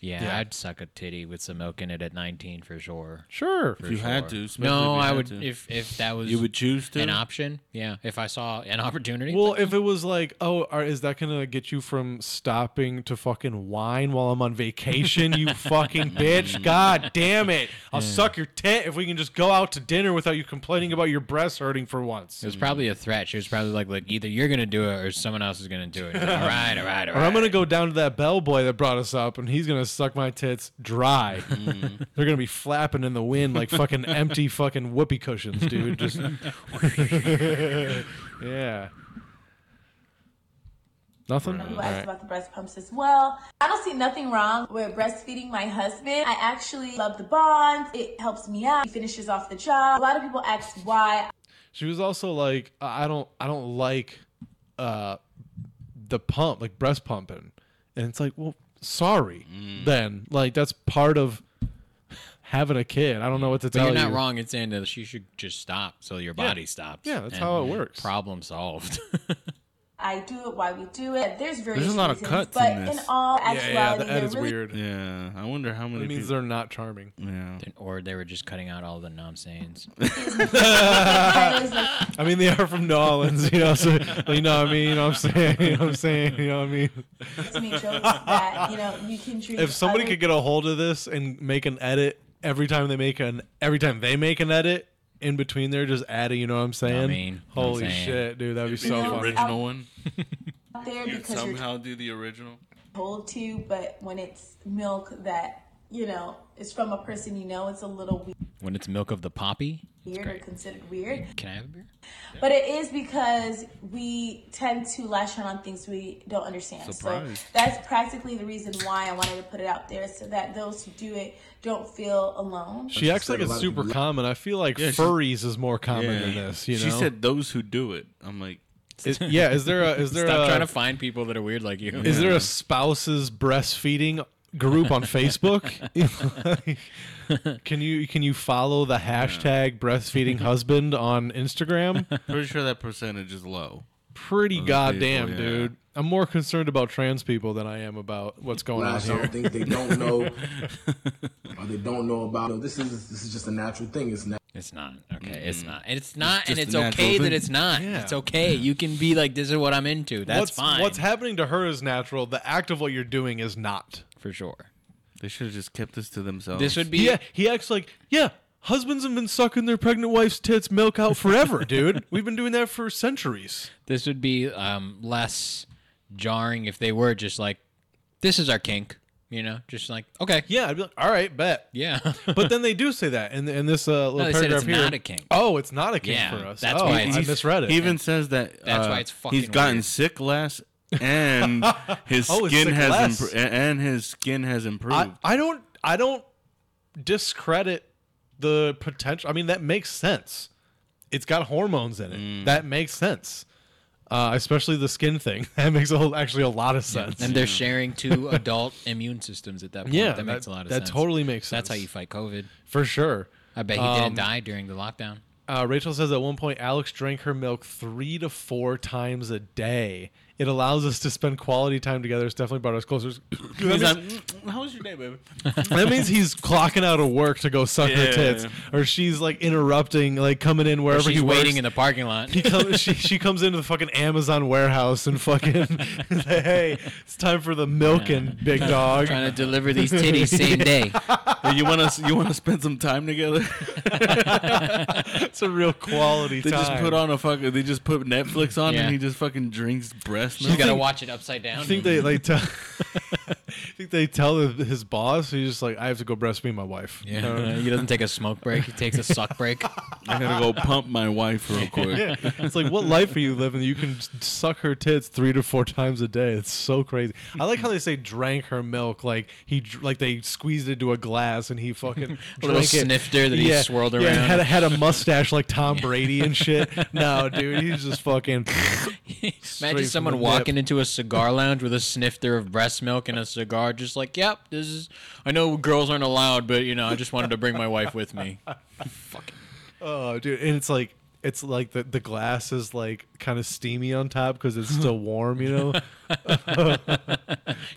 Speaker 3: Yeah,
Speaker 1: Yeah.
Speaker 3: I'd suck a titty with some milk in it at 19 for sure.
Speaker 1: Sure.
Speaker 3: For
Speaker 2: If you had to, especially
Speaker 3: No,
Speaker 2: if you
Speaker 3: I
Speaker 2: had
Speaker 3: would
Speaker 2: to.
Speaker 3: if if that was
Speaker 2: You would choose to?
Speaker 3: an option. Yeah, if I saw an opportunity.
Speaker 1: Well, if it was like, oh, are, is that gonna get you from stopping to fucking wine while I'm on vacation? You fucking bitch! God damn it! I'll
Speaker 3: Yeah.
Speaker 1: suck your tit if we can just go out to dinner without you complaining about your breasts hurting for once.
Speaker 3: It was probably a threat. She was probably like, "Look, either you're gonna do it or someone else is gonna do it." You're Like, all right, all right, all
Speaker 1: Or
Speaker 3: right.
Speaker 1: I'm gonna go down to that bellboy that brought us up, and he's gonna suck my tits dry. They're gonna be flapping in the wind like fucking empty fucking whoopee cushions, dude. Just yeah. Nothing.
Speaker 10: Who
Speaker 1: All
Speaker 10: asked
Speaker 1: right.
Speaker 10: about the breast pumps as well. I don't see nothing wrong with breastfeeding my husband. I actually love the bond. It helps me out. He finishes off the job. A lot of people ask why
Speaker 1: She was also like, I I don't, I don't like uh, the pump, like breast pumping, and it's like, well, sorry, then, like that's part of having a kid. I don't know what to
Speaker 3: But
Speaker 1: tell
Speaker 3: you're not
Speaker 1: you.
Speaker 3: wrong in saying that she should just stop so your
Speaker 1: Yeah.
Speaker 3: body stops.
Speaker 1: Yeah, that's
Speaker 3: and
Speaker 1: how it works.
Speaker 3: Problem solved.
Speaker 10: I do it, why we do it. There's various
Speaker 2: There's a lot of
Speaker 10: reasons,
Speaker 2: cuts
Speaker 10: but
Speaker 2: in this.
Speaker 10: all actuality, there really
Speaker 1: weird.
Speaker 2: Yeah, I wonder how many.
Speaker 1: means
Speaker 2: people-
Speaker 1: they're not charming.
Speaker 2: Yeah.
Speaker 3: or they were just cutting out all the nom sayings.
Speaker 1: I mean, they are from New Orleans, you know. So you know what I mean. You know what I'm saying. You know what I'm saying. You know what I mean.
Speaker 10: gives me jokes that you know you can treat.
Speaker 1: If somebody
Speaker 10: other-
Speaker 1: could get a hold of this and make an edit every time they make an every time they make an edit in between there, just adding. You know what I'm saying?
Speaker 3: I mean, know what I'm
Speaker 1: holy
Speaker 3: saying?
Speaker 1: shit, dude, that'd be
Speaker 2: It'd be
Speaker 1: so
Speaker 2: the
Speaker 1: funny.
Speaker 2: original one.
Speaker 10: out there
Speaker 2: You'd
Speaker 10: because you're
Speaker 2: somehow do the original.
Speaker 10: told to, but when it's milk that you know is from a person you know, it's a little
Speaker 3: when it's milk of the poppy.
Speaker 10: weird or considered weird.
Speaker 3: Can I have a beer?
Speaker 10: But it is because we tend to lash out on things we don't understand.
Speaker 3: Surprise.
Speaker 10: So that's practically the reason why I wanted to put it out there so that those who do it don't feel alone.
Speaker 1: She acts like it's super common. I feel like
Speaker 2: Yeah, she-
Speaker 1: furries is more common than
Speaker 2: Yeah.
Speaker 1: this. Oh You know?
Speaker 2: She said those who do it. I'm like,
Speaker 1: Is- yeah, is there a- is there
Speaker 3: Stop
Speaker 1: a-
Speaker 3: trying to find people that are weird like you.
Speaker 1: uh, "Is there a spouses breastfeeding group on Facebook? can you can you follow the hashtag breastfeeding husband on Instagram?
Speaker 2: pretty sure that percentage is low.
Speaker 1: Pretty
Speaker 2: Those
Speaker 1: goddamn,
Speaker 2: people, yeah.
Speaker 1: dude. I'm more concerned about trans people than I am about what's going on
Speaker 11: Last
Speaker 1: here.
Speaker 11: I don't think they don't know or they don't know about it. This is this is just a natural thing. It's natural.
Speaker 3: It's not okay. It's not, and it's not, and
Speaker 11: just
Speaker 3: it's
Speaker 11: a natural
Speaker 3: okay that
Speaker 11: thing.
Speaker 3: it's not.
Speaker 11: Yeah.
Speaker 3: It's okay. You can be like, this is what I'm into. That's
Speaker 1: what's,
Speaker 3: fine.
Speaker 1: What's happening to her is natural. The act of what you're doing is not.
Speaker 3: For sure.
Speaker 2: They should have just kept this to themselves.
Speaker 1: This would be. Yeah, he acts like yeah. Husbands have been sucking their pregnant wife's tits milk out forever, dude. We've been doing that for centuries.
Speaker 3: This would be um, less jarring if they were just like, this is our kink. You know, just like okay.
Speaker 1: Yeah, I'd be like, all right, bet.
Speaker 3: Yeah.
Speaker 1: but then they do say that in, in this uh, little
Speaker 3: No, they said
Speaker 1: paragraph
Speaker 3: it's
Speaker 1: here.
Speaker 3: not a kink.
Speaker 1: Oh, it's not a kink
Speaker 3: Yeah,
Speaker 1: for us.
Speaker 3: that's
Speaker 1: oh,
Speaker 3: why
Speaker 1: I
Speaker 3: it's-
Speaker 1: misread it.
Speaker 2: He even says that.
Speaker 3: That's
Speaker 2: uh,
Speaker 3: why it's fucking
Speaker 2: He's gotten
Speaker 3: weird.
Speaker 2: sick less, and his
Speaker 1: Oh, it's
Speaker 2: skin
Speaker 1: sick
Speaker 2: has
Speaker 1: less.
Speaker 2: improved. And his skin has improved.
Speaker 1: I, I don't I don't discredit the potential. I mean, that makes sense. It's got hormones in it.
Speaker 3: Mm.
Speaker 1: That makes sense. Uh, especially the skin thing. That makes a whole, actually a lot of sense.
Speaker 3: And they're sharing two adult immune systems at that point.
Speaker 1: Yeah,
Speaker 3: that makes
Speaker 1: that-
Speaker 3: a lot of
Speaker 1: that
Speaker 3: sense.
Speaker 1: totally makes
Speaker 3: That's how
Speaker 1: sense.
Speaker 3: you fight COVID.
Speaker 1: for sure.
Speaker 3: I bet he
Speaker 1: Um,
Speaker 3: didn't die during the lockdown.
Speaker 1: Uh, Rachel says at one point, Alex drank her milk three to four times a day. It allows us to spend quality time together. It's definitely brought us closer. That means-
Speaker 2: how was your day, baby?
Speaker 1: that means he's clocking out of work to go suck her
Speaker 2: Yeah.
Speaker 1: tits, or she's like interrupting, like coming in wherever
Speaker 3: she's
Speaker 1: he works.
Speaker 3: waiting in the parking lot.
Speaker 1: He comes, she, she comes into the fucking Amazon warehouse and fucking is like, hey, it's time for the milking, big dog.
Speaker 3: Trying to deliver these titties same day.
Speaker 2: Hey, you want to you want to spend some time together?
Speaker 1: it's a real quality
Speaker 2: they just
Speaker 1: time.
Speaker 2: put on a fucking. They just put Netflix on,
Speaker 3: Yeah.
Speaker 2: and he just fucking drinks breast
Speaker 3: You
Speaker 2: milk.
Speaker 3: gotta watch it upside down.
Speaker 1: I think they like tell I think they tell his boss. He's just like, I have to go breastfeed my wife.
Speaker 3: Yeah. he doesn't take a smoke break. He takes a suck break.
Speaker 2: I gotta go pump my wife real quick.
Speaker 1: yeah. It's like, what life are you living? You can suck her tits three to four times a day. It's so crazy. I like how they say drank her milk. Like he, dr- like they squeezed it into a glass and he fucking
Speaker 3: Little
Speaker 1: drank it.
Speaker 3: snifter that he swirled
Speaker 1: Yeah,
Speaker 3: around.
Speaker 1: had a, had a mustache like Tom Brady and shit. No, dude, he's just fucking. straight
Speaker 3: Imagine
Speaker 1: from
Speaker 3: someone
Speaker 1: the
Speaker 3: walking
Speaker 1: nip.
Speaker 3: into a cigar lounge with a snifter of breast milk and a cigar, just like, yep, this is. I know girls aren't allowed, but you know, I just wanted to bring my wife with me.
Speaker 1: Oh, dude, and it's like it's like the the glass is like kind of steamy on top because it's still warm, you know. that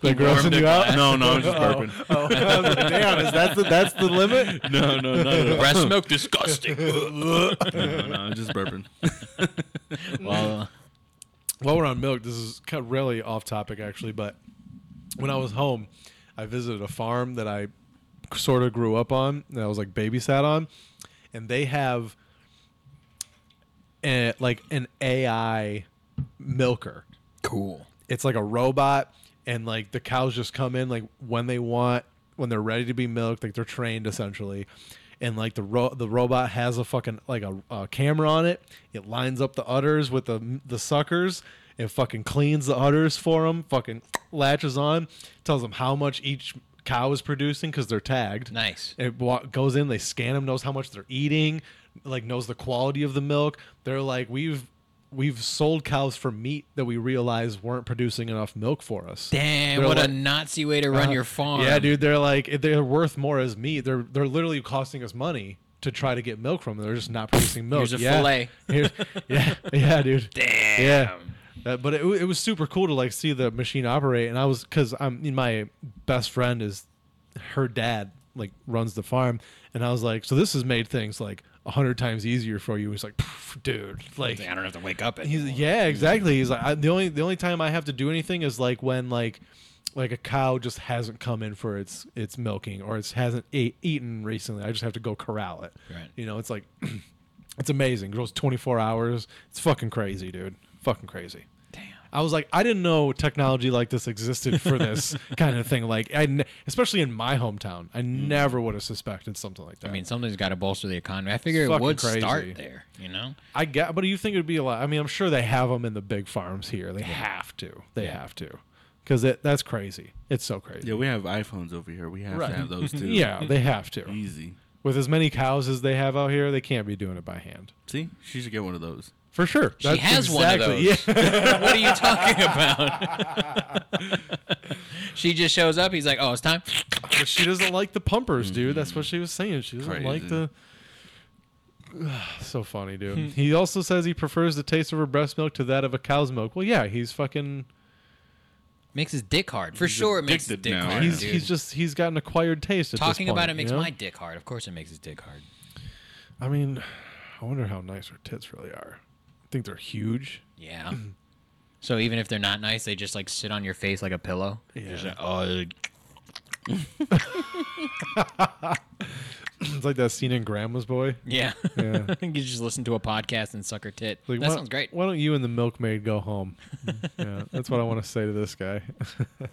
Speaker 3: He warmed
Speaker 1: grossing
Speaker 3: the
Speaker 1: you out?
Speaker 3: glass.
Speaker 2: No, no, I'm just
Speaker 1: Oh,
Speaker 2: burping.
Speaker 1: Oh, I was like, damn, is that the, that's the limit?
Speaker 2: No, no, no, no, no,
Speaker 3: breast milk, disgusting.
Speaker 2: no, no, I'm just burping.
Speaker 3: well,
Speaker 1: While we're on milk, this is kind of really off topic actually, but when I was home, I visited a farm that I sort of grew up on, and I was like babysat on, and they have a, like an AI milker.
Speaker 3: cool.
Speaker 1: it's like a robot and like the cows just come in like when they want when they're ready to be milked like they're trained essentially and like the ro- the robot has a fucking like a, a camera on it it lines up the udders with the the suckers it fucking cleans the udders for them fucking latches on tells them how much each cow is producing because they're tagged
Speaker 3: Nice.
Speaker 1: it wa- goes in they scan them knows how much they're eating like knows the quality of the milk they're like we've we've sold cows for meat that we realized weren't producing enough milk for us
Speaker 3: Damn,
Speaker 1: They're
Speaker 3: what
Speaker 1: like-
Speaker 3: a Nazi way to run your farm.
Speaker 1: uh, Uh-huh. yeah dude they're like eh, they're worth more as meat they're they're literally costing us money to try to get milk from them. they're just not producing milk
Speaker 3: Here's a
Speaker 1: yeah.
Speaker 3: fillet.
Speaker 1: Here's- yeah yeah dude
Speaker 3: Damn.
Speaker 1: yeah Uh, but it, wa- it was super cool to like see the machine operate and i was because i'm my best friend is her dad like runs the farm and i was like so this has made things like 100 times easier for you he's like "Pff, dude like
Speaker 3: I don't have to wake up. At
Speaker 1: he's yeah exactly he's like I, the only the only time i have to do anything is like when like like a cow just hasn't come in for its its milking or it's hasn't ate, eaten recently i just have to go corral it
Speaker 3: Right.
Speaker 1: you know it's like it's amazing it goes 24 hours it's fucking crazy dude fucking crazy I was like, I didn't know technology like this existed for this kind of thing. Like, I ne- especially in my hometown, I never would have suspected something like that.
Speaker 3: Mm. I mean, something's got to bolster the economy. I figure it
Speaker 1: fucking
Speaker 3: would
Speaker 1: crazy.
Speaker 3: start there. You know,
Speaker 1: I get, but do you think it'd be a lot? I mean, I'm sure they have them in the big farms here. They have to. They have to, because that's crazy. It's so crazy.
Speaker 2: Yeah, we have iPhones over here. We have
Speaker 1: Right.
Speaker 2: to have those too.
Speaker 1: Yeah, they have to.
Speaker 2: easy.
Speaker 1: With as many cows as they have out here, they can't be doing it by hand.
Speaker 2: See, she should get one of those.
Speaker 1: For sure.
Speaker 3: she has one of those. what are you talking about? she just shows up. He's like, "Oh, it's time."
Speaker 1: But she doesn't like the pumpers, dude.
Speaker 3: Mm-hmm.
Speaker 1: That's what she was saying. She doesn't like
Speaker 2: Crazy.
Speaker 1: the. so funny,
Speaker 3: Hmm.
Speaker 1: dude. he also says he prefers the taste of her breast milk to that of a cow's milk. Well, yeah, he's fucking.
Speaker 3: Makes his dick hard. For sure, it makes his
Speaker 2: addicted
Speaker 3: dick
Speaker 2: now,
Speaker 3: hard.
Speaker 2: yeah.
Speaker 1: He's,
Speaker 3: dude.
Speaker 1: he's just he's got an acquired taste. At this
Speaker 3: talking about
Speaker 1: point,
Speaker 3: it makes
Speaker 1: you know?
Speaker 3: my dick hard. Of course, it makes his dick hard.
Speaker 1: I mean, I wonder how nice her tits really are. I think they're huge.
Speaker 3: Yeah. so even if they're not nice, they just like sit on your face like a pillow. Just like, oh,
Speaker 1: It's like that scene in Grandma's Boy.
Speaker 3: yeah.
Speaker 1: Yeah.
Speaker 3: you just listen to a podcast and suck her tit.
Speaker 1: Like,
Speaker 3: that
Speaker 1: why-
Speaker 3: sounds great.
Speaker 1: Why don't you and the milkmaid go home? yeah, that's what I want to say to this guy.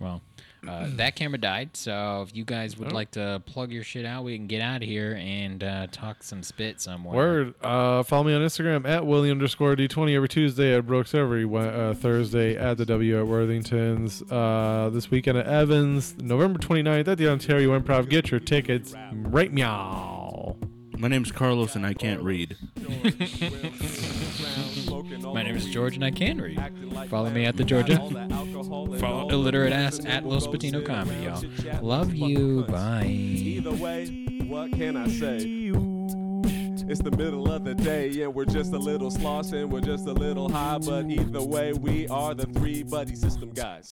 Speaker 3: Well, uh, that camera died. So if you guys
Speaker 1: Oh.
Speaker 3: would like to plug your shit out, we can get out of here and uh, talk some spit somewhere.
Speaker 1: Word. Uh, follow me on Instagram at Willie underscore D20 every Tuesday at Brooks, every Wed- uh, Thursday at the W at Worthington's, uh, this weekend at Evans, November 29th at the Ontario Improv. Get your tickets right meow.
Speaker 2: My name's Carlos, and I can't read.
Speaker 3: My name is George, and I can read.
Speaker 4: Follow me at the Georgia. Follow illiterate ass at Los
Speaker 3: Patino
Speaker 4: Patino
Speaker 3: Comedy,
Speaker 4: Comedy,
Speaker 3: y'all.
Speaker 4: y'all.
Speaker 3: Love you. Bye.
Speaker 4: Either way, what can I say? It's the middle of the day, and we're just a little sloss, and we're just a little high, but either way, we are the three buddy system guys.